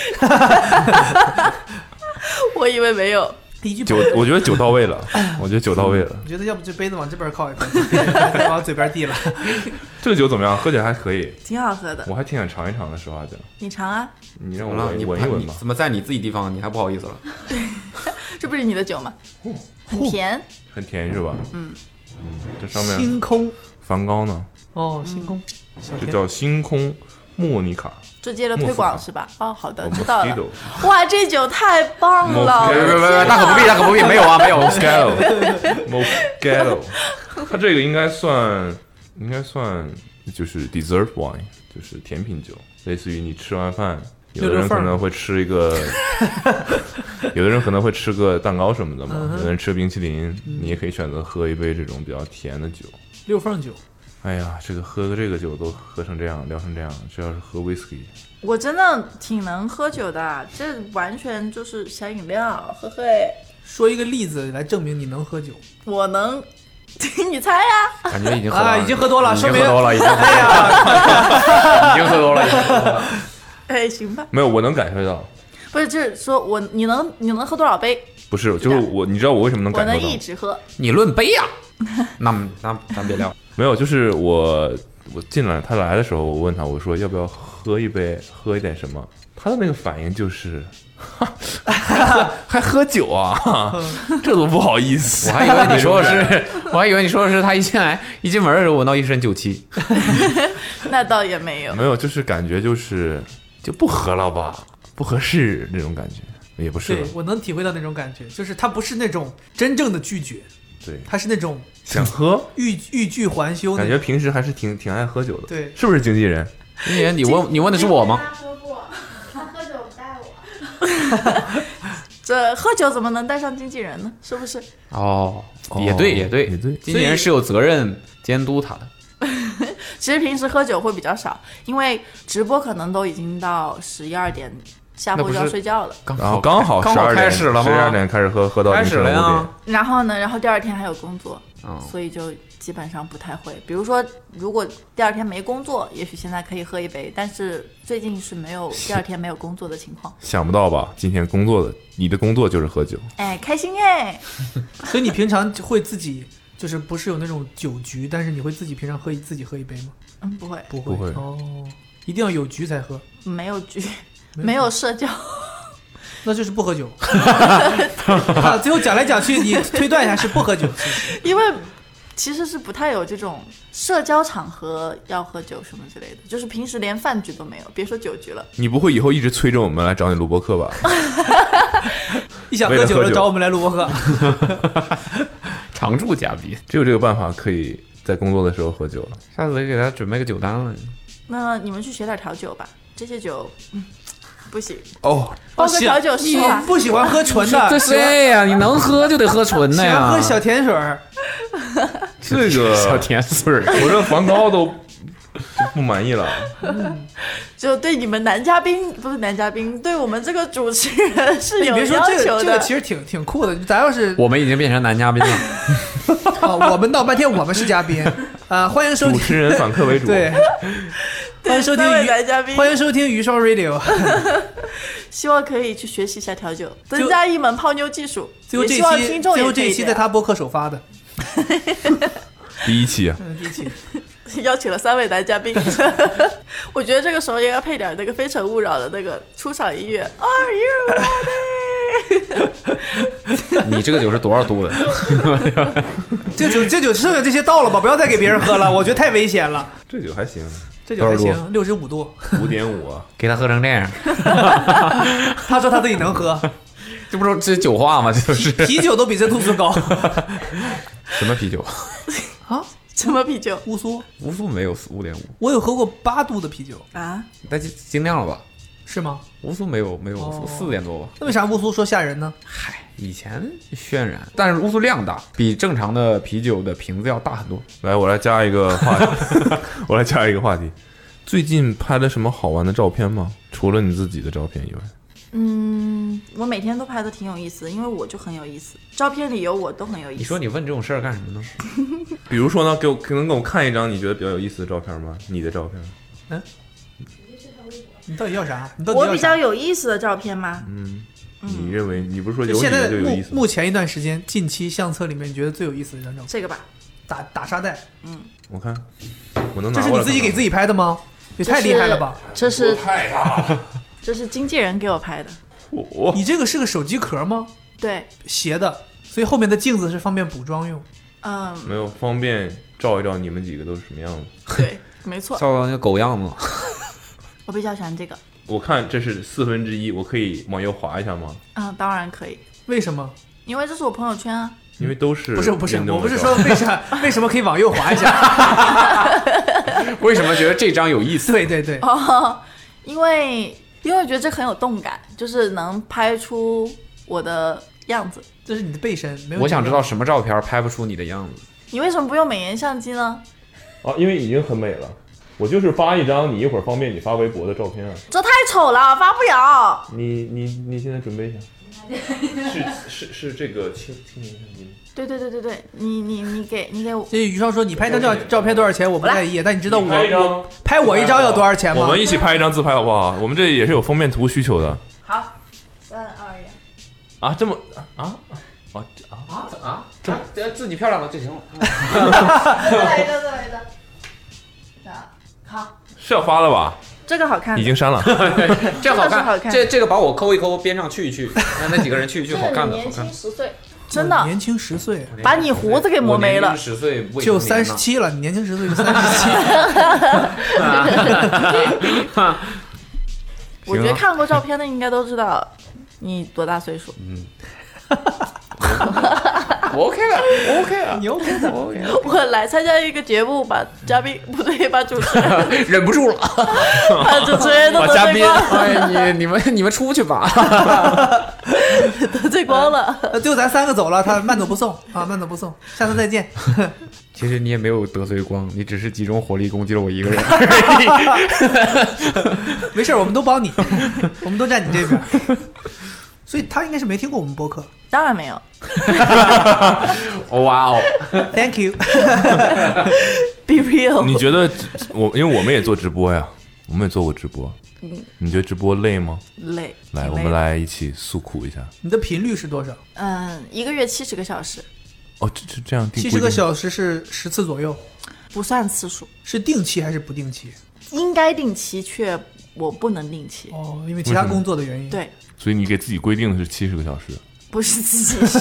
B: 我以为没有，
E: 第一句
D: 九，我觉得九到位了，我觉得九到位了。
E: 我觉得要不这杯 子往这边靠一靠，再往嘴边递了。
D: 这个酒怎么样？喝起来还可以，
B: 挺好喝的。
D: 我还挺想尝一尝的。实话讲，
B: 你尝啊，
D: 你让
F: 怎
D: 我
F: 么了？
D: 闻
F: 你
D: 闻一闻吧。
F: 怎么在你自己地方你还不好意思了？
B: 这不是你的酒吗？很甜，
D: 很甜是吧？嗯，这上面
E: 星空
D: 梵高呢，
E: 哦，星空，小
D: 就
E: 天
D: 叫星空莫妮卡
B: 这接着推广是吧？哦，好的， 知道了。
D: （Mosquito
B: 哇，这酒太棒了！
D: 别别别
B: 天哪
F: 大可不必，大可不必，没有啊，没 有。
D: Moscato Moscato），它这个应该算，应该算就是 dessert wine，就是甜品酒，类似于你吃完饭，有的人可能会吃一 个，有的人可能会吃个蛋糕什么的
B: 嗯
D: 嘛，有的人吃冰淇淋，你也可以选择喝一杯这种比较甜的酒。
E: 六凤酒，
D: 哎呀，这个喝个这个酒都喝成这样，聊成这样，这要是喝 whisky，
B: 我真的挺能喝酒的，啊这完全就是小饮料，呵呵哎，
E: 说一个例子来证明你能喝酒。
B: 我能， 你猜呀、
F: 感觉已经喝
E: 啊，已经喝多了，
F: 已
E: 说
F: 经喝
E: 明
F: 多了，已经喝
E: 哎呀，
F: 已经喝多了，已经喝多了。
B: 哎，行吧，
D: 没有，我能感受到。
B: 不是，就是说我你能你能喝多少杯，
D: 不是，就是我，你知道我为什么能
B: 我
D: 感
B: 能
D: 受到
B: 一？直喝。
F: 你论杯 呀、那么那咱别聊，
D: 没有，就是我我进来，他来的时候，我问他，我说要不要喝一杯，喝一点什么？他的那个反应就是，哈还喝还喝酒啊，
F: 嗯
D: 这多不好意思。
F: 我还以为你说 的是，我还以为你说的是他一进来一进门的时候闻到一身酒气，
B: 那倒也没有，
D: 没有，就是感觉就是就不喝了吧，不合适那种感觉，也不是
E: 对
D: 吧
E: 我能体会到那种感觉，就是他不是那种真正的拒绝，
D: 对，
E: 他是那种
D: 想喝，
E: 欲欲拒还休那
D: 感
E: 种。
D: 觉平时还是挺挺爱喝酒的，
E: 对
D: 是不是经纪人？
F: 经纪人，你问你问的是我吗？
G: 他说过，他喝酒不带我。
B: 这喝酒怎么能带上经纪人呢？是不是？
F: 哦，也对，也对，
D: 也对
F: 经纪人是有责任监督他的。
B: 其实平时喝酒会比较少，因为直播可能都已经到十一二点，下
F: 那
B: 播
F: 不
B: 就要
F: 是
B: 睡觉了。
F: 刚
D: 然后刚好
F: 好
D: 十
F: 刚
D: 二点
F: 开始了吗？
D: 十二点开始喝，喝到
F: 开
D: 凌
F: 始
D: 晨五
F: 了呀
D: 点。。
B: 然后呢，然后第二天还有工作，
F: 嗯
B: 所以就基本上不太会。比如说，如果第二天没工作，也许现在可以喝一杯，但是最近是没 有第二天没有工作的情况。
D: 想不到吧？今天工作的，你的工作就是喝酒。
B: 哎，开心哎！
E: 所以你平常会自己就是不是有那种酒局，但是你会自己平常喝自己喝一杯吗？
B: 嗯，不会，
E: 不
D: 不会
E: 哦，一定要有局才喝，
B: 没有局，没有社交，
E: 那就是不喝 酒。啊，最后讲来讲去，你推断一下是不 喝酒，是不是
B: 因为其实是不太有这种社交场合要喝酒什么之类的，就是平时连饭局都没有，别说酒局了。
D: 你不会以后一直催着我们来找你录播客吧？
E: 一想
D: 为了
E: 喝酒
D: 喝
E: 了
D: 酒
E: 找我们来录播客。
F: 常驻嘉宾，
D: 只有这个办法可以在工作的时候喝酒了。
F: 下次得给他准备个酒单了。
B: 那你们去学点调酒吧，这些酒，嗯，不行，
D: 哦，
B: 包个调酒
E: 啊你
B: 师啊吧。
E: 不喜欢喝纯
F: 这
E: 的，喜欢
F: 谁呀？你能喝就得喝纯
E: 喜
F: 的
E: 欢
F: 呀
E: 喝。小甜水儿，
D: 这
F: 小
D: 个
F: 甜水儿，
D: 我这梵高都不满意了。
B: 就对你们男嘉宾不是男嘉宾，对我们这个主持人是
E: 哎你
B: 有
E: 别说
B: 要
E: 这个，
B: 求
E: 这个
B: 的。
E: 其实挺挺酷的。咱要是哦
F: 我们已经变成男嘉 宾了。
E: 啊，我们闹半天，我们是嘉宾啊，欢迎收
D: 主
E: 听。
D: 持人反客为主，
E: 对，欢迎收听
B: 三位
E: 鱼
B: 男嘉宾，
E: 欢迎收听鱼 烧 Radio。
B: 希望可以去学习一下调酒，增加一门泡妞技术。
E: 最后
B: 也
E: 这
B: 希望
E: 一期，
B: 听众
E: 最
B: 也
E: 后
B: 可
E: 这一
B: 以
E: 期
B: 这
E: 在
B: 样。
E: 他播客首发的，
D: 第一期啊，
E: 嗯，第一期。
B: 邀请了三位男嘉 宾，我觉得这个时候应该配点那个《非诚勿扰》的那个出场音 乐。Are you ready？
F: 你这个酒是多少度的？
E: 这酒这酒剩下这些倒了吧，不要再给别人喝 了，我觉得太危险了。
D: 这酒还行，
E: 这酒还
D: 多少
E: 行，六十五度。
D: 五点五， 啊
F: 给他喝成这样，
E: 他说他自己能 喝，
F: 这不是这是酒话吗？这就是
E: 啤酒都比这度数高。
D: 什么啤酒？
E: 啊，
B: 什么啤酒
E: 乌苏，
F: 无数没有五点五，
E: 我有喝过八度的啤酒，
B: 啊？
F: 但尽尽量了吧。
E: 是吗？
F: 无苏没有没有四点多吧，
E: 那为啥乌苏说吓人呢？
F: 嗨，以前渲染，但是乌苏量大，比正常的啤酒的瓶子要大很多。
D: 来，我来加一个话题， 我来加一个话题。最近拍了什么好玩的照片吗？除了你自己的照片以外，
B: 嗯，我每天都拍的挺有意思，因为我就很有意思，照片里有我都很有意思。
F: 你说你问这种事儿干什么呢？
D: 比如说呢，给我能给我看一张你觉得比较有意思的照片吗？你的照片，
E: 你到底要啥？你到底
B: 我
E: 要
B: 比较
E: 啥？
B: 有意思的照片吗？
D: 你认为你不是说有
E: 就
D: 你
E: 现在
D: 的
E: 的
D: 就有
E: 目
D: 意思吗
E: 目？前一段时间，近期相册里面你觉得最有意思的一张照片，
B: 这个吧，
E: 打打沙袋，
D: 我看，我能拿
E: 这是
D: 过来
E: 你自己
D: 看
E: 给
D: 吗
E: 自己拍的吗？也太厉害了吧！
B: 这是！这是这是经纪人给我拍的，
D: 我我
E: 你这个是个手机壳吗？
B: 对，
E: 斜的，所以后面的镜子是方便补妆用。
B: 嗯，
D: 没有方便照一照你们几个都是什么样子。
B: 对，没 错，
F: 照到那个狗样子吗，
B: 我比较喜欢这个。
D: 我看这是四分之一，我可以往右滑一下吗？
B: 嗯，当然可以，
E: 为什么？
B: 因为这是我朋友圈啊。
D: 因为都是
E: 不是不是
D: 运，动
E: 我
D: 的
E: 不是
D: 照
E: 说
D: 片
E: 为啥为什么可以往右滑一 下？
F: 为什么觉得这张有意思？
E: 对对对，
B: 哦， 因为因为我觉得这很有动感，就是能拍出我的样子。
E: 这是你的背身，没有。
F: 我想知道，什么照片拍不出你的样子？
B: 你为什么不用美颜相机呢？
D: 啊，因为已经很美了。我就是发一张你一会儿方便你发微博的照片啊。
B: 这太丑了，发不了。
D: 你你你现在准备一下，是是是这个青青年相机吗？
B: 对对对对对，你你你给你给我，
E: 这于少说你拍张照照片多少钱，我不在意，但你知道我
D: 拍一张
E: 我拍我一张要多少钱吗？
D: 我们一起拍一张自拍好不好？我们这也是有封面图需求的
B: 好，三二一，
D: 啊。这么啊啊啊！
F: 啊啊！这自己漂亮了就行了。
G: 再来一个，再来一个。
B: 啊好，
D: 是要发了吧？
B: 这个好看
D: 已，经删了。
F: 这 好
B: 这是好
F: 看，
B: 看
F: 这这个把我抠一抠，边上去一去，让那几个人去一去，好看 的，好看。
G: 十岁，
B: 真
E: 我
B: 的
E: 年轻十岁，
B: 把你胡子给磨没了。
F: 十岁未
E: 就
F: 成年
E: 三
F: 呢
E: 十，七了，你年轻十岁就三十 七，
B: 我觉得
F: 行啊
B: 看过照片的应该都知道你多大岁数。
F: 我 OK 了我，OK 了，
E: 你 OK 的。
F: OK 了。
B: 我来参加一个节目，把嘉宾不对，把主持 人
F: 忍不住了，
B: 把主持人都
F: 把
B: 得
F: 嘉
B: 罪
F: 宾，
B: 光，
F: 哎，你你们你们出去吧。
B: 得罪光了。
D: 嗯
E: 呃，最后咱三个走了，他慢走不送啊，慢走不送，下次再见。
F: 其实你也没有得罪光，你只是集中火力攻击了我一个人。
E: 没事儿，我们都帮你，我们都站你这边。所以他应该是没听过我们播客
B: 当然没有，
F: 哇哦，
E: ，Thank you。
B: be real。
D: 你觉得我因为我们也做直播呀，我们也做过直播。你觉得直播累吗？
B: 累。
D: 来，
B: 嗯挺
D: 我
B: 累
D: 们
B: 的。
D: 来一起诉苦一下。
E: 你的频率是多少？
B: 嗯，一个月七十个小时，
D: 哦，这这这样定
E: 七
D: 规
E: 十个
D: 定
E: 小时是十次左右，
B: 不算次数，
E: 是定期还是不定期？
B: 应该定期，却我不能定期。
E: 哦，因为其他工作的原因。，
B: 对，
D: 所以你给自己规定的是七十个小时，
B: 不是自己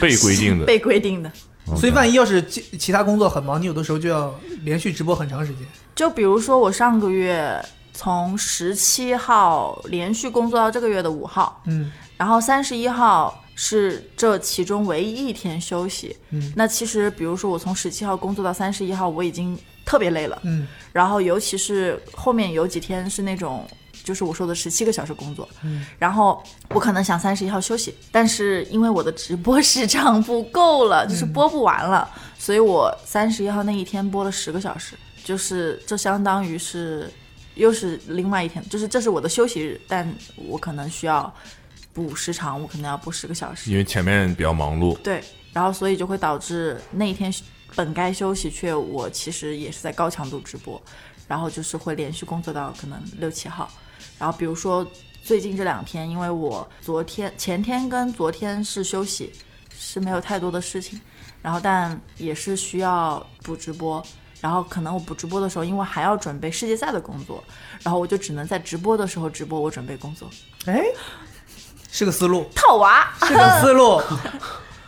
D: 被规定的。嗯
B: 被规定的。
E: 所以万一要是其其他工作很忙，你有的时候就要连续直播很长时间。
B: 就比如说我上个月从十七号连续工作到这个月的五号，
E: 嗯，
B: 然后三十一号是这其中唯一一天休息。嗯，那其实比如说我从十七号工作到三十一号，我已经特别累了。
E: 嗯，
B: 然后尤其是后面有几天是那种。就是我说的十七个小时工作，嗯、然后我可能想三十一号休息，但是因为我的直播时长不够了，就是播不完了，所以我三十一号那一天播了十个小时，就是这相当于是又是另外一天，就是这是我的休息日，但我可能需要补时长，我可能要补十个小时。
D: 因为前面比较忙碌，
B: 对，然后所以就会导致那一天本该休息，却我其实也是在高强度直播，然后就是会连续工作到可能六七号。然后比如说最近这两天，因为我昨天、前天跟昨天是休息，是没有太多的事情，然后但也是需要补直播。然后可能我补直播的时候，因为还要准备世界赛的工作，然后我就只能在直播的时候直播我准备工作。
E: 哎，是个思路，
B: 套娃
E: 是个思路。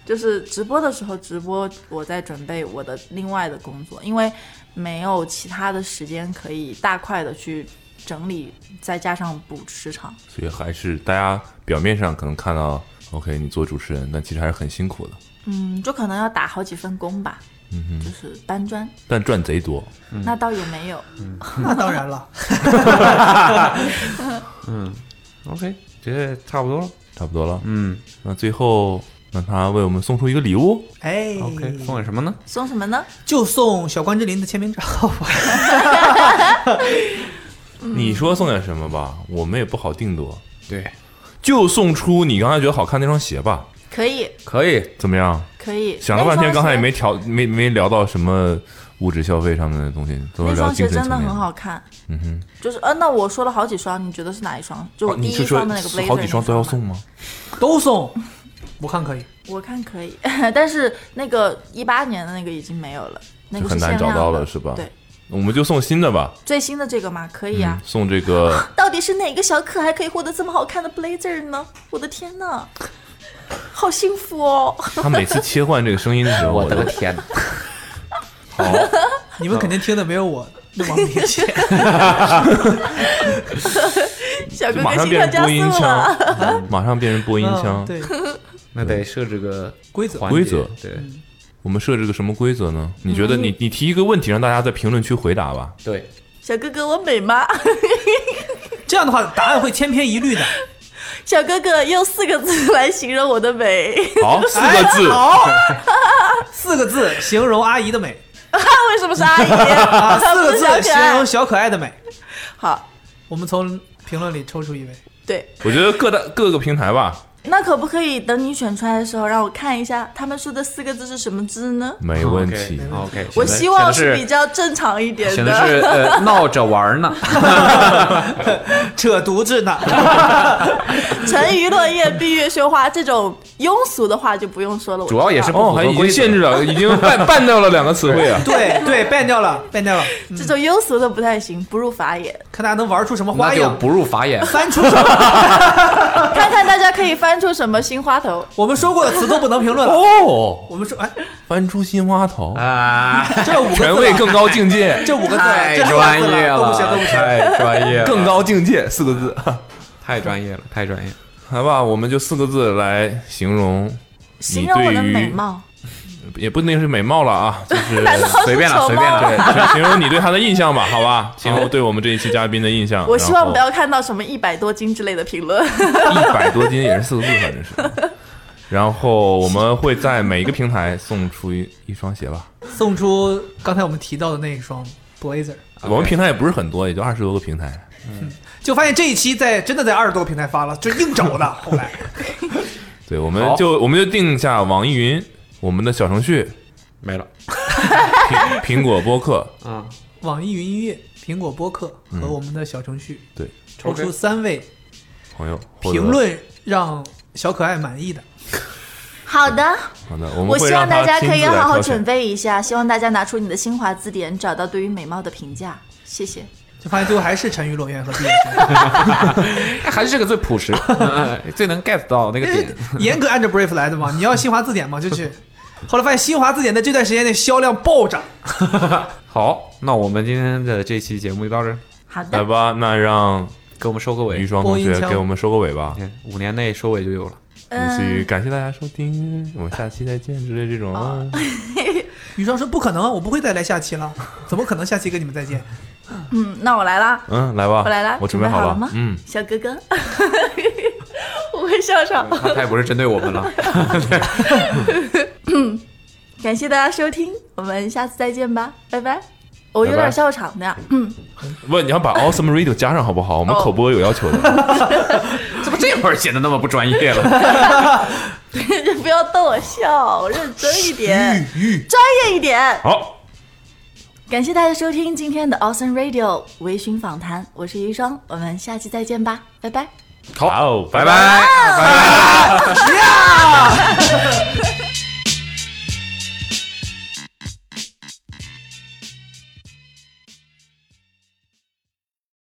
B: 就是直播的时候直播，我在准备我的另外的工作，因为没有其他的时间可以大块的去整理，再加上补时长。
D: 所以还是大家表面上可能看到，OK，你做主持人，但其实还是很辛苦的，
B: 嗯，就可能要打好几份工吧，嗯、就是搬砖，
D: 但赚贼多。
B: 那倒也没有。
D: 嗯
E: 那当然 了，
F: OK，这差不多了。
D: 差不多了，
F: 嗯
D: 那最后让他为我们送出一个礼物。
E: 哎
D: 嗯
F: ，OK，送给什么呢？
B: 送什么呢？
E: 就送小关之琳的签名照 吧。
B: 嗯
D: 你说送点什么吧，我们也不好定夺，
F: 对，
D: 就送出你刚才觉得好看那双鞋吧，
B: 可以，
F: 可以，
D: 怎么样？
B: 可以。
D: 想了半天，
B: 那双鞋
D: 刚才也没调，没没聊到什么物质消费上面的东西，都
B: 那
D: 是聊
B: 双
D: 精
B: 鞋真
D: 神
B: 的
D: 层面
B: 很。好看，
D: 嗯哼，
B: 就是呃，那我说了好几双，你觉得是哪一双？就我
D: 哦
B: 第
D: 你
B: 一
D: 是说
B: 双的那个 blazer，
D: 好几双都要
B: 那
D: 送
B: 吗？
D: 吗？
E: 都送，我看可以。
B: 我看可以， 但是那个一八年的那个已经没有了，那
D: 就
B: 个
D: 很
B: 是
D: 难
B: 限
D: 找
B: 量
D: 到了，
B: 的
D: 是吧？
B: 对，
D: 我们就送新的吧。
B: 最新的这个嘛，可以啊。
D: 送这个
B: 到底是哪个小可爱可以获得这么好看的 blazer 呢？我的天呐，好幸福哦！
D: 他每次切换这个声音的时候，
F: 我
D: 我
F: 的个
D: 就
F: 天哪！
D: 好，
E: 你们肯定听的没有我那么明显。
B: 小
D: 就
B: 哥
D: 马
B: 哥
D: 上
B: 心跳
D: 变成
B: 加
D: 播
B: 速
D: 音
B: 了。
D: 腔，马上变成播音
E: 嗯
D: 腔。
E: 对，
F: 那得设置个
E: 规则
F: 环
D: 规
F: 节
D: 则
F: 对嗯
D: 我们设置个什么规则呢？你觉得
B: 嗯
D: 你你提一个问题，让大家在评论区回 答吧。
F: 对，
B: 小哥哥，我美吗？
E: 这样的话答案会千篇一律的。
B: 小哥哥用四个字来形容我的美，
D: 好，四个 字，
B: 哎
E: 四个字形容阿姨的美，
B: 为什么是阿姨？
E: 啊，四
B: 不
E: 个
B: 是小
E: 字
B: 可
E: 形
B: 爱
E: 容小可爱的美。
B: 好，
E: 我们从评论里抽出一位，
B: 对，
D: 我觉得各大各个平台吧，
B: 那可不可以等你选出来的时候，让我看一下他们说的四个字是什么字呢？
D: 没问题。
F: OK，
B: 我希望
F: 是
B: 是比较正常一点
F: 选的
B: 的。
F: 是呃 闹着玩儿 呢，
E: 扯犊子呢。
B: 沉鱼落雁、闭月羞花这种庸俗的话就不用说了。我
F: 主要也
B: 知
F: 是
B: 道
F: 不符
D: 哦，
F: 合
D: 还已
F: 规
D: 经
F: 则
D: 限制了，已经 办办掉了两个词汇啊。
E: 对对，变掉了，变掉了，
D: 嗯
B: 这种庸俗的不太行，不入法眼。
E: 看大家能玩出什么
F: 那
E: 花
F: 就
E: 样，
F: 不入法眼。
E: 翻出什么。
B: 看看大家可以翻出什么新花头。
E: 我们说过的词都不能评论了。
D: 哦，
E: 我们说，哎，
D: 翻出新花头，
F: 啊，
E: 这五个字
D: 权
E: 了
D: 位更高 境界，
E: 这五个字了，
F: 太
E: 这六个
F: 专
E: 字
F: 业
E: 了，都不行，都不行。
F: 太专业了，
D: 更高境界四个字，
F: 太专业了，太专业了。
D: 来吧，我们就四个字来形容，
B: 形容我的美貌，
D: 也不一定是美貌了啊，就是
F: 随便了，随便了，
D: 对形容你对他的印象吧，好 吧，形容对我们这一期嘉宾的印象。
B: 我希望不要看到什么一百多斤之类的评论。
D: 一百多斤，也是四个字，反正是。 然后我们会在每一个平台送出一一双鞋吧。
E: 送出刚才我们提到的那一双 blazer，
D: 我们平台也不是很多，也就二十多个平台。
E: 就发现这一期在真的在二十多个平台发了，就硬找 的。后来
D: 对，我们
F: 好
D: 就我们就定一下网易云，我们的小程 序，
F: 没了。
D: 苹苹果播客，
F: 嗯，
E: 网易云音乐、苹果播客和我们的小程序
D: 对，
E: 抽出三位
D: 朋友获得
E: 评论让小可爱满意的。
B: 好的，
D: 好的，我们
B: 我
D: 会
B: 希
D: 让
B: 望大
D: 他
B: 家
D: 亲
B: 可
D: 自
B: 以
D: 来
B: 好好
D: 挑选
B: 准备一下，希望大家拿出你的新华字典，找到对于美貌的评价。谢谢。
E: 就发现最后还是沉鱼落雁和闭月羞花。
F: 还是这个最朴实，嗯 最能 get 到那个点。
E: 严格按照 brief 来的嘛，你要新华字典嘛，就去。后来发现新华字典在这段时间内销量暴涨，
F: 好，那我们今天的这期节目就到这儿，
B: 好
D: 来
B: 的，
D: 吧，那让
F: 给我们收个
D: 余
F: 尾。
D: 霜同
E: 播
D: 学
E: 音腔
D: 给我们收个尾吧。
F: 嗯五年内收尾就有了。
D: 类似于
B: 嗯，
D: 感谢大家收听，我们下期再见之类这种啊。
E: 余霜说不可能，我不会再来下期了，怎么可能下期跟你们再见？
B: 嗯，那我来啦，
D: 嗯，来吧，
B: 我来啦，
D: 我
B: 准
D: 备
B: 好
D: 了。
B: 吗？
D: 嗯，，
B: 小哥 哥，我会笑场。
F: 他他也不是针对我 们了。
B: 感谢大家收听，我们下次再见吧，拜拜。我有
D: 拜拜
B: 点笑场 的呀，
D: 不，你要把 Awesome Radio 加上好不好？我们口播有要求的。
F: 怎么这会儿显得那么不专业了？
G: 不要逗我笑，认真一点，专业一点。
D: 好，
B: 感谢大家收听今天的 Awesome Radio 微醺访谈，我是余霜，我们下期再见吧，拜拜。
D: 好，拜拜。
E: 呀！